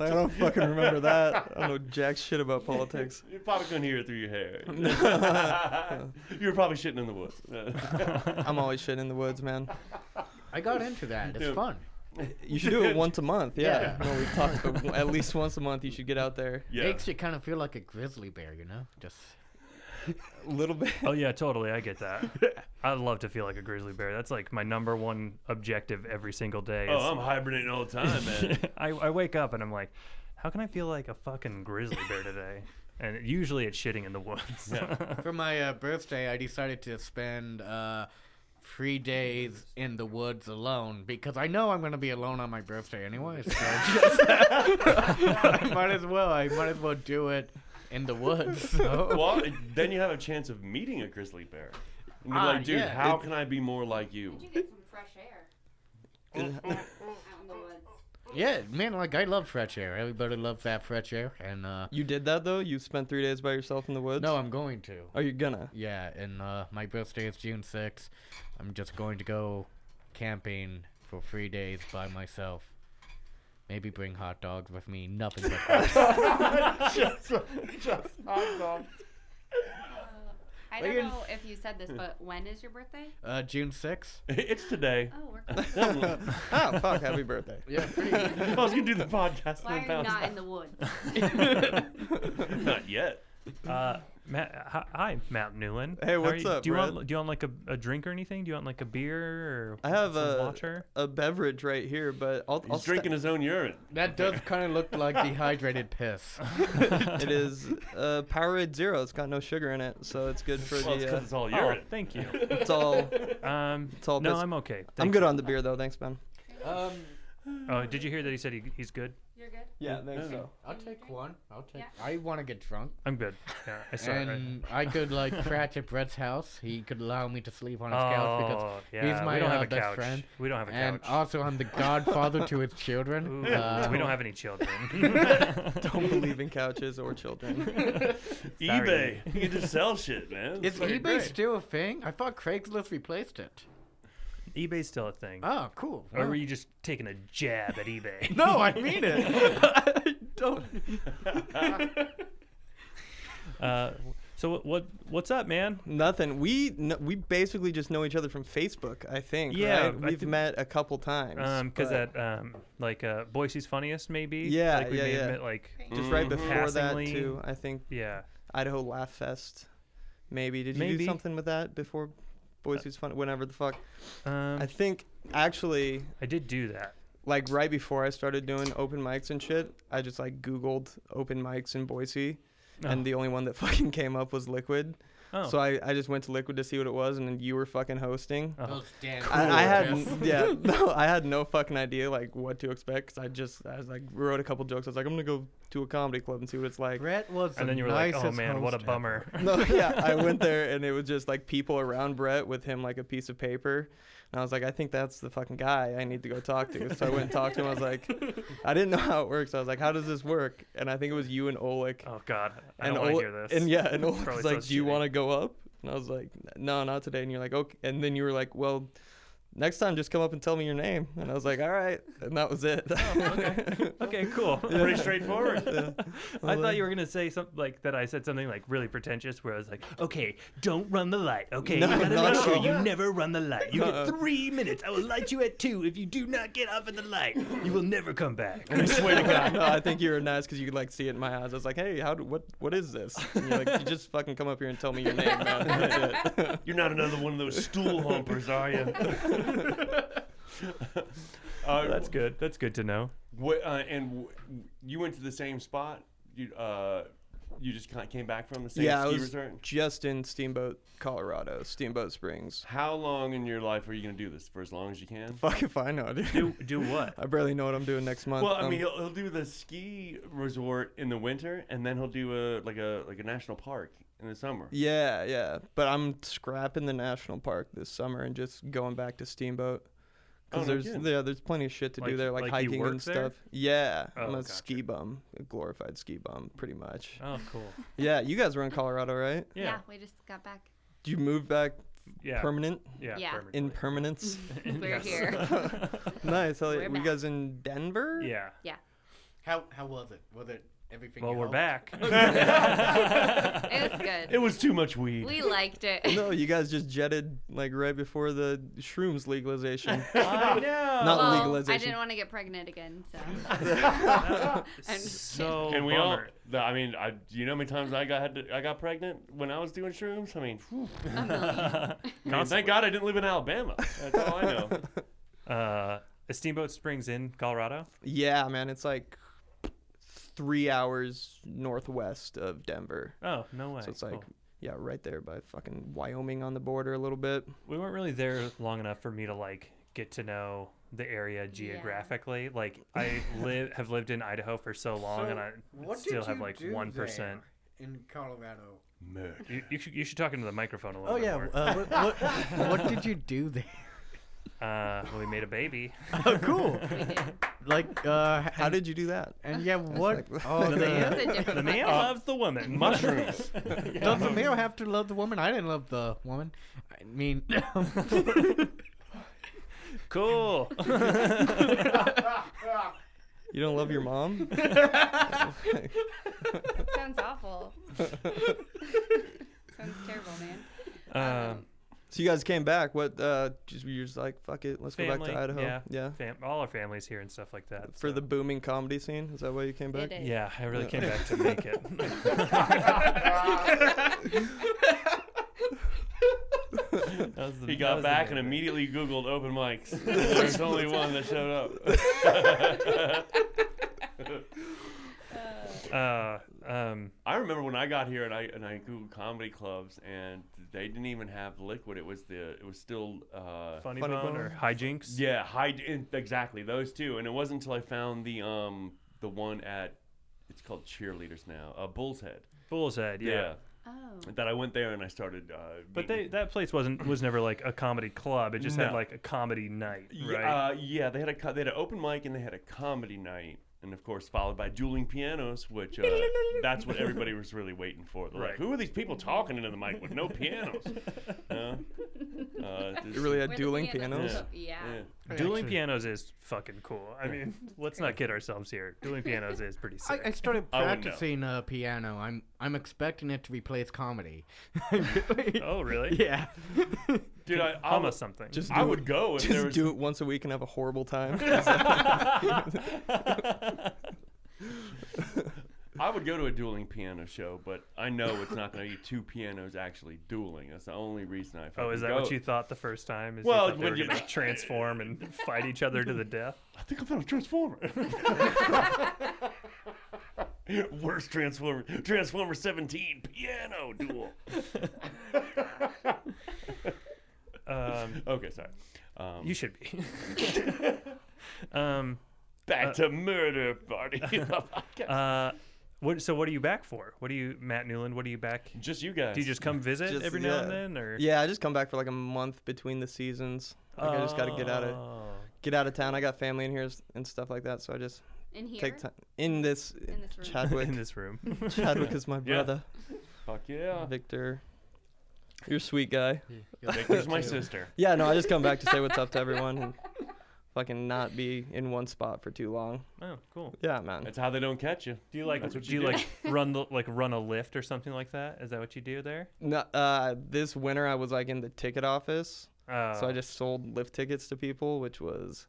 [SPEAKER 8] Like, I don't fucking remember that. I don't know jack shit about politics.
[SPEAKER 2] You probably couldn't hear it through your hair. you were probably shitting in the woods.
[SPEAKER 8] I'm always shit in the woods, man.
[SPEAKER 3] I got into that. It's
[SPEAKER 2] Yeah.
[SPEAKER 3] fun.
[SPEAKER 8] You should do it once a month. Yeah.
[SPEAKER 3] Yeah.
[SPEAKER 8] No, we've talked, but w- at least once a month you should get out there
[SPEAKER 2] yeah.
[SPEAKER 3] Makes you kind of feel like a grizzly bear, you know? Just
[SPEAKER 8] a little bit.
[SPEAKER 1] Oh yeah, totally. I get that. I'd love to feel like a grizzly bear. That's like my number one objective every single day.
[SPEAKER 2] Oh, I'm hibernating all the time, man.
[SPEAKER 1] I, I wake up and I'm like, how can I feel like a fucking grizzly bear today? And usually it's shitting in the woods.
[SPEAKER 3] for my uh, birthday, I decided to spend uh, three days in the woods alone because I know I'm going to be alone on my birthday anyway. So just- I might as well. I might as well do it in the woods. So.
[SPEAKER 2] well, it- then you have a chance of meeting a grizzly bear. And you're
[SPEAKER 3] Ah,
[SPEAKER 2] like, dude,
[SPEAKER 3] yeah,
[SPEAKER 2] how
[SPEAKER 3] it-
[SPEAKER 2] can I be more like you?
[SPEAKER 7] you get some fresh air out in the woods?
[SPEAKER 3] yeah, man. Like I love fresh air. Everybody loves that fresh air. And uh,
[SPEAKER 8] You did that though. You spent three days by yourself in the woods.
[SPEAKER 3] no, I'm going to.
[SPEAKER 8] Are you gonna?
[SPEAKER 3] Yeah, and uh, my birthday is June 6th. I'm just going to go camping for three days by myself. Maybe bring hot dogs with me. Nothing but hot dogs.
[SPEAKER 7] Uh, I
[SPEAKER 3] Well,
[SPEAKER 7] don't
[SPEAKER 3] you're-
[SPEAKER 7] know if you said this, but when is your birthday?
[SPEAKER 3] Uh, June 6th.
[SPEAKER 2] It's today.
[SPEAKER 7] Oh, we're close.
[SPEAKER 8] oh, fuck! Happy birthday.
[SPEAKER 3] Yeah,
[SPEAKER 2] I was gonna do the podcast.
[SPEAKER 7] Why
[SPEAKER 2] and
[SPEAKER 7] are you
[SPEAKER 2] bounce
[SPEAKER 7] not
[SPEAKER 2] back.
[SPEAKER 7] in the woods?
[SPEAKER 2] Not yet.
[SPEAKER 1] Uh, Matt, hi- hi, Matt Newland.
[SPEAKER 8] Hey,
[SPEAKER 1] How are
[SPEAKER 8] what's
[SPEAKER 1] you-
[SPEAKER 8] up,
[SPEAKER 1] Do you
[SPEAKER 8] Brad?
[SPEAKER 1] want do you want like a, a drink or anything? Do you want like a beer or
[SPEAKER 8] I have
[SPEAKER 1] some
[SPEAKER 8] a
[SPEAKER 1] water?
[SPEAKER 8] a beverage right here, but I'll, I'll
[SPEAKER 2] He's drinking his own urine.
[SPEAKER 3] that does kind of look like dehydrated piss.
[SPEAKER 8] sta- it is uh, Powerade Zero. It's got no sugar in it, so it's good for
[SPEAKER 2] Well, it's
[SPEAKER 8] the. Uh,
[SPEAKER 2] because it's all
[SPEAKER 1] Oh,
[SPEAKER 2] urine.
[SPEAKER 1] thank you.
[SPEAKER 8] it's all.
[SPEAKER 1] Um,
[SPEAKER 8] all
[SPEAKER 1] no,
[SPEAKER 8] bits-
[SPEAKER 1] I'm okay.
[SPEAKER 8] I'm
[SPEAKER 1] thank
[SPEAKER 8] good on the beer though. Thanks, Ben.
[SPEAKER 3] Um,
[SPEAKER 1] you. Oh, did you hear that he said he, he's good?
[SPEAKER 7] You're good.
[SPEAKER 8] Yeah, thanks. So.
[SPEAKER 3] I'll take one. I'll take.
[SPEAKER 7] Yeah.
[SPEAKER 3] I want to get drunk,
[SPEAKER 1] I'm good. Yeah, I saw it. right-
[SPEAKER 3] and I could like crash at Brett's house. He could allow me to sleep on his couch because
[SPEAKER 1] Oh, yeah.
[SPEAKER 3] my,
[SPEAKER 1] we don't
[SPEAKER 3] uh,
[SPEAKER 1] have a
[SPEAKER 3] best
[SPEAKER 1] couch.
[SPEAKER 3] friend.
[SPEAKER 1] We don't have a
[SPEAKER 3] And
[SPEAKER 1] couch.
[SPEAKER 3] also, I'm the godfather to his children.
[SPEAKER 1] Ooh,
[SPEAKER 3] Uh,
[SPEAKER 1] we don't have any children.
[SPEAKER 8] Don't believe in couches or children.
[SPEAKER 1] Sorry.
[SPEAKER 2] eBay. You can just sell shit, man.
[SPEAKER 3] Is
[SPEAKER 2] fucking
[SPEAKER 3] eBay
[SPEAKER 2] great.
[SPEAKER 3] still a thing? I thought Craigslist replaced it.
[SPEAKER 1] eBay's still a thing.
[SPEAKER 3] Oh, cool.
[SPEAKER 1] Or
[SPEAKER 3] Wow.
[SPEAKER 1] were you just taking a jab at eBay?
[SPEAKER 3] no, I mean it. I don't.
[SPEAKER 1] Uh, so what, what what's up, man?
[SPEAKER 8] Nothing. We kn- we basically just know each other from Facebook. I think.
[SPEAKER 1] Yeah,
[SPEAKER 8] right?
[SPEAKER 1] I
[SPEAKER 8] we've
[SPEAKER 1] think-
[SPEAKER 8] met a couple times.
[SPEAKER 1] Um, because
[SPEAKER 8] but
[SPEAKER 1] at um, like uh, Boise's funniest maybe.
[SPEAKER 8] Yeah,
[SPEAKER 1] like we
[SPEAKER 8] yeah,
[SPEAKER 1] may have
[SPEAKER 8] yeah.
[SPEAKER 1] met, like
[SPEAKER 8] just right before that
[SPEAKER 1] Passingly-
[SPEAKER 8] too. I think
[SPEAKER 1] yeah.
[SPEAKER 8] Idaho Laugh Fest. Maybe did you
[SPEAKER 1] Maybe. Uh,
[SPEAKER 8] do something with that before Boise's Fun? Whenever the fuck.
[SPEAKER 1] Um,
[SPEAKER 8] I think actually,
[SPEAKER 1] I did do that.
[SPEAKER 8] like right before I started doing open mics and shit, I just like Googled open mics in Boise,
[SPEAKER 1] Oh.
[SPEAKER 8] and the only one that fucking came up was Liquid.
[SPEAKER 1] Oh,
[SPEAKER 8] So I, I just went to Liquid to see what it was, and then you were fucking hosting.
[SPEAKER 1] Oh.
[SPEAKER 3] Those damn.
[SPEAKER 8] I, I had
[SPEAKER 3] Yes.
[SPEAKER 8] n- yeah no I had no fucking idea like what to expect because I just I was like wrote a couple jokes I was like I'm gonna go to a comedy club and see what it's like
[SPEAKER 3] Brett was.
[SPEAKER 1] and
[SPEAKER 3] the
[SPEAKER 1] then you were like, oh
[SPEAKER 3] nicest
[SPEAKER 1] man, what a
[SPEAKER 3] host ever."
[SPEAKER 1] bummer.
[SPEAKER 8] no yeah I went there and it was just like people around Brett with him like a piece of paper and I was like I think that's the fucking guy I need to go talk to so I went and talked to him I was like I didn't know how it works I was like how does this work and I think it was you and Oleg
[SPEAKER 1] Oh god, I
[SPEAKER 8] and
[SPEAKER 1] don't want
[SPEAKER 8] Ola-
[SPEAKER 1] to hear this.
[SPEAKER 8] And yeah, and Ola
[SPEAKER 1] Probably
[SPEAKER 8] was like,
[SPEAKER 1] sounds
[SPEAKER 8] "Do you
[SPEAKER 1] shitty.
[SPEAKER 8] want to go up?" And I was like, "No, not today." And you're like, "Okay." And then you were like, "Well, next time, just come up and tell me your name." And I was like, "All right." And that was it.
[SPEAKER 1] Oh, Okay, cool.
[SPEAKER 2] Pretty straightforward.
[SPEAKER 1] I thought you
[SPEAKER 8] uh,
[SPEAKER 1] were gonna say something like that. I said something like really pretentious, where I was like, "Okay, don't run the light. Okay,
[SPEAKER 8] No,
[SPEAKER 1] you gotta
[SPEAKER 8] not
[SPEAKER 1] make sure
[SPEAKER 8] at all. Uh-uh.
[SPEAKER 1] you never run the light. You get three minutes. I will light you at two. If you do not get up at the light, you will never come back."
[SPEAKER 8] I swear to God. No, I think you were nice because you could like see it in my eyes. I was like, "Hey, how? Do, what? What is this?" And you're like, "You just fucking come up here and tell me your name." Man. That's it.
[SPEAKER 2] You're not another one of those stool humpers, are you? uh,
[SPEAKER 1] That's good. That's good to know.
[SPEAKER 2] What, uh, and w- you went to the same spot. You uh, you just kind of came back from the same
[SPEAKER 8] yeah, I
[SPEAKER 2] ski
[SPEAKER 8] was
[SPEAKER 2] resort.
[SPEAKER 8] just in Steamboat, Colorado, Steamboat Springs.
[SPEAKER 2] How long in your life are you gonna do this for? As long as you can.
[SPEAKER 8] Fuck if I know, dude.
[SPEAKER 1] Do do what?
[SPEAKER 8] I barely know what I'm doing next month.
[SPEAKER 2] Well, I
[SPEAKER 8] Um,
[SPEAKER 2] mean, he'll, he'll do the ski resort in the winter, and then he'll do a like a like a national park in the summer.
[SPEAKER 8] Yeah, yeah. But I'm scrapping the national park this summer and just going back to Steamboat.
[SPEAKER 2] Oh,
[SPEAKER 8] Because
[SPEAKER 2] no
[SPEAKER 8] there's
[SPEAKER 2] kidding.
[SPEAKER 8] yeah, there's plenty of shit to
[SPEAKER 1] Like-
[SPEAKER 8] do there, like,
[SPEAKER 1] like you
[SPEAKER 8] hiking
[SPEAKER 1] work
[SPEAKER 8] and
[SPEAKER 1] there?
[SPEAKER 8] stuff. Yeah,
[SPEAKER 1] Oh,
[SPEAKER 8] I'm a
[SPEAKER 1] gotcha.
[SPEAKER 8] ski bum, a glorified ski bum, pretty much.
[SPEAKER 1] Oh, cool.
[SPEAKER 8] Yeah, you guys were in Colorado, right?
[SPEAKER 7] Yeah.
[SPEAKER 1] Yeah,
[SPEAKER 7] we just got back.
[SPEAKER 8] Did you move back
[SPEAKER 1] yeah,
[SPEAKER 8] permanent
[SPEAKER 1] yeah.
[SPEAKER 7] Yeah.
[SPEAKER 1] permanently.
[SPEAKER 8] in permanence?
[SPEAKER 7] We're
[SPEAKER 1] Yes.
[SPEAKER 7] here.
[SPEAKER 8] nice. Hell yeah.
[SPEAKER 7] We're
[SPEAKER 8] Were you
[SPEAKER 7] back.
[SPEAKER 8] guys in Denver?
[SPEAKER 1] Yeah.
[SPEAKER 3] How how was it? Was it everything?
[SPEAKER 1] Well,
[SPEAKER 3] you
[SPEAKER 1] we're
[SPEAKER 3] hoped?
[SPEAKER 1] back.
[SPEAKER 7] It was good.
[SPEAKER 2] It was too much weed.
[SPEAKER 7] We liked it.
[SPEAKER 8] No, you guys just jetted like right before the shrooms legalization.
[SPEAKER 1] I know.
[SPEAKER 8] Not
[SPEAKER 7] well, I
[SPEAKER 8] legalization.
[SPEAKER 7] didn't want to get pregnant again, so I'm just kidding.
[SPEAKER 1] so
[SPEAKER 2] and we all,
[SPEAKER 1] bummer.
[SPEAKER 2] the- I mean, I, do you know how many times I got had to, I got pregnant when I was doing shrooms? I mean, whew. I mean, thank God I didn't live in Alabama. That's all I know.
[SPEAKER 1] Uh, Steamboat Springs in Colorado.
[SPEAKER 8] yeah, man, it's like three hours northwest of Denver.
[SPEAKER 1] Oh no way.
[SPEAKER 8] So it's
[SPEAKER 1] Cool.
[SPEAKER 8] like, yeah, right there by fucking Wyoming on the border a little bit.
[SPEAKER 1] we weren't really there long enough for me to like get to know the area geographically. Like I live have lived in Idaho for so long, and I
[SPEAKER 3] what did
[SPEAKER 1] still have
[SPEAKER 3] you
[SPEAKER 1] like
[SPEAKER 3] do
[SPEAKER 1] one percent.
[SPEAKER 3] there In Colorado.
[SPEAKER 2] Murder.
[SPEAKER 1] You, you should you should talk into the microphone a little.
[SPEAKER 3] Oh
[SPEAKER 1] bit
[SPEAKER 3] yeah.
[SPEAKER 1] more.
[SPEAKER 3] Uh, what, what, what did you do there?
[SPEAKER 1] Uh, well, we made a baby.
[SPEAKER 3] Oh, cool. like, uh, h-
[SPEAKER 8] How did you do that?
[SPEAKER 3] and yeah, what?
[SPEAKER 8] like-
[SPEAKER 3] Oh,
[SPEAKER 1] The
[SPEAKER 3] man.
[SPEAKER 1] man,
[SPEAKER 7] It's a
[SPEAKER 1] the
[SPEAKER 7] different
[SPEAKER 1] man
[SPEAKER 7] podcast.
[SPEAKER 1] loves the woman.
[SPEAKER 2] Mushrooms.
[SPEAKER 3] Does
[SPEAKER 1] Uh-huh.
[SPEAKER 3] the male have to love the woman? I didn't love the woman. I mean,
[SPEAKER 1] cool. Um,
[SPEAKER 8] You don't love your mom?
[SPEAKER 7] Sounds awful. Sounds terrible, man.
[SPEAKER 1] Uh,
[SPEAKER 7] Um,
[SPEAKER 8] So you guys came back. What? Uh, just you're just like fuck it. Let's go back to
[SPEAKER 1] Family,
[SPEAKER 8] Idaho.
[SPEAKER 1] yeah.
[SPEAKER 8] yeah.
[SPEAKER 1] Fam- all our families here and stuff like that.
[SPEAKER 8] For
[SPEAKER 1] so-
[SPEAKER 8] the booming comedy scene, is that why you came back?
[SPEAKER 7] It is.
[SPEAKER 1] yeah, I really came back to make it. That was the-
[SPEAKER 2] He
[SPEAKER 1] that
[SPEAKER 2] got
[SPEAKER 1] was the
[SPEAKER 2] back
[SPEAKER 1] main
[SPEAKER 2] and
[SPEAKER 1] event.
[SPEAKER 2] immediately Googled open mics. There's only one that showed up.
[SPEAKER 1] Uh, um,
[SPEAKER 2] I remember when I got here and I and I Googled comedy clubs and they didn't even have liquid. It was the it was still uh,
[SPEAKER 1] funny,
[SPEAKER 8] Funny
[SPEAKER 1] bone, or
[SPEAKER 8] Bone?
[SPEAKER 1] hijinks.
[SPEAKER 2] Yeah, hide in- exactly those two. And it wasn't until I found the um the one at it's called cheerleaders now, uh, Bull's Head.
[SPEAKER 1] Bull's head. Yeah.
[SPEAKER 7] Oh.
[SPEAKER 2] that I went there and I started. Uh,
[SPEAKER 1] But
[SPEAKER 2] meeting-
[SPEAKER 1] they that place wasn't was never like a comedy club. It just had
[SPEAKER 2] No.
[SPEAKER 1] like a comedy night,
[SPEAKER 2] Yeah,
[SPEAKER 1] right?
[SPEAKER 2] Uh, yeah, they had a co- they had an open mic and they had a comedy night, and of course followed by dueling pianos, which uh, that's what everybody was really waiting for. They're
[SPEAKER 1] Right.
[SPEAKER 2] like, who are these people talking into the mic with no pianos? uh, uh,
[SPEAKER 8] You really
[SPEAKER 7] Where
[SPEAKER 8] had
[SPEAKER 7] the
[SPEAKER 8] dueling
[SPEAKER 7] pianos-
[SPEAKER 8] pianos.
[SPEAKER 2] Yeah.
[SPEAKER 7] Yeah.
[SPEAKER 2] yeah.
[SPEAKER 1] Dueling
[SPEAKER 3] Actually-
[SPEAKER 1] pianos is fucking cool. I mean, let's not kid ourselves here. Dueling pianos is pretty
[SPEAKER 3] I,
[SPEAKER 1] sick.
[SPEAKER 3] I started
[SPEAKER 2] I wouldn't know.
[SPEAKER 3] practicing uh, piano. I'm I'm expecting it to replace comedy.
[SPEAKER 1] oh, really?
[SPEAKER 3] yeah.
[SPEAKER 2] dude, I, I,
[SPEAKER 1] Hum
[SPEAKER 2] would,
[SPEAKER 1] us something.
[SPEAKER 8] Just
[SPEAKER 2] I
[SPEAKER 8] do
[SPEAKER 2] would
[SPEAKER 8] it.
[SPEAKER 2] go if
[SPEAKER 8] Just
[SPEAKER 2] there was
[SPEAKER 8] do it once a week and have a horrible time.
[SPEAKER 2] I would go to a dueling piano show, but I know it's not going to be two pianos actually dueling. That's the only reason I.
[SPEAKER 1] Oh,
[SPEAKER 2] fucking
[SPEAKER 1] is that
[SPEAKER 2] go.
[SPEAKER 1] what you thought the first time? Is you
[SPEAKER 2] Well,
[SPEAKER 1] thought they
[SPEAKER 2] when
[SPEAKER 1] were
[SPEAKER 2] you-
[SPEAKER 1] gonna transform and fight each other to the death.
[SPEAKER 2] I think I'm gonna transform it. Worst Transformer, Transformer 17 piano duel.
[SPEAKER 1] Um,
[SPEAKER 2] Okay, sorry. Um,
[SPEAKER 1] you should be. um,
[SPEAKER 2] back to murder party.
[SPEAKER 1] uh, what? So, what are you back for? What are you, Matt Newland? What are you back?
[SPEAKER 2] just you guys.
[SPEAKER 1] Do you just come visit
[SPEAKER 8] Just-
[SPEAKER 1] every now
[SPEAKER 8] yeah.
[SPEAKER 1] and then, or
[SPEAKER 8] yeah, I just come back for like a month between the seasons. Like I just gotta get out
[SPEAKER 2] Ah.
[SPEAKER 8] of
[SPEAKER 1] Oh.
[SPEAKER 8] get out of town. I got family in here s- and stuff like that, so I just
[SPEAKER 7] In here.
[SPEAKER 8] take time in this,
[SPEAKER 7] In this room.
[SPEAKER 8] Chadwick.
[SPEAKER 1] Oh, in this room.
[SPEAKER 8] Chadwick is my
[SPEAKER 2] Yeah. Ah.
[SPEAKER 8] brother.
[SPEAKER 2] Fuck yeah.
[SPEAKER 8] Victor, you're a sweet guy.
[SPEAKER 2] Victor's my sister.
[SPEAKER 8] Yeah, no, I just come back to say what's up to everyone and fucking not be in one spot for too long.
[SPEAKER 1] oh, cool.
[SPEAKER 8] Yeah, man.
[SPEAKER 2] That's how they don't catch you.
[SPEAKER 8] Hmm,
[SPEAKER 1] Do you like?
[SPEAKER 2] That's
[SPEAKER 1] Do
[SPEAKER 2] what
[SPEAKER 1] you
[SPEAKER 2] you do.
[SPEAKER 1] like run the like run a lift or something like that? Is that what you do there?
[SPEAKER 8] No, uh, this winter I was like in the ticket office,
[SPEAKER 1] Uh,
[SPEAKER 8] so I just sold lift tickets to people, which was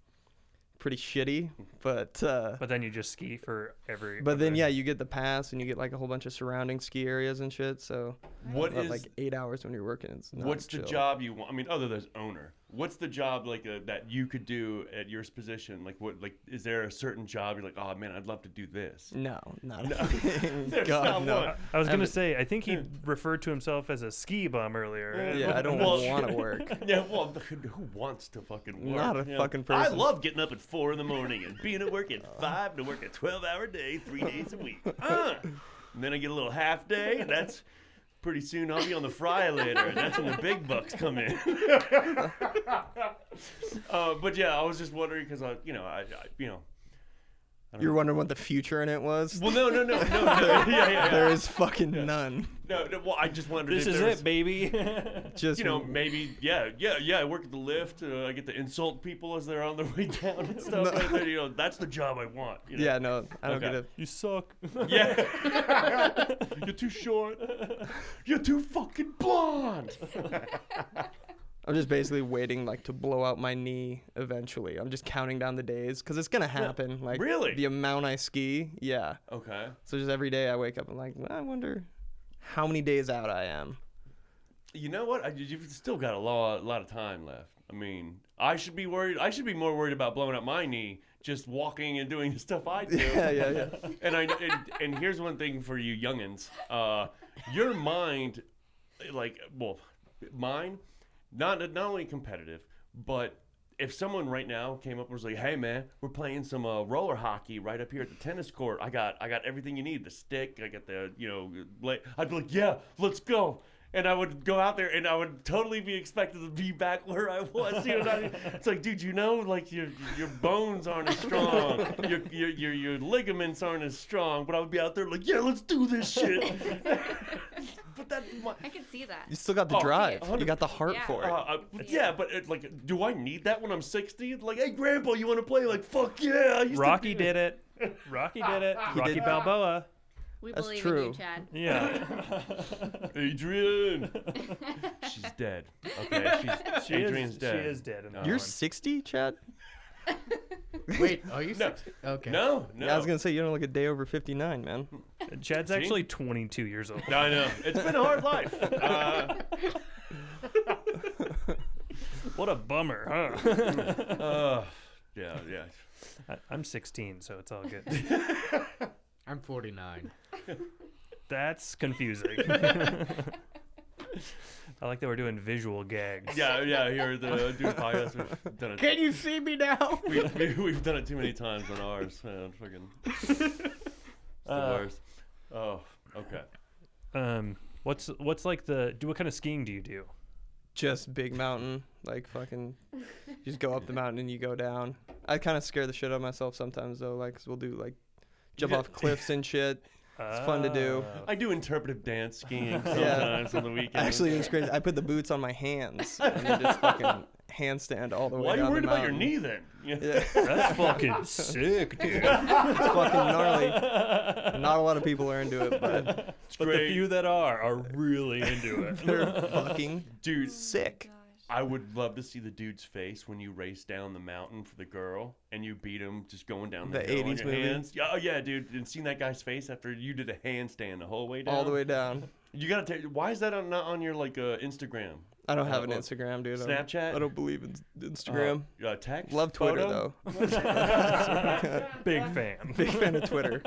[SPEAKER 8] pretty shitty. But uh,
[SPEAKER 1] But then you just ski for every.
[SPEAKER 8] but then
[SPEAKER 1] other-
[SPEAKER 8] yeah, you get the pass and you get like a whole bunch of surrounding ski areas and shit. So
[SPEAKER 2] What
[SPEAKER 8] about,
[SPEAKER 2] is?
[SPEAKER 8] like eight hours when you're working. It's not
[SPEAKER 2] what's the
[SPEAKER 8] chill.
[SPEAKER 2] job you want? I mean, other than owner, what's the job like uh, that you could do at your position? Like what? Like is there a certain job you're like, oh man, I'd love to do this?
[SPEAKER 8] No, not
[SPEAKER 2] No.
[SPEAKER 8] a thing.
[SPEAKER 2] There's
[SPEAKER 8] God,
[SPEAKER 2] not
[SPEAKER 8] no.
[SPEAKER 2] one.
[SPEAKER 1] I was gonna
[SPEAKER 8] Haven't- Hmm.
[SPEAKER 1] say, I think he referred to himself as a ski bum earlier. and-
[SPEAKER 2] Hmm.
[SPEAKER 8] Yeah, I don't
[SPEAKER 2] Well,
[SPEAKER 8] want to work.
[SPEAKER 2] Yeah, well, who wants to fucking work?
[SPEAKER 8] Not a
[SPEAKER 2] Yeah.
[SPEAKER 8] fucking
[SPEAKER 2] I
[SPEAKER 8] person.
[SPEAKER 2] love getting up at four in the morning and being at work at five to work a twelve-hour day, three days a week. Uh, and then I get a little half day, and that's pretty soon I'll be on the fry later, and that's when the big bucks come in. uh, but yeah, I was just wondering because I, you know, I, I you know,
[SPEAKER 8] You're wondering what the future in it was.
[SPEAKER 2] well, no, no, no, no, no, yeah, yeah, yeah.
[SPEAKER 8] there is fucking none.
[SPEAKER 2] no, no. Well, I just wondered.
[SPEAKER 1] This
[SPEAKER 2] if
[SPEAKER 1] is
[SPEAKER 2] there was-
[SPEAKER 1] it, baby.
[SPEAKER 8] Just
[SPEAKER 2] you know, maybe, yeah, yeah, yeah. I work at the lift. Uh, I get to insult people as they're on their way down and stuff. like that, you know, that's the job I want. You know?
[SPEAKER 8] yeah, no, I don't
[SPEAKER 2] Okay.
[SPEAKER 8] get it.
[SPEAKER 1] you suck.
[SPEAKER 2] Yeah. You're too short. You're too fucking blonde.
[SPEAKER 8] I'm just basically waiting like to blow out my knee eventually. I'm just counting down the days because it's gonna happen. Like
[SPEAKER 2] Really?
[SPEAKER 8] the amount I ski, yeah.
[SPEAKER 2] Okay.
[SPEAKER 8] So just every day I wake up and like, well, I wonder how many days out I am.
[SPEAKER 2] You know what? I, you've still got a lot, lot of time left. I mean, I should be worried. I should be more worried about blowing up my knee, just walking and doing the stuff I do.
[SPEAKER 8] Yeah, yeah, yeah.
[SPEAKER 2] and I and, and here's one thing for you youngins. Uh, your mind, like, well, mine, not not only competitive, but if someone right now came up and was like, "Hey, man, we're playing some uh, roller hockey right up here at the tennis court. I got I got everything you need. The stick. I got the you know. la-" I'd be like, "Yeah, let's go." And I would go out there, and I would totally be expected to be back where I was. You know, what I mean? it's like, dude, you know, like your your bones aren't as strong, your, your your your ligaments aren't as strong. But I would be out there like, yeah, let's do this shit. but that, my,
[SPEAKER 7] I could see that.
[SPEAKER 8] You still got the
[SPEAKER 2] Oh,
[SPEAKER 8] drive.
[SPEAKER 2] yeah.
[SPEAKER 8] You got the heart
[SPEAKER 7] Yeah.
[SPEAKER 8] for it.
[SPEAKER 2] uh, uh, but yeah, but it, like, do I need that when I'm 60? Like, hey, grandpa, you want to play? Like, fuck yeah! I used to
[SPEAKER 1] Rocky
[SPEAKER 2] do-
[SPEAKER 1] did it. Rocky did it. Rocky
[SPEAKER 8] did.
[SPEAKER 1] Balboa.
[SPEAKER 7] We
[SPEAKER 8] That's
[SPEAKER 7] believe in
[SPEAKER 8] true.
[SPEAKER 7] you, Chad.
[SPEAKER 1] Yeah.
[SPEAKER 2] Adrian. she's dead. Okay, she's
[SPEAKER 1] She
[SPEAKER 2] Adrian's
[SPEAKER 1] is,
[SPEAKER 2] dead.
[SPEAKER 1] She is dead. In that
[SPEAKER 8] You're
[SPEAKER 1] one.
[SPEAKER 8] 60, Chad?
[SPEAKER 3] Wait, are you
[SPEAKER 2] No.
[SPEAKER 3] 60? Okay.
[SPEAKER 2] No, no.
[SPEAKER 8] Yeah, I was gonna say you don't look a day over 59, man.
[SPEAKER 1] Chad's
[SPEAKER 2] See?
[SPEAKER 1] actually 22 years old.
[SPEAKER 2] No, I know. It's been a hard life. Uh,
[SPEAKER 1] What a bummer, huh?
[SPEAKER 2] uh, yeah, yeah.
[SPEAKER 1] I- I'm 16, so it's all good.
[SPEAKER 3] I'm 49.
[SPEAKER 1] That's confusing. I like that we're doing visual gags.
[SPEAKER 2] Yeah, yeah. Here, the dude podcast. We've done it.
[SPEAKER 3] Can you see me now?
[SPEAKER 2] we, we, we've done it too many times on ours. Man, fucking. It's the
[SPEAKER 8] Uh,
[SPEAKER 2] worst. Oh, okay.
[SPEAKER 1] Um, what's what's like the do what kind of skiing do you do?
[SPEAKER 8] Just big mountain, like fucking, you just go up the mountain and you go down. I kind of scare the shit out of myself sometimes though, like 'cause we'll do like jump
[SPEAKER 2] Yeah.
[SPEAKER 8] off cliffs and shit. It's fun to do.
[SPEAKER 1] Ah.
[SPEAKER 2] I do interpretive dance skiing
[SPEAKER 8] Yeah.
[SPEAKER 2] sometimes on the weekend.
[SPEAKER 8] Actually, it was crazy. I put the boots on my hands and then just fucking handstand all the way
[SPEAKER 2] why are you
[SPEAKER 8] down
[SPEAKER 2] worried
[SPEAKER 8] the
[SPEAKER 2] about your
[SPEAKER 8] mountain.
[SPEAKER 2] knee then? Yeah.
[SPEAKER 1] That's fucking sick, dude.
[SPEAKER 8] It's fucking gnarly. Not a lot of people are into it, but
[SPEAKER 2] It's
[SPEAKER 1] But the
[SPEAKER 2] great.
[SPEAKER 1] few that are are really into it.
[SPEAKER 8] they're fucking
[SPEAKER 2] Dude,
[SPEAKER 8] sick.
[SPEAKER 2] I would love to see the dude's face when you race down the mountain for the girl and you beat him just going down the,
[SPEAKER 8] The
[SPEAKER 2] hill on
[SPEAKER 8] 80s
[SPEAKER 2] your
[SPEAKER 8] movie?
[SPEAKER 2] hands. Yeah, oh yeah, dude, and seen that guy's face after you did a handstand the whole way down.
[SPEAKER 8] All the way down.
[SPEAKER 2] You gotta take. Why is that on, not on your like uh, Instagram,
[SPEAKER 8] I don't have an
[SPEAKER 2] Uh,
[SPEAKER 8] Instagram, dude. I don't-
[SPEAKER 2] Snapchat?
[SPEAKER 8] I don't believe in Instagram.
[SPEAKER 2] uh, text?
[SPEAKER 8] Love Twitter
[SPEAKER 2] photo?
[SPEAKER 8] though.
[SPEAKER 1] Big fan.
[SPEAKER 8] Big fan of Twitter.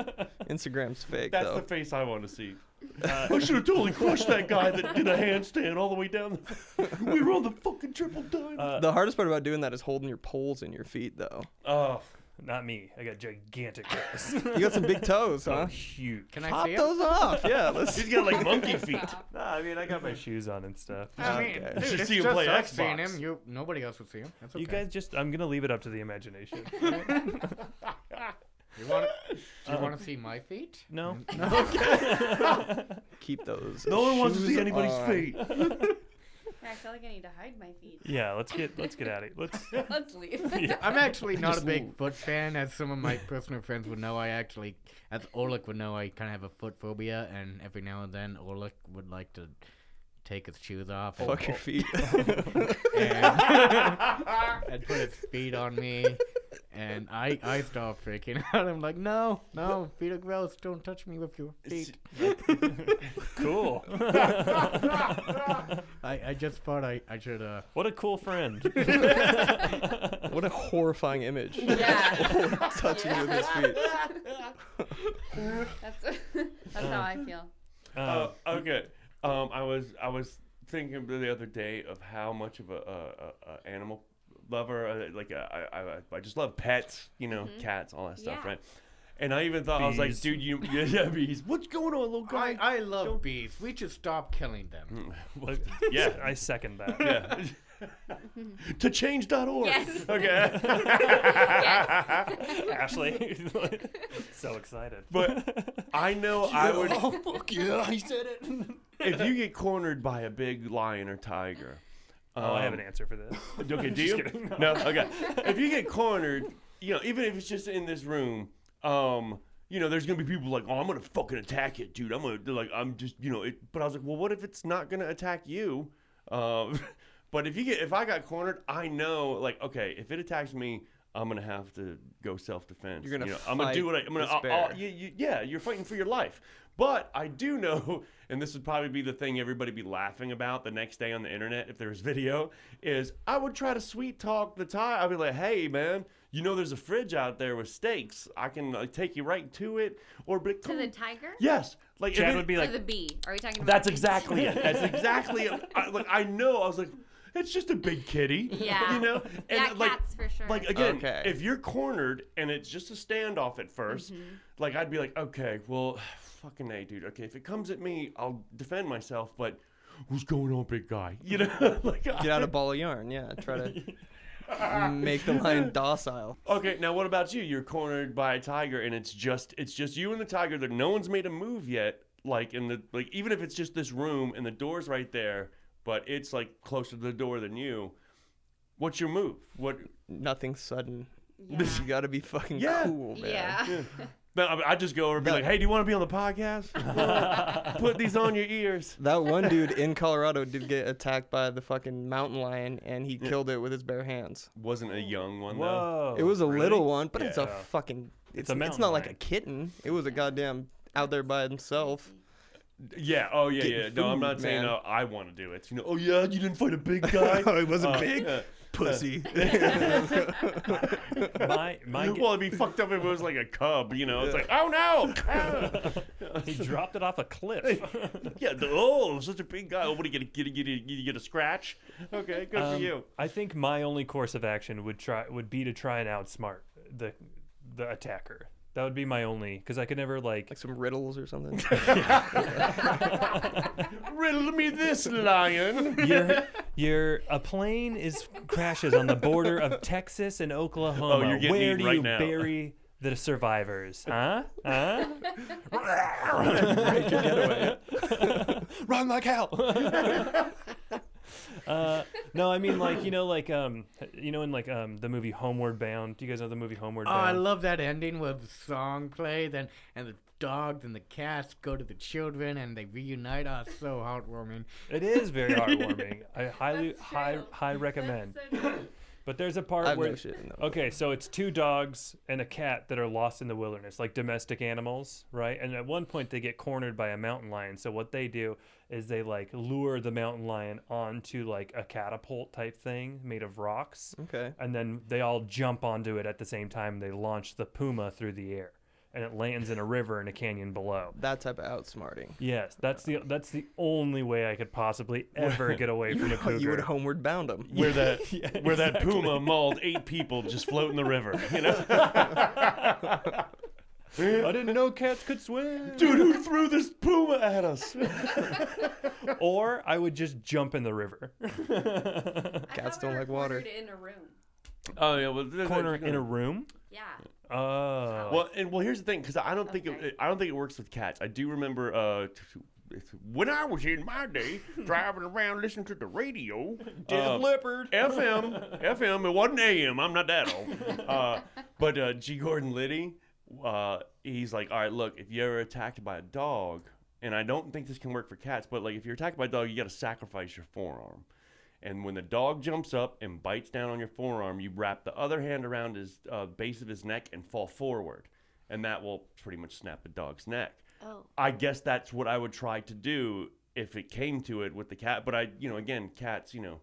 [SPEAKER 8] Instagram's fake
[SPEAKER 2] That's
[SPEAKER 8] though.
[SPEAKER 2] the face I want to see. Uh, I should have totally crushed that guy that did a handstand all the way down. The, we were on the fucking triple diamond.
[SPEAKER 1] Uh,
[SPEAKER 8] the hardest part about doing that is holding your poles in your feet though.
[SPEAKER 2] oh,
[SPEAKER 1] Not me. I got gigantic toes.
[SPEAKER 8] You got some big toes,
[SPEAKER 2] Oh,
[SPEAKER 1] so
[SPEAKER 8] huh?
[SPEAKER 1] huge.
[SPEAKER 3] Can I
[SPEAKER 8] Pop
[SPEAKER 3] see 'em?
[SPEAKER 8] those off. Yeah, let's
[SPEAKER 2] he's got like monkey feet.
[SPEAKER 1] Nah, I mean, I got my shoes on and stuff.
[SPEAKER 3] I mean,
[SPEAKER 8] Okay.
[SPEAKER 3] dude,
[SPEAKER 2] Should
[SPEAKER 3] it's
[SPEAKER 2] see him
[SPEAKER 3] just
[SPEAKER 2] play
[SPEAKER 3] us seeing
[SPEAKER 2] Xbox.
[SPEAKER 3] him. You, nobody else would see him. That's okay.
[SPEAKER 1] You guys just, I'm going to leave it up to the imagination.
[SPEAKER 3] You want? Do you want to see my feet?
[SPEAKER 1] No?
[SPEAKER 8] keep those.
[SPEAKER 2] No one wants to
[SPEAKER 8] shoes
[SPEAKER 2] see anybody's
[SPEAKER 8] on.
[SPEAKER 2] feet.
[SPEAKER 7] I feel like I need to hide my feet.
[SPEAKER 1] Yeah, let's get, let's get out of here. Let's,
[SPEAKER 7] Let's leave.
[SPEAKER 3] I'm actually not a
[SPEAKER 8] Just
[SPEAKER 3] big
[SPEAKER 8] little-
[SPEAKER 3] foot fan, as some of my personal friends would know. I actually, as Orlick would know, I kind of have a foot phobia, and every now and then Orlick would like to take his shoes off and,
[SPEAKER 8] Fuck your feet.
[SPEAKER 3] and, and put his feet on me, and I I start freaking out. I'm like, no, no, feet are gross. Don't touch me with your feet.
[SPEAKER 1] cool.
[SPEAKER 3] I, I just thought I I should uh.
[SPEAKER 1] what a cool friend.
[SPEAKER 8] what a horrifying image.
[SPEAKER 7] yeah.
[SPEAKER 8] Touching you with his feet.
[SPEAKER 7] That's, that's how I feel.
[SPEAKER 1] Uh,
[SPEAKER 2] Uh, okay. Um, I was I was thinking the other day of how much of a, a, a, a animal lover uh, like uh, I, I I- I just love pets, you know, cats, all that stuff,
[SPEAKER 7] Yeah.
[SPEAKER 2] right? And I even thought I was like,
[SPEAKER 1] Mm-hmm. Bees.
[SPEAKER 2] dude, you yeah, yeah, bees. What's going on, little
[SPEAKER 3] I,
[SPEAKER 2] guy?
[SPEAKER 3] I love bees. We should stop killing them.
[SPEAKER 1] Like,
[SPEAKER 2] Yeah.
[SPEAKER 1] I second that.
[SPEAKER 2] yeah. to change.org.
[SPEAKER 7] Yes.
[SPEAKER 2] Okay.
[SPEAKER 1] Ashley, so excited.
[SPEAKER 2] But I know I would
[SPEAKER 8] Oh, fuck yeah, I said it.
[SPEAKER 2] if you get cornered by a big lion or tiger.
[SPEAKER 1] oh, I have
[SPEAKER 2] um,
[SPEAKER 1] an answer for this.
[SPEAKER 2] Okay, do
[SPEAKER 1] Just
[SPEAKER 2] you?
[SPEAKER 1] kidding.
[SPEAKER 2] No. Okay. If you get cornered, you know, even if it's just in this room, um, you know, there's gonna be people like, oh, I'm gonna fucking attack it, dude. I'm gonna they're like, I'm just, you know, it. But I was like, well, what if it's not gonna attack you? Um, but if you get, if I got cornered, I know, like, okay, if it attacks me. I'm gonna have to go self-defense.
[SPEAKER 8] You're gonna
[SPEAKER 2] you know, I'm gonna do
[SPEAKER 8] fight
[SPEAKER 2] what I, I'm gonna.
[SPEAKER 8] this
[SPEAKER 2] I'll- I'll-
[SPEAKER 8] bear.
[SPEAKER 2] you, you, yeah, you're fighting for your life. But I do know, and this would probably be the thing everybody be laughing about the next day on the internet if there was video, is I would try to sweet talk the tie. I'd be like, hey, man, you know there's a fridge out there with steaks. I can like, take you right to it. Or be like,
[SPEAKER 7] To the
[SPEAKER 2] "Come-"
[SPEAKER 7] tiger?
[SPEAKER 2] Yes. Like, if
[SPEAKER 1] Chad
[SPEAKER 2] it-
[SPEAKER 1] would be
[SPEAKER 7] Or
[SPEAKER 1] like,
[SPEAKER 7] the bee? Are we talking about
[SPEAKER 1] that's
[SPEAKER 7] bees?
[SPEAKER 1] exactly it.
[SPEAKER 2] That's exactly it. I, like, I know. I was like, it's just a big kitty.
[SPEAKER 7] Yeah.
[SPEAKER 2] You know? uh,
[SPEAKER 7] Yeah,
[SPEAKER 2] like,
[SPEAKER 7] cats for sure.
[SPEAKER 2] like again,
[SPEAKER 8] Okay.
[SPEAKER 2] if you're cornered and it's just a standoff at 1st like I'd be like, okay, well, fucking a, dude. Okay, if it comes at me, I'll defend myself. But what's going on, big guy? You know, like
[SPEAKER 8] Get out a ball of yarn. Yeah, try to make the lion docile.
[SPEAKER 2] okay. Now, what about you? You're cornered by a tiger, and it's just it's just you and the tiger. That no one's made a move yet. Like in the like, even if it's just this room and the door's right there, but it's like closer to the door than you. What's your move? What?
[SPEAKER 8] Nothing sudden.
[SPEAKER 7] Yeah.
[SPEAKER 8] You gotta be fucking
[SPEAKER 2] Yeah.
[SPEAKER 8] cool, man.
[SPEAKER 7] Yeah.
[SPEAKER 2] No, I, mean, I just go over and be
[SPEAKER 8] No.
[SPEAKER 2] like, "Hey, do you want to be on the podcast? Put these on your ears."
[SPEAKER 8] That one dude in Colorado did get attacked by the fucking mountain lion, and he killed it with his bare hands.
[SPEAKER 2] Wasn't a young one though.
[SPEAKER 1] Whoa.
[SPEAKER 8] it was a little
[SPEAKER 2] really?
[SPEAKER 8] one, but it's a
[SPEAKER 1] Oh, Yeah.
[SPEAKER 8] fucking. It's,
[SPEAKER 1] a
[SPEAKER 8] it's,
[SPEAKER 1] mountain
[SPEAKER 8] not like a
[SPEAKER 1] lion.
[SPEAKER 8] kitten. It was a goddamn out there by himself.
[SPEAKER 2] Yeah. Oh yeah.
[SPEAKER 8] Getting
[SPEAKER 2] Yeah. no, I'm
[SPEAKER 8] food,
[SPEAKER 2] not saying
[SPEAKER 8] man.
[SPEAKER 2] uh, I want to do it. You know. Oh yeah. You didn't fight a big guy.
[SPEAKER 8] Oh, it wasn't
[SPEAKER 2] Uh,
[SPEAKER 8] big?
[SPEAKER 2] yeah.
[SPEAKER 8] Pussy.
[SPEAKER 1] my my g-
[SPEAKER 2] well, it'd be fucked up if it was like a cub. You know. It's like, oh no. Ah."
[SPEAKER 1] he dropped it off a cliff.
[SPEAKER 2] yeah. The, oh, such a big guy. Oh, what do you get? Get get get, you get a scratch? Okay. Good
[SPEAKER 1] Um,
[SPEAKER 2] for you.
[SPEAKER 1] I think my only course of action would try would be to try and outsmart the the attacker. That would be my only because I could never like
[SPEAKER 8] like some riddles or something.
[SPEAKER 2] Riddle me this, lion.
[SPEAKER 1] your your a plane is crashes on the border of Texas and Oklahoma.
[SPEAKER 2] Oh, you're getting
[SPEAKER 1] Where
[SPEAKER 2] eaten
[SPEAKER 1] do
[SPEAKER 2] right
[SPEAKER 1] you
[SPEAKER 2] now.
[SPEAKER 1] bury the survivors? Huh? Huh? Run like hell. uh, no, I mean like you know like um you know in like um the movie Homeward Bound. Do you guys know the movie Homeward
[SPEAKER 3] Oh,
[SPEAKER 1] Bound?
[SPEAKER 3] I love that ending where the song plays and, and the dogs and the cats go to the children and they reunite. Oh, it's so heartwarming.
[SPEAKER 1] It is very heartwarming. I highly
[SPEAKER 7] That's
[SPEAKER 1] high
[SPEAKER 7] true.
[SPEAKER 1] high recommend. But there's a part
[SPEAKER 8] I have
[SPEAKER 1] where
[SPEAKER 8] no shit. in that.
[SPEAKER 1] Okay, so it's two dogs and a cat that are lost in the wilderness, like domestic animals, right? And at one point they get cornered by a mountain lion. So what they do is they like lure the mountain lion onto like a catapult type thing made of rocks.
[SPEAKER 8] Okay.
[SPEAKER 1] And then they all jump onto it at the same time. They launch the puma through the air. And it lands in a river in a canyon below.
[SPEAKER 8] That type of outsmarting.
[SPEAKER 1] Yes, that's the that's the only way I could possibly ever get away from a cougar.
[SPEAKER 8] You would homeward bound him.
[SPEAKER 2] Where that where that puma mauled eight people just floating the river. You know.
[SPEAKER 1] I didn't know cats could swim.
[SPEAKER 2] Dude, who threw this puma at us?
[SPEAKER 1] Or I would just jump in the river.
[SPEAKER 8] Cats don't like water.
[SPEAKER 7] In a room.
[SPEAKER 2] Oh yeah, well,
[SPEAKER 1] Corner in a room.
[SPEAKER 7] Yeah.
[SPEAKER 1] Oh.
[SPEAKER 2] Well, and well, here's the thing, because I don't think
[SPEAKER 7] Okay.
[SPEAKER 2] it, I don't think it works with cats. I do remember uh, t- t- it's- when I was in my day driving around listening to the radio,
[SPEAKER 1] Oh.
[SPEAKER 2] uh,
[SPEAKER 1] leopard.
[SPEAKER 2] FM, FM. It wasn't AM. I'm not that old. Uh, but uh, G. Gordon Liddy, uh, he's like, all right, look, if you're ever attacked by a dog, and I don't think this can work for cats, but like if you're attacked by a dog, you got to sacrifice your forearm. And when the dog jumps up and bites down on your forearm, you wrap the other hand around his uh, base of his neck and fall forward, and that will pretty much snap the dog's neck.
[SPEAKER 7] Oh.
[SPEAKER 2] I guess that's what I would try to do if it came to it with the cat. But I, you know, again, cats, you know,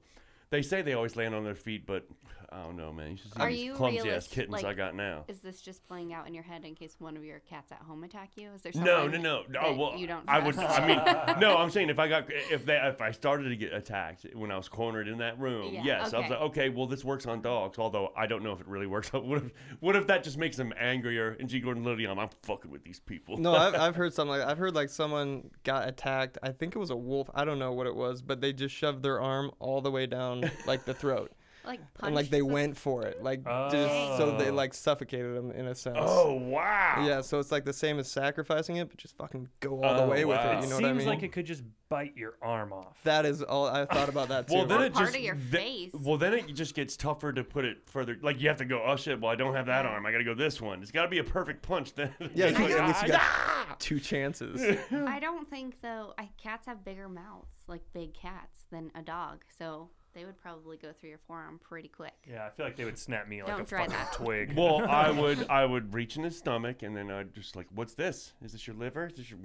[SPEAKER 2] they say they always land on their feet, but I don't know, man. You should see
[SPEAKER 7] Are
[SPEAKER 2] these
[SPEAKER 7] you
[SPEAKER 2] clumsy ass
[SPEAKER 7] realist-
[SPEAKER 2] kittens
[SPEAKER 7] like-
[SPEAKER 2] I got now.
[SPEAKER 7] Is this just playing out in your head in case one of your cats at home attack you? Is there something
[SPEAKER 2] No, no, no. Oh
[SPEAKER 7] that
[SPEAKER 2] well,
[SPEAKER 7] you don't
[SPEAKER 2] I would.
[SPEAKER 7] trust?
[SPEAKER 2] I mean, no. I'm saying if I got if they if I started to get attacked when I was cornered in that room,
[SPEAKER 7] Yeah,
[SPEAKER 2] yes, I was
[SPEAKER 7] okay.
[SPEAKER 2] like, okay, well, this works on dogs. Although I don't know if it really works. What if what if that just makes them angrier? And G. Gordon Liddy, I'm, I'm fucking with these people.
[SPEAKER 8] No, I've, I've heard something like I've heard like someone got attacked. I think it was a wolf. I don't know what it was, but they just shoved their arm all the way down like the throat,
[SPEAKER 7] like punch
[SPEAKER 8] and like they went for it, like just so they
[SPEAKER 1] Oh.
[SPEAKER 8] like suffocated them in a sense.
[SPEAKER 2] Oh wow.
[SPEAKER 8] Yeah, so it's like the same as sacrificing it, but just fucking go all
[SPEAKER 2] Oh,
[SPEAKER 8] the way
[SPEAKER 2] wow.
[SPEAKER 8] with it. You know
[SPEAKER 1] Seems
[SPEAKER 8] what I mean?
[SPEAKER 1] like it could just bite your arm off.
[SPEAKER 8] that is all I thought about that too.
[SPEAKER 2] Well, then
[SPEAKER 7] Or
[SPEAKER 2] it
[SPEAKER 7] part
[SPEAKER 2] just
[SPEAKER 7] of your
[SPEAKER 2] th-
[SPEAKER 7] face.
[SPEAKER 2] well then it just gets tougher to put it further. Like you have to go, oh shit, well I don't have that arm. I got to go this one. It's got to be a perfect punch then.
[SPEAKER 8] yeah,
[SPEAKER 2] It's
[SPEAKER 8] you,
[SPEAKER 2] like,
[SPEAKER 8] at least you
[SPEAKER 2] "Ah,
[SPEAKER 8] got two chances.
[SPEAKER 7] I don't think though. I, cats have bigger mouths, like big cats, than a dog, so they would probably go through your forearm pretty quick.
[SPEAKER 1] Yeah, I feel like they would snap me like a
[SPEAKER 7] Don't try
[SPEAKER 1] fucking
[SPEAKER 7] that.
[SPEAKER 1] twig.
[SPEAKER 2] Well, I would I would reach in his stomach and then I'd just like, what's this? Is this your liver? Is this your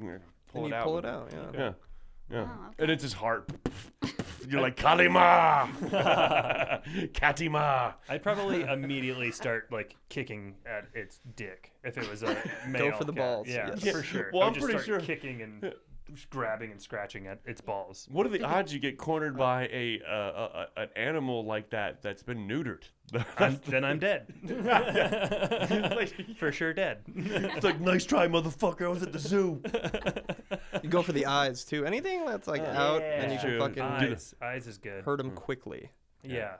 [SPEAKER 2] pull
[SPEAKER 8] and
[SPEAKER 2] it
[SPEAKER 8] you
[SPEAKER 2] out?
[SPEAKER 8] pull
[SPEAKER 2] with-
[SPEAKER 8] it out. Yeah.
[SPEAKER 2] Yeah. Yeah.
[SPEAKER 7] Oh, okay.
[SPEAKER 2] And it's his heart. You're like Kalima, Katima.
[SPEAKER 1] I'd probably immediately start like kicking at its dick if it was a male.
[SPEAKER 8] for the
[SPEAKER 1] cat.
[SPEAKER 8] balls,
[SPEAKER 1] Yeah,
[SPEAKER 8] yes.
[SPEAKER 2] Yeah,
[SPEAKER 1] for sure.
[SPEAKER 2] well,
[SPEAKER 1] I would
[SPEAKER 2] I'm
[SPEAKER 1] just
[SPEAKER 2] pretty
[SPEAKER 1] start
[SPEAKER 2] sure-
[SPEAKER 1] kicking and grabbing and scratching at its balls.
[SPEAKER 2] What are the odds you get cornered by a, uh, a, a an animal like that that's been neutered?
[SPEAKER 1] I'm, then I'm dead. for sure, dead.
[SPEAKER 2] It's like, nice try, motherfucker. I was at the zoo.
[SPEAKER 8] You go for the eyes too. Anything that's like out
[SPEAKER 1] Oh,
[SPEAKER 8] and you
[SPEAKER 1] yeah.
[SPEAKER 8] can
[SPEAKER 2] True.
[SPEAKER 8] fucking
[SPEAKER 1] Eyes, eyes is good.
[SPEAKER 8] hurt them quickly.
[SPEAKER 1] Yeah.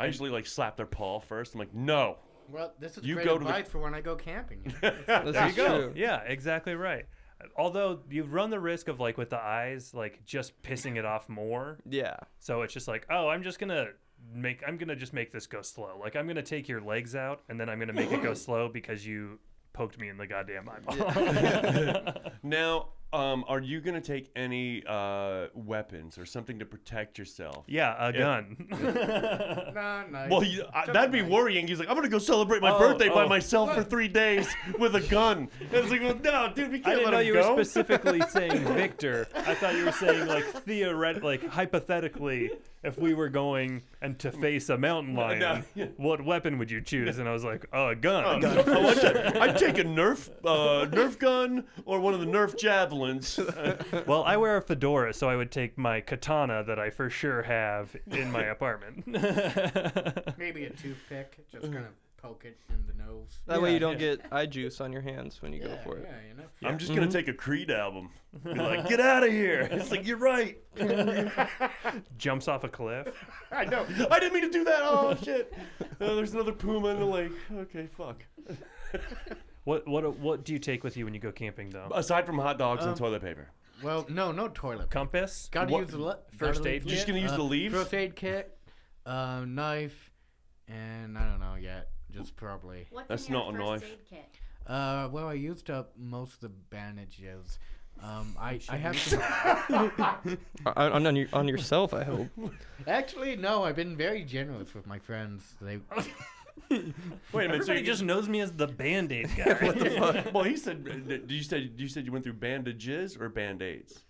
[SPEAKER 2] I usually like slap their paw first. I'm like, no.
[SPEAKER 3] Well, this is
[SPEAKER 2] You
[SPEAKER 3] great
[SPEAKER 2] go to the-
[SPEAKER 3] advice for when I go camping.
[SPEAKER 8] This there is true.
[SPEAKER 1] Yeah, exactly right. Although you run the risk of like with the eyes, like just pissing it off more.
[SPEAKER 8] Yeah.
[SPEAKER 1] So it's just like, oh, I'm just gonna make, I'm gonna just make this go slow. Like I'm gonna take your legs out, and then I'm gonna make it go slow because you poked me in the goddamn eyeball.
[SPEAKER 2] Now, um, are you gonna take any uh, weapons or something to protect yourself?
[SPEAKER 1] yeah, a gun.
[SPEAKER 3] Nah, nice.
[SPEAKER 2] Well, you, I, that'd be worrying. He's like, I'm gonna go celebrate my
[SPEAKER 1] Oh,
[SPEAKER 2] birthday by
[SPEAKER 1] oh.
[SPEAKER 2] myself for three days with a gun. And it's like, well, no, dude, we
[SPEAKER 1] I
[SPEAKER 2] can't
[SPEAKER 1] didn't
[SPEAKER 2] let
[SPEAKER 1] know
[SPEAKER 2] him
[SPEAKER 1] you
[SPEAKER 2] go.
[SPEAKER 1] were specifically saying Victor. I thought you were saying like theoret, like hypothetically, if we were going and to face a mountain lion,
[SPEAKER 2] yeah.
[SPEAKER 1] what weapon would you choose? And I was like, a gun.
[SPEAKER 2] I want Oh, that. I'd take a Nerf, uh, Nerf gun or one of the Nerf javelins. Uh,
[SPEAKER 1] well, I wear a fedora, so I would take my katana that I for sure have in my apartment.
[SPEAKER 3] Maybe a toothpick, just kind of poke it in the nose.
[SPEAKER 8] That way you don't get eye juice on your hands when you go for it.
[SPEAKER 3] Yeah, you know.
[SPEAKER 2] I'm just gonna take a Creed album. Be like, get out of here. It's like you're right.
[SPEAKER 1] Jumps off a cliff.
[SPEAKER 2] I know. I didn't mean to do that. Oh shit. Uh, there's another puma in the lake. Okay, fuck.
[SPEAKER 1] What what what do you take with you when you go camping though?
[SPEAKER 2] Aside from hot dogs
[SPEAKER 1] Um,
[SPEAKER 2] and toilet paper.
[SPEAKER 3] Well, no, no toilet.
[SPEAKER 1] Compass.
[SPEAKER 3] Gotta
[SPEAKER 2] What-
[SPEAKER 3] use the le-
[SPEAKER 1] First
[SPEAKER 3] gotta
[SPEAKER 1] aid
[SPEAKER 3] leave
[SPEAKER 1] kit?
[SPEAKER 2] Just gonna use
[SPEAKER 3] uh,
[SPEAKER 2] the leaves?
[SPEAKER 3] First aid kit, uh, knife, and I don't know yet. Just probably.
[SPEAKER 7] What's
[SPEAKER 2] That's
[SPEAKER 7] in your
[SPEAKER 2] not a
[SPEAKER 7] first
[SPEAKER 2] knife.
[SPEAKER 7] aid kit?
[SPEAKER 3] Uh, well, I used up most of the bandages. Um, I, I have some,
[SPEAKER 8] On, on, on, your, on yourself, I hope.
[SPEAKER 3] actually no. I've been very generous with my friends. They
[SPEAKER 2] Wait a minute. so
[SPEAKER 1] Everybody
[SPEAKER 2] you-
[SPEAKER 1] just knows me as the band-aid guy.
[SPEAKER 2] well, he said. uh, Did you said you said you went through bandages or band aids?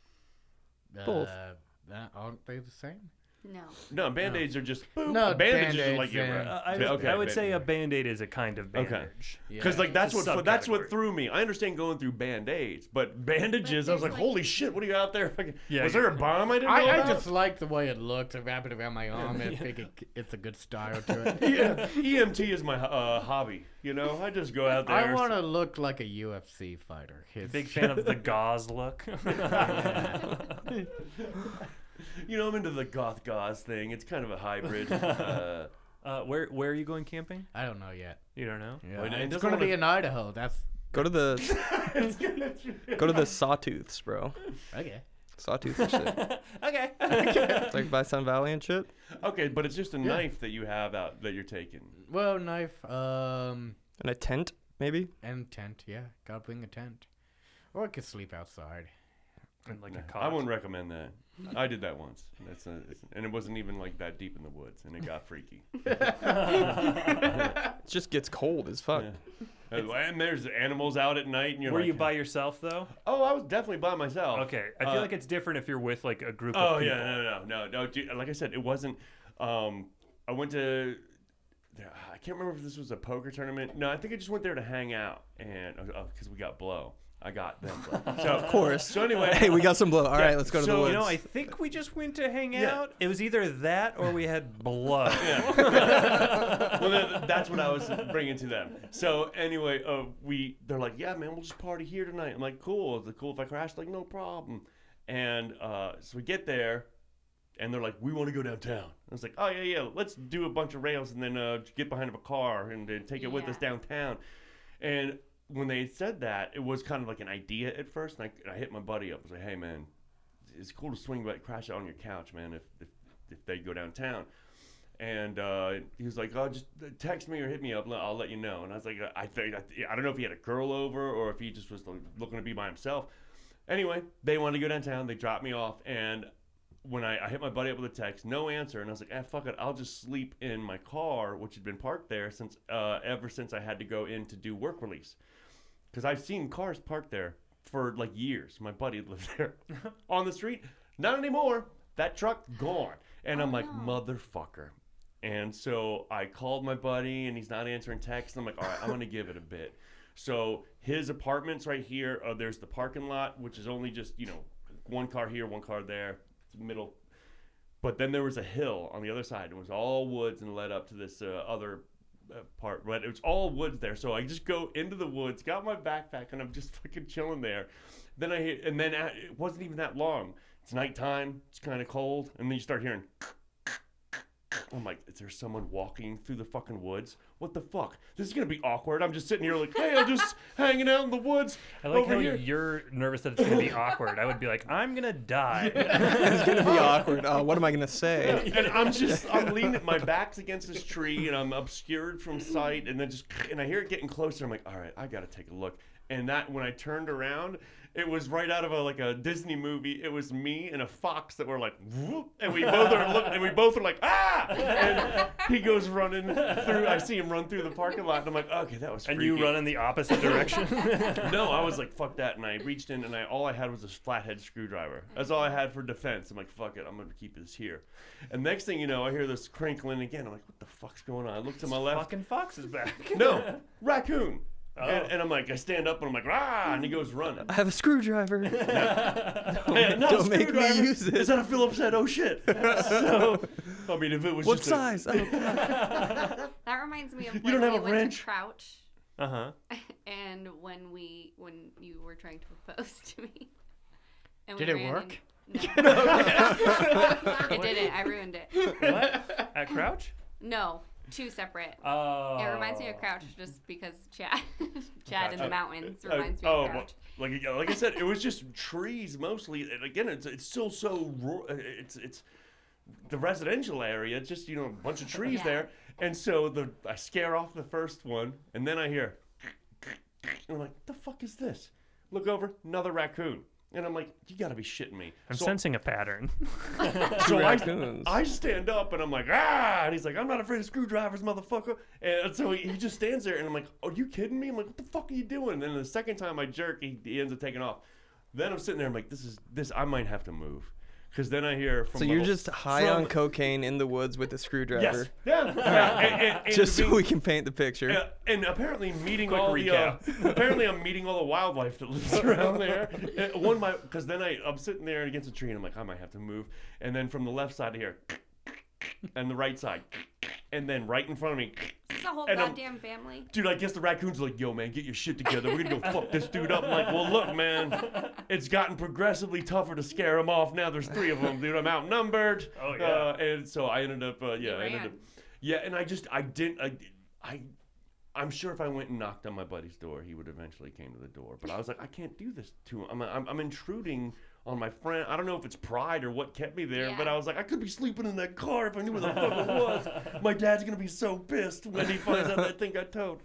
[SPEAKER 8] Both.
[SPEAKER 3] Uh, that- aren't they the same?
[SPEAKER 7] No.
[SPEAKER 2] No, band aids are just boop.
[SPEAKER 3] No,
[SPEAKER 2] bandages are
[SPEAKER 3] Band-Aids
[SPEAKER 2] like you're
[SPEAKER 3] and-
[SPEAKER 1] Uh, I,
[SPEAKER 2] Yeah,
[SPEAKER 1] would-
[SPEAKER 2] okay,
[SPEAKER 1] I would
[SPEAKER 2] band-
[SPEAKER 1] say a band-aid is a kind of
[SPEAKER 2] Okay.
[SPEAKER 1] bandage.
[SPEAKER 2] Because like that's
[SPEAKER 1] It's a
[SPEAKER 2] what that's what
[SPEAKER 1] subcategory.
[SPEAKER 2] threw me. I understand going through band aids, but bandages. I was
[SPEAKER 7] there's,
[SPEAKER 2] like,
[SPEAKER 7] like-
[SPEAKER 2] holy shit, what are you out there? fucking-
[SPEAKER 1] Yeah,
[SPEAKER 2] was
[SPEAKER 1] you-
[SPEAKER 2] there a bomb I didn't know
[SPEAKER 3] I, I
[SPEAKER 2] about?
[SPEAKER 3] just like the way it looked. I wrap it around my arm and think it, it's a good style to it.
[SPEAKER 2] yeah, EMT E is my uh, hobby. You know, I just go out there.
[SPEAKER 3] I want to look like a UFC fighter. It's-
[SPEAKER 1] Big fan of the gauze look.
[SPEAKER 2] You know, I'm into the goth gauze thing. It's kind of a hybrid. uh,
[SPEAKER 1] uh, where where are you going camping?
[SPEAKER 3] I don't know yet.
[SPEAKER 1] You don't know.
[SPEAKER 3] Yeah,
[SPEAKER 2] Well, it
[SPEAKER 3] it's
[SPEAKER 2] doesn't
[SPEAKER 3] going to
[SPEAKER 2] wanna-
[SPEAKER 3] be in Idaho. That's
[SPEAKER 8] Go to the go to the sawtooths, bro.
[SPEAKER 3] okay.
[SPEAKER 8] Sawtooth and shit.
[SPEAKER 1] Okay.
[SPEAKER 8] It's like by Sun Valley and shit.
[SPEAKER 2] okay, but it's just a knife that you have out that you're taking.
[SPEAKER 3] Well, knife, um,
[SPEAKER 8] And a tent, maybe.
[SPEAKER 3] and tent. Yeah, gotta bring a tent, or I could sleep outside.
[SPEAKER 1] and like a cot.
[SPEAKER 2] I wouldn't recommend that. I did that once. That's a, and it wasn't even like that deep in the woods, and it got freaky. Uh,
[SPEAKER 8] It just gets cold as fuck.
[SPEAKER 2] Yeah. and there's animals out at night, and you're
[SPEAKER 1] Were
[SPEAKER 2] like,
[SPEAKER 1] you by yourself though?
[SPEAKER 2] Oh, I was definitely by myself.
[SPEAKER 1] Okay. I feel
[SPEAKER 2] Uh,
[SPEAKER 1] like it's different if you're with like a group
[SPEAKER 2] Oh
[SPEAKER 1] of people.
[SPEAKER 2] yeah, no, no, no, no. Dude, like I said, it wasn't. Um, I went to. I can't remember if this was a poker tournament. No, I think I just went there to hang out, and because we got blow, I got them. Blow. So of
[SPEAKER 8] course.
[SPEAKER 2] So anyway,
[SPEAKER 8] Hey, we got some blow. All
[SPEAKER 2] Yeah,
[SPEAKER 8] right, let's go to the
[SPEAKER 2] so,
[SPEAKER 8] woods.
[SPEAKER 1] You know, I think we just went to hang
[SPEAKER 2] Yeah.
[SPEAKER 1] out. It was either that or we had blood.
[SPEAKER 2] well, that, that's what I was bringing to them. So anyway, uh, we they're like, yeah, man, we'll just party here tonight. I'm like, cool. Is it cool if I crash? Like, no problem. And uh, so we get there, and they're like, we want to go downtown. I was like, oh yeah, yeah, let's do a bunch of rails and then uh, get behind a car and then take it with
[SPEAKER 7] Yeah.
[SPEAKER 2] us downtown. And when they said that, it was kind of like an idea at first, and I, I hit my buddy up. I was like, hey man, it's cool to swing back, crash out on your couch, man. If if, if they go downtown, and uh, he was like, "Oh, just text me or hit me up. I'll let you know." And I was like, "I think I, th- I don't know if he had a girl over or if he just was like, looking to be by himself." Anyway, they wanted to go downtown. They dropped me off, and when I, I hit my buddy up with a text, no answer, and I was like, "Ah, fuck it. I'll just sleep in my car, which had been parked there since uh, ever since I had to go in to do work release." because I've seen cars parked there for like years. My buddy lived there on the street. Not anymore. That truck gone. And I'm like, motherfucker. And so I called my buddy, and he's not answering texts. I'm like, all right, I'm gonna give it a bit. So his apartment's right here. Uh, there's the parking lot, which is only just you know one car here, one car there, middle. But then there was a hill on the other side. It was all woods and led up to this uh, other uh, part, but it was all woods there. So I just go into the woods, got my backpack, and I'm just fucking chilling there. Then I hear, and then a it wasn't even that long. It's nighttime, it's kind of cold, and then you start hearing, I'm like, is there someone walking through the fucking woods? What the fuck? This is gonna be awkward. I'm just sitting here like, hey, I'm just hanging out in the woods
[SPEAKER 1] I like
[SPEAKER 2] over
[SPEAKER 1] how
[SPEAKER 2] here.
[SPEAKER 1] you're nervous that it's gonna be awkward. I would be like, I'm gonna die.
[SPEAKER 8] It's gonna be awkward. Oh, what am I gonna say?
[SPEAKER 2] and I'm just I'm leaning my back's against this tree and I'm obscured from sight and then just and I hear it getting closer. I'm like, all right, I gotta take a look. And that when I turned around, it was right out of a like a Disney movie. It was me and a fox that were like whoop and we both are looking and we both are like ah and he goes running through I see him run through the parking lot and I'm like, okay, that was
[SPEAKER 1] and you
[SPEAKER 2] freaky."
[SPEAKER 1] run in the opposite direction.
[SPEAKER 2] no, I was like, fuck that, and I reached in, and I all I had was this flathead screwdriver. That's all I had for defense. I'm like, fuck it, I'm gonna keep this here. And next thing you know, I hear this crinkling again. I'm like, what the fuck's going on? I look to my left.
[SPEAKER 1] Fucking fox is back.
[SPEAKER 2] No, raccoon.
[SPEAKER 8] Oh.
[SPEAKER 2] And, and I'm like, I stand up, and I'm like, rah, and he goes running.
[SPEAKER 8] I have a screwdriver.
[SPEAKER 2] Hey, not a
[SPEAKER 8] don't make me
[SPEAKER 2] screwdriver.
[SPEAKER 8] use it.
[SPEAKER 2] Is that a Phillips head? Oh shit. so, I mean, if it was
[SPEAKER 8] What
[SPEAKER 2] just
[SPEAKER 8] size? Oh, I don't know.
[SPEAKER 7] That reminds me of when
[SPEAKER 2] You don't have
[SPEAKER 7] we
[SPEAKER 2] a
[SPEAKER 7] went
[SPEAKER 2] wrench?
[SPEAKER 7] to Crouch
[SPEAKER 2] uh huh.
[SPEAKER 7] and when we when you were trying to propose to me. And
[SPEAKER 3] Did it
[SPEAKER 7] ran
[SPEAKER 3] work?
[SPEAKER 7] in- No. it didn't. I ruined it.
[SPEAKER 1] What? At Crouch?
[SPEAKER 7] No, two separate.
[SPEAKER 1] Oh.
[SPEAKER 7] It reminds me of Crouch just because Chad, Chad in the mountains
[SPEAKER 2] Uh,
[SPEAKER 7] reminds me
[SPEAKER 2] oh,
[SPEAKER 7] of
[SPEAKER 2] well,
[SPEAKER 7] Crouch.
[SPEAKER 2] like yeah, like I said, it was just trees mostly. And again, it's it's still so ru- uh, it's it's the residential area, it's just you know a bunch of trees
[SPEAKER 7] Yeah.
[SPEAKER 2] there, and so the I scare off the first one, and then I hear, and I'm like, the fuck is this? Look over, another raccoon, and I'm like, you gotta be shitting me.
[SPEAKER 1] I'm
[SPEAKER 2] So-
[SPEAKER 1] sensing a pattern.
[SPEAKER 2] so I,
[SPEAKER 8] raccoons.
[SPEAKER 2] I stand up and I'm like, ah, and he's like, I'm not afraid of screwdrivers, motherfucker. And so he, he just stands there and I'm like, are you kidding me? I'm like, what the fuck are you doing? And then the second time I jerk, he, he ends up taking off. Then I'm sitting there, I'm like, this is this. I might have to move, because then I hear from
[SPEAKER 8] So you're
[SPEAKER 2] level-
[SPEAKER 8] just high
[SPEAKER 2] from-
[SPEAKER 8] on cocaine in the woods with a
[SPEAKER 2] yes,
[SPEAKER 8] screwdriver.
[SPEAKER 2] yeah, yeah. And- and- and
[SPEAKER 8] Just so
[SPEAKER 2] being-
[SPEAKER 8] we can paint the picture.
[SPEAKER 2] uh, and apparently meeting
[SPEAKER 1] Quick
[SPEAKER 2] all
[SPEAKER 1] recap.
[SPEAKER 2] the uh, apparently I'm meeting all the wildlife that lives around there. Uh, one my because then I I'm sitting there against a tree and I'm like I might have to move. And then from the left side here, and the right side, and then right in front of me,
[SPEAKER 7] It's a whole
[SPEAKER 2] and I'm-
[SPEAKER 7] goddamn family.
[SPEAKER 2] dude. I guess the raccoons are like, yo man, get your shit together. We're gonna go fuck this dude up. I'm like, well look man, it's gotten progressively tougher to scare him off. Now there's three of them, dude. I'm outnumbered.
[SPEAKER 1] Oh, yeah.
[SPEAKER 2] Uh, and so I ended up uh, yeah I ended
[SPEAKER 7] ran.
[SPEAKER 2] up yeah and I just I didn't I. I I'm sure if I went and knocked on my buddy's door, he would eventually came to the door. But I was like, I can't do this to him. I'm, I'm, I'm intruding on my friend. I don't know if it's pride or what kept me there, but
[SPEAKER 7] Yeah.
[SPEAKER 2] I was like, I could be sleeping in that car if I knew where the fuck it was. My dad's gonna be so pissed when he finds out that thing got towed.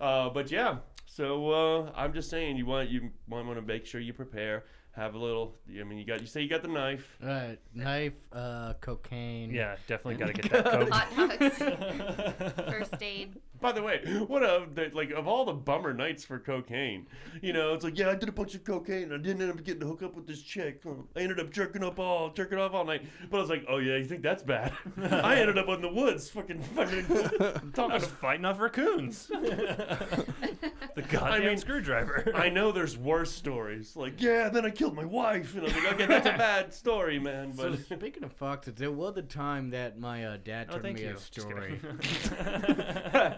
[SPEAKER 2] Uh, but yeah, so uh, I'm just saying, you want you might want to make sure you prepare. Have a little. I mean, you got you say you got the knife.
[SPEAKER 3] Right. Knife, uh, cocaine.
[SPEAKER 1] Yeah, definitely gotta get that coat.
[SPEAKER 7] Hot dogs. First aid.
[SPEAKER 2] By the way, what a the, like of all the bummer nights for cocaine. You know, it's like yeah, I did a bunch of cocaine. I didn't end up getting to hook up with this chick. Oh, I ended up jerking up all jerking off all night. But I was like, oh yeah, you think that's bad? I ended up in the woods, fucking fucking
[SPEAKER 1] I
[SPEAKER 2] talking.
[SPEAKER 1] was
[SPEAKER 2] to-
[SPEAKER 1] fighting off raccoons. the goddamn
[SPEAKER 2] mean,
[SPEAKER 1] screwdriver.
[SPEAKER 2] I know there's worse stories. Like yeah, then I killed my wife, and I'm like, okay, that's a bad story, man.
[SPEAKER 3] So
[SPEAKER 2] But
[SPEAKER 3] speaking of foxes, there was a time that my uh, dad
[SPEAKER 1] oh,
[SPEAKER 3] told
[SPEAKER 1] thank
[SPEAKER 3] me
[SPEAKER 1] you.
[SPEAKER 3] a
[SPEAKER 1] Just kidding.
[SPEAKER 3] story.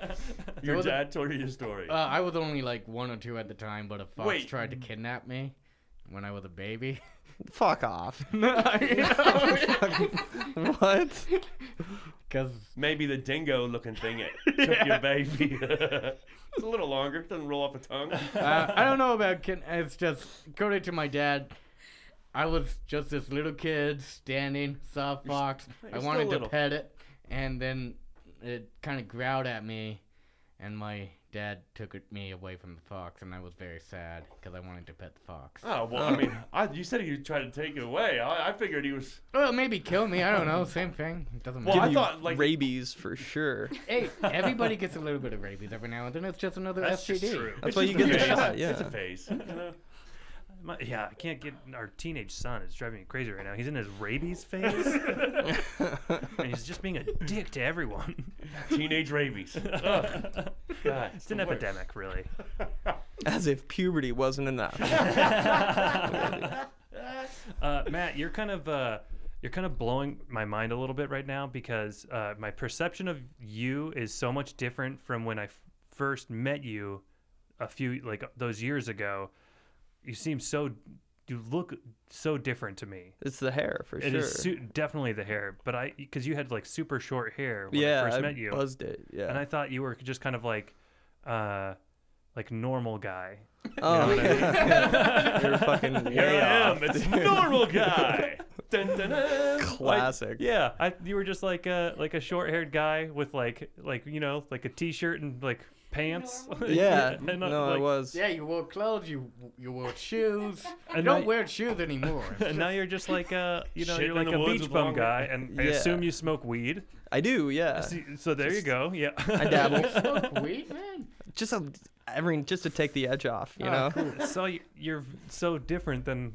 [SPEAKER 2] your
[SPEAKER 3] was a-
[SPEAKER 2] dad told you a story.
[SPEAKER 3] Uh, I was only like one or two at the time, but a fox
[SPEAKER 2] Wait.
[SPEAKER 3] tried to kidnap me when I was a baby.
[SPEAKER 8] Fuck off. what?
[SPEAKER 3] Because
[SPEAKER 2] Maybe the dingo looking thing it took your baby. it's a little longer, doesn't roll off a tongue.
[SPEAKER 3] uh, I don't know about kid. It's just according to my dad, I was just this little kid standing, saw a fox. I
[SPEAKER 2] you're
[SPEAKER 3] wanted
[SPEAKER 2] still
[SPEAKER 3] to
[SPEAKER 2] little.
[SPEAKER 3] pet it, and then it kind of growled at me, and my dad took it- me away from the fox, and I was very sad because I wanted to pet the fox.
[SPEAKER 2] Oh well, I mean, I, you said he tried to take it away. I, I figured he was.
[SPEAKER 3] Well, maybe kill me. I don't know. Same thing. It doesn't
[SPEAKER 2] Well,
[SPEAKER 3] matter.
[SPEAKER 2] Oh, I thought like
[SPEAKER 8] Rabies for sure.
[SPEAKER 3] hey, everybody gets a little bit of rabies every now and then. It's just another
[SPEAKER 1] That's
[SPEAKER 3] STD.
[SPEAKER 1] just true.
[SPEAKER 8] That's
[SPEAKER 2] it's
[SPEAKER 8] why
[SPEAKER 2] just
[SPEAKER 8] you get
[SPEAKER 2] a
[SPEAKER 8] the
[SPEAKER 2] phase.
[SPEAKER 8] shot. Yeah.
[SPEAKER 2] It's a phase. you know?
[SPEAKER 1] My- yeah, I can't get our teenage son. is driving me crazy right now. He's in his rabies phase, and he's just being a dick to everyone.
[SPEAKER 2] Teenage rabies. Ugh. God,
[SPEAKER 1] It's an
[SPEAKER 2] the worst.
[SPEAKER 1] epidemic, really.
[SPEAKER 8] As if puberty wasn't enough.
[SPEAKER 1] Uh, Matt, you're kind of uh, you're kind of blowing my mind a little bit right now because uh, my perception of you is so much different from when I f- first met you a few like those years ago. You seem so you look so different to me.
[SPEAKER 8] It's the hair for
[SPEAKER 1] It
[SPEAKER 8] sure.
[SPEAKER 1] is su- definitely the hair, but I because you had like super short hair when
[SPEAKER 8] yeah,
[SPEAKER 1] I first
[SPEAKER 8] I
[SPEAKER 1] met you,
[SPEAKER 8] buzzed it. Yeah.
[SPEAKER 1] and I thought you were just kind of like, uh, like normal guy.
[SPEAKER 8] oh,
[SPEAKER 1] You know what
[SPEAKER 8] yeah. you're fucking
[SPEAKER 2] Here
[SPEAKER 8] way
[SPEAKER 2] I am.
[SPEAKER 8] off,
[SPEAKER 2] It's
[SPEAKER 8] dude.
[SPEAKER 2] normal guy. Dun, dun, dun.
[SPEAKER 8] Classic.
[SPEAKER 1] Yeah, I, you were just like a like a short haired guy with like like you know like a t shirt and like pants.
[SPEAKER 8] Yeah.
[SPEAKER 1] and not,
[SPEAKER 8] no,
[SPEAKER 1] like,
[SPEAKER 8] it was.
[SPEAKER 3] Yeah, you wore clothes. You you wore shoes.
[SPEAKER 1] And
[SPEAKER 3] I
[SPEAKER 1] now
[SPEAKER 3] don't
[SPEAKER 1] you-
[SPEAKER 3] wear shoes anymore.
[SPEAKER 1] And now you're just like a you know
[SPEAKER 2] Shitting
[SPEAKER 1] you're
[SPEAKER 2] in
[SPEAKER 1] like
[SPEAKER 2] the
[SPEAKER 1] a
[SPEAKER 2] woods
[SPEAKER 1] beach
[SPEAKER 2] with
[SPEAKER 1] bum
[SPEAKER 2] long-
[SPEAKER 1] guy, and I
[SPEAKER 8] Yeah.
[SPEAKER 1] assume you smoke weed.
[SPEAKER 8] I do. Yeah.
[SPEAKER 1] So, so there you go. Yeah,
[SPEAKER 8] I dabble.
[SPEAKER 3] Smoke weed, man.
[SPEAKER 8] just a, I mean, just to take the edge off,
[SPEAKER 1] Ah,
[SPEAKER 8] you know.
[SPEAKER 1] so you- you're so different than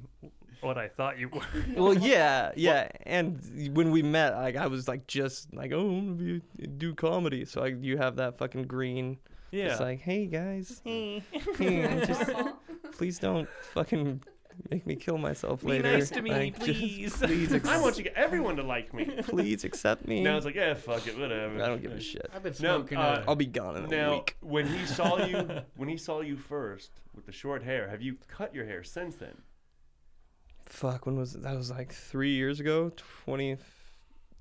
[SPEAKER 1] what I thought you were.
[SPEAKER 8] Well, yeah, yeah. And when we met, like I was like just like, oh, I'm gonna be, do comedy. So like you have that fucking green.
[SPEAKER 1] Yeah.
[SPEAKER 8] It's like, hey guys, Hey, I'm just- please don't fucking make me kill myself later. Like, just
[SPEAKER 2] please. I want you everyone to like me.
[SPEAKER 8] please accept me.
[SPEAKER 2] Now it's like, yeah, fuck it,
[SPEAKER 8] I
[SPEAKER 2] whatever.
[SPEAKER 8] don't give a shit.
[SPEAKER 3] I've been
[SPEAKER 2] No,
[SPEAKER 3] smoking.
[SPEAKER 2] uh,
[SPEAKER 3] uh,
[SPEAKER 8] I'll be gone in a
[SPEAKER 2] Now,
[SPEAKER 8] week.
[SPEAKER 2] when he saw you, when he saw you first with the short hair, have you cut your hair since then?
[SPEAKER 8] Fuck, when was it? that? Was like three years ago. Twenty.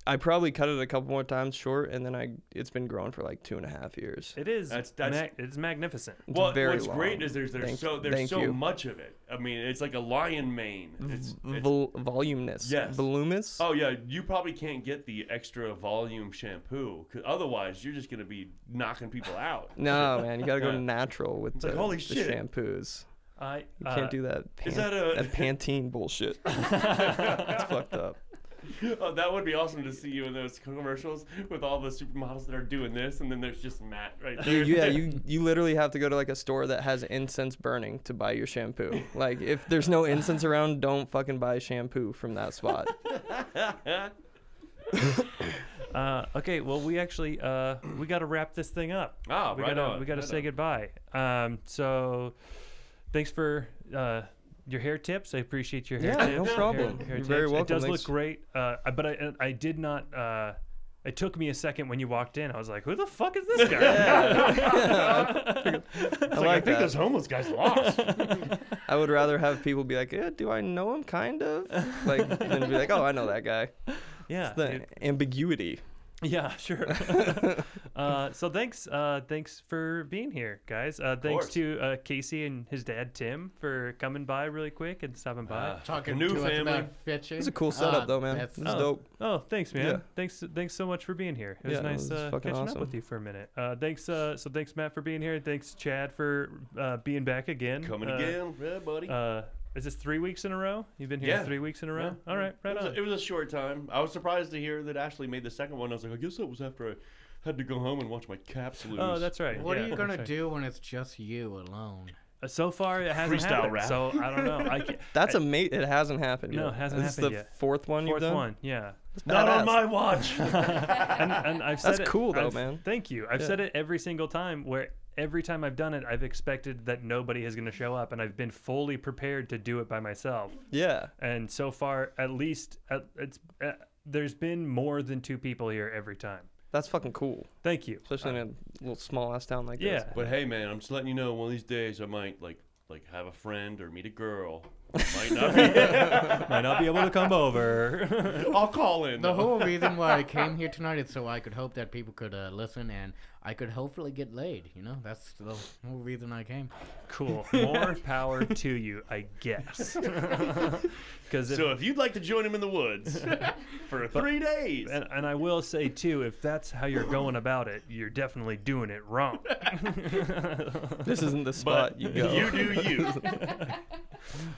[SPEAKER 8] I probably cut it a couple more times short, and then I it's been growing for like two and a half years.
[SPEAKER 1] It is.
[SPEAKER 2] That's-
[SPEAKER 1] That's,
[SPEAKER 2] that's-
[SPEAKER 1] it's magnificent.
[SPEAKER 8] It's
[SPEAKER 2] Well,
[SPEAKER 8] very
[SPEAKER 2] what's great
[SPEAKER 8] long.
[SPEAKER 2] is there's there's
[SPEAKER 8] Thank-
[SPEAKER 2] so there's
[SPEAKER 8] thank
[SPEAKER 2] so
[SPEAKER 8] you.
[SPEAKER 2] much of it. I mean, it's like a lion mane. It's, it's,
[SPEAKER 8] Vol- voluminous.
[SPEAKER 2] Yes.
[SPEAKER 8] Voluminous.
[SPEAKER 2] oh yeah, you probably can't get the extra volume shampoo, 'cause otherwise you're just gonna be knocking people out.
[SPEAKER 8] No, man, you gotta go
[SPEAKER 2] Yeah.
[SPEAKER 8] natural with
[SPEAKER 2] It's
[SPEAKER 8] the,
[SPEAKER 2] like, holy
[SPEAKER 8] the
[SPEAKER 2] shit.
[SPEAKER 8] shampoos.
[SPEAKER 1] I
[SPEAKER 8] You can't
[SPEAKER 1] uh,
[SPEAKER 8] do that. Pan-
[SPEAKER 2] is that a-
[SPEAKER 8] that Pantene bullshit? it's fucked up.
[SPEAKER 2] Oh, that would be awesome to see you in those commercials with all the supermodels that are doing this, and then there's just Matt right there.
[SPEAKER 8] Dude, yeah, you you literally have to go to like a store that has incense burning to buy your shampoo. Like if there's no incense around, don't fucking buy shampoo from that spot.
[SPEAKER 1] Uh, okay, well, we actually uh, we got to wrap this thing up.
[SPEAKER 2] Ah,
[SPEAKER 1] we
[SPEAKER 2] right
[SPEAKER 1] gotta,
[SPEAKER 2] on,
[SPEAKER 1] We got to
[SPEAKER 2] right
[SPEAKER 1] say
[SPEAKER 2] on.
[SPEAKER 1] goodbye. Um, so, thanks for uh, your hair tips. I appreciate your hair
[SPEAKER 8] Yeah,
[SPEAKER 1] tips.
[SPEAKER 8] no
[SPEAKER 1] your hair-
[SPEAKER 8] problem.
[SPEAKER 1] Hair,
[SPEAKER 8] You're very
[SPEAKER 1] tips.
[SPEAKER 8] welcome.
[SPEAKER 1] It does
[SPEAKER 8] Thanks.
[SPEAKER 1] look great, uh, I- but I, I did not. Uh, it took me a second when you walked in. I was like, "Who the fuck is this guy?"
[SPEAKER 8] I like that.
[SPEAKER 2] homeless guys lost.
[SPEAKER 8] I would rather have people be like, yeah, do I know him? Kind of. Like than be like, oh, I know that guy.
[SPEAKER 1] yeah,
[SPEAKER 8] The
[SPEAKER 1] it-
[SPEAKER 8] ambiguity.
[SPEAKER 1] Yeah, sure. uh, so thanks, uh, thanks for being here, guys. Uh, thanks
[SPEAKER 2] course.
[SPEAKER 1] to uh, Casey and his dad Tim for coming by really quick and stopping by.
[SPEAKER 2] Ah,
[SPEAKER 3] talking
[SPEAKER 2] New
[SPEAKER 3] to us
[SPEAKER 2] Uh, family.
[SPEAKER 3] about fishing.
[SPEAKER 8] It's a cool setup
[SPEAKER 3] Ah,
[SPEAKER 8] though, man.
[SPEAKER 3] that's-
[SPEAKER 8] This is
[SPEAKER 1] Oh.
[SPEAKER 8] dope.
[SPEAKER 1] oh, thanks, man.
[SPEAKER 8] Yeah.
[SPEAKER 1] Thanks, thanks so much for being here. It was
[SPEAKER 8] Yeah, no,
[SPEAKER 1] nice
[SPEAKER 8] this is
[SPEAKER 1] uh,
[SPEAKER 8] fucking
[SPEAKER 1] catching up
[SPEAKER 8] awesome.
[SPEAKER 1] with you for a minute. Uh, thanks. Uh, so thanks, Matt, for being here. Thanks, Chad, for uh, being back again.
[SPEAKER 2] Coming
[SPEAKER 1] Uh,
[SPEAKER 2] again, yeah, buddy.
[SPEAKER 1] Uh, is this three weeks in a row? You've been here
[SPEAKER 2] Yeah.
[SPEAKER 1] three weeks in a row.
[SPEAKER 2] Yeah.
[SPEAKER 1] All right, right
[SPEAKER 2] it was,
[SPEAKER 1] on.
[SPEAKER 2] A, it was a short time. I was surprised to hear that Ashley made the second one. I was like, I guess that was after I had to go home and watch my caps lose.
[SPEAKER 1] oh, that's right.
[SPEAKER 3] What
[SPEAKER 1] yeah,
[SPEAKER 3] are you
[SPEAKER 1] that's
[SPEAKER 3] gonna
[SPEAKER 1] right.
[SPEAKER 3] do when it's just you alone?
[SPEAKER 1] Uh, So far, it hasn't
[SPEAKER 2] Freestyle
[SPEAKER 1] happened.
[SPEAKER 2] rap.
[SPEAKER 1] So I don't know. I can't,
[SPEAKER 8] That's a mate. It hasn't happened.
[SPEAKER 1] No,
[SPEAKER 8] yet.
[SPEAKER 1] it hasn't
[SPEAKER 8] This is
[SPEAKER 1] happened
[SPEAKER 8] the
[SPEAKER 1] yet.
[SPEAKER 8] fourth one you've
[SPEAKER 1] fourth
[SPEAKER 8] done.
[SPEAKER 1] one. Yeah.
[SPEAKER 2] not on
[SPEAKER 8] Badass.
[SPEAKER 2] my watch.
[SPEAKER 1] and, and I've said
[SPEAKER 8] That's
[SPEAKER 1] it-
[SPEAKER 8] cool, though,
[SPEAKER 1] I've-
[SPEAKER 8] man.
[SPEAKER 1] Thank you. I've
[SPEAKER 8] Yeah.
[SPEAKER 1] said it every single time. Where every time I've done it, I've expected that nobody is going to show up, and I've been fully prepared to do it by myself.
[SPEAKER 8] Yeah.
[SPEAKER 1] And so far, at least at, it's uh, there's been more than two people here every time.
[SPEAKER 8] That's fucking cool,
[SPEAKER 1] Thank you.
[SPEAKER 8] especially in a little small ass town like
[SPEAKER 1] Uh, Yeah.
[SPEAKER 8] this.
[SPEAKER 2] but hey, man, I'm just letting you know. One of these days, I might like like have a friend or meet a girl. Might not be.
[SPEAKER 1] Might not be able to come over.
[SPEAKER 2] I'll call in.
[SPEAKER 3] The
[SPEAKER 2] though.
[SPEAKER 3] whole reason why I came here tonight is so I could hope that people could uh, listen and I could hopefully get laid. You know, that's the whole reason I came.
[SPEAKER 1] cool. More power to you, I guess. Because
[SPEAKER 2] so if you'd like to join him in the woods for three days,
[SPEAKER 1] And, and I will say too, if that's how you're going about it, you're definitely doing it wrong.
[SPEAKER 8] This isn't the spot
[SPEAKER 2] but
[SPEAKER 8] you go.
[SPEAKER 2] you do you.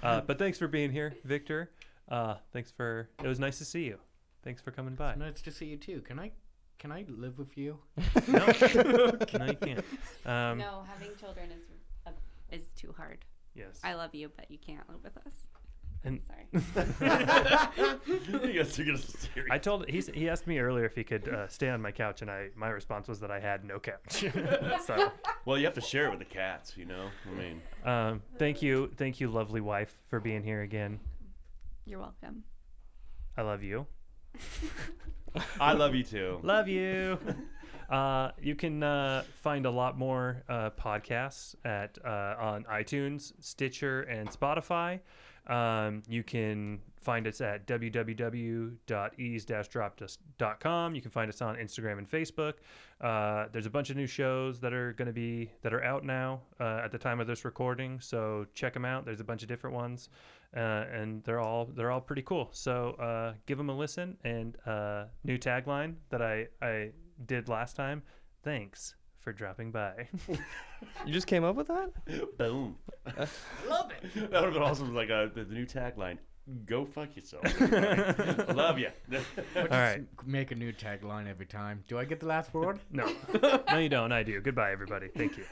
[SPEAKER 1] Uh, but thanks for being here, Victor. Uh, thanks for it was nice to see you. Thanks for coming by.
[SPEAKER 3] Nice to see you too. Can I, can I live with you?
[SPEAKER 1] No, no, you can't. Um,
[SPEAKER 7] no, having children is uh, is too hard.
[SPEAKER 1] Yes.
[SPEAKER 7] I love you, but you can't live with us.
[SPEAKER 1] And-
[SPEAKER 7] Sorry.
[SPEAKER 2] you guys are gonna serious.
[SPEAKER 1] I told he he asked me earlier if he could uh, stay on my couch, and I my response was that I had no couch. so
[SPEAKER 2] Well, you have to share it with the cats, you know. I mean,
[SPEAKER 1] um, thank you, thank you, lovely wife, for being here again.
[SPEAKER 7] You're welcome.
[SPEAKER 1] I love you.
[SPEAKER 2] I love you too.
[SPEAKER 1] Love you. Uh, you can uh, find a lot more uh, podcasts at uh, on iTunes, Stitcher, and Spotify. Um, you can find us at www.ease-dropped.com. You can find us on Instagram and Facebook. Uh, there's a bunch of new shows that are going to be that are out now uh, at the time of this recording, so check them out. There's a bunch of different ones, uh, and they're all they're all pretty cool. So uh, give them a listen. And uh, new tagline that I I did last time. Thanks for dropping by.
[SPEAKER 8] You just came up with that?
[SPEAKER 2] Boom.
[SPEAKER 3] Love it.
[SPEAKER 2] That would have been awesome. Like uh, the, the new tagline. Go fuck yourself. everybody. Love you.
[SPEAKER 3] All
[SPEAKER 1] right.
[SPEAKER 3] Make a new tagline every time. Do I get the last word?
[SPEAKER 1] No, no, you don't. I do. Goodbye, everybody. Thank you.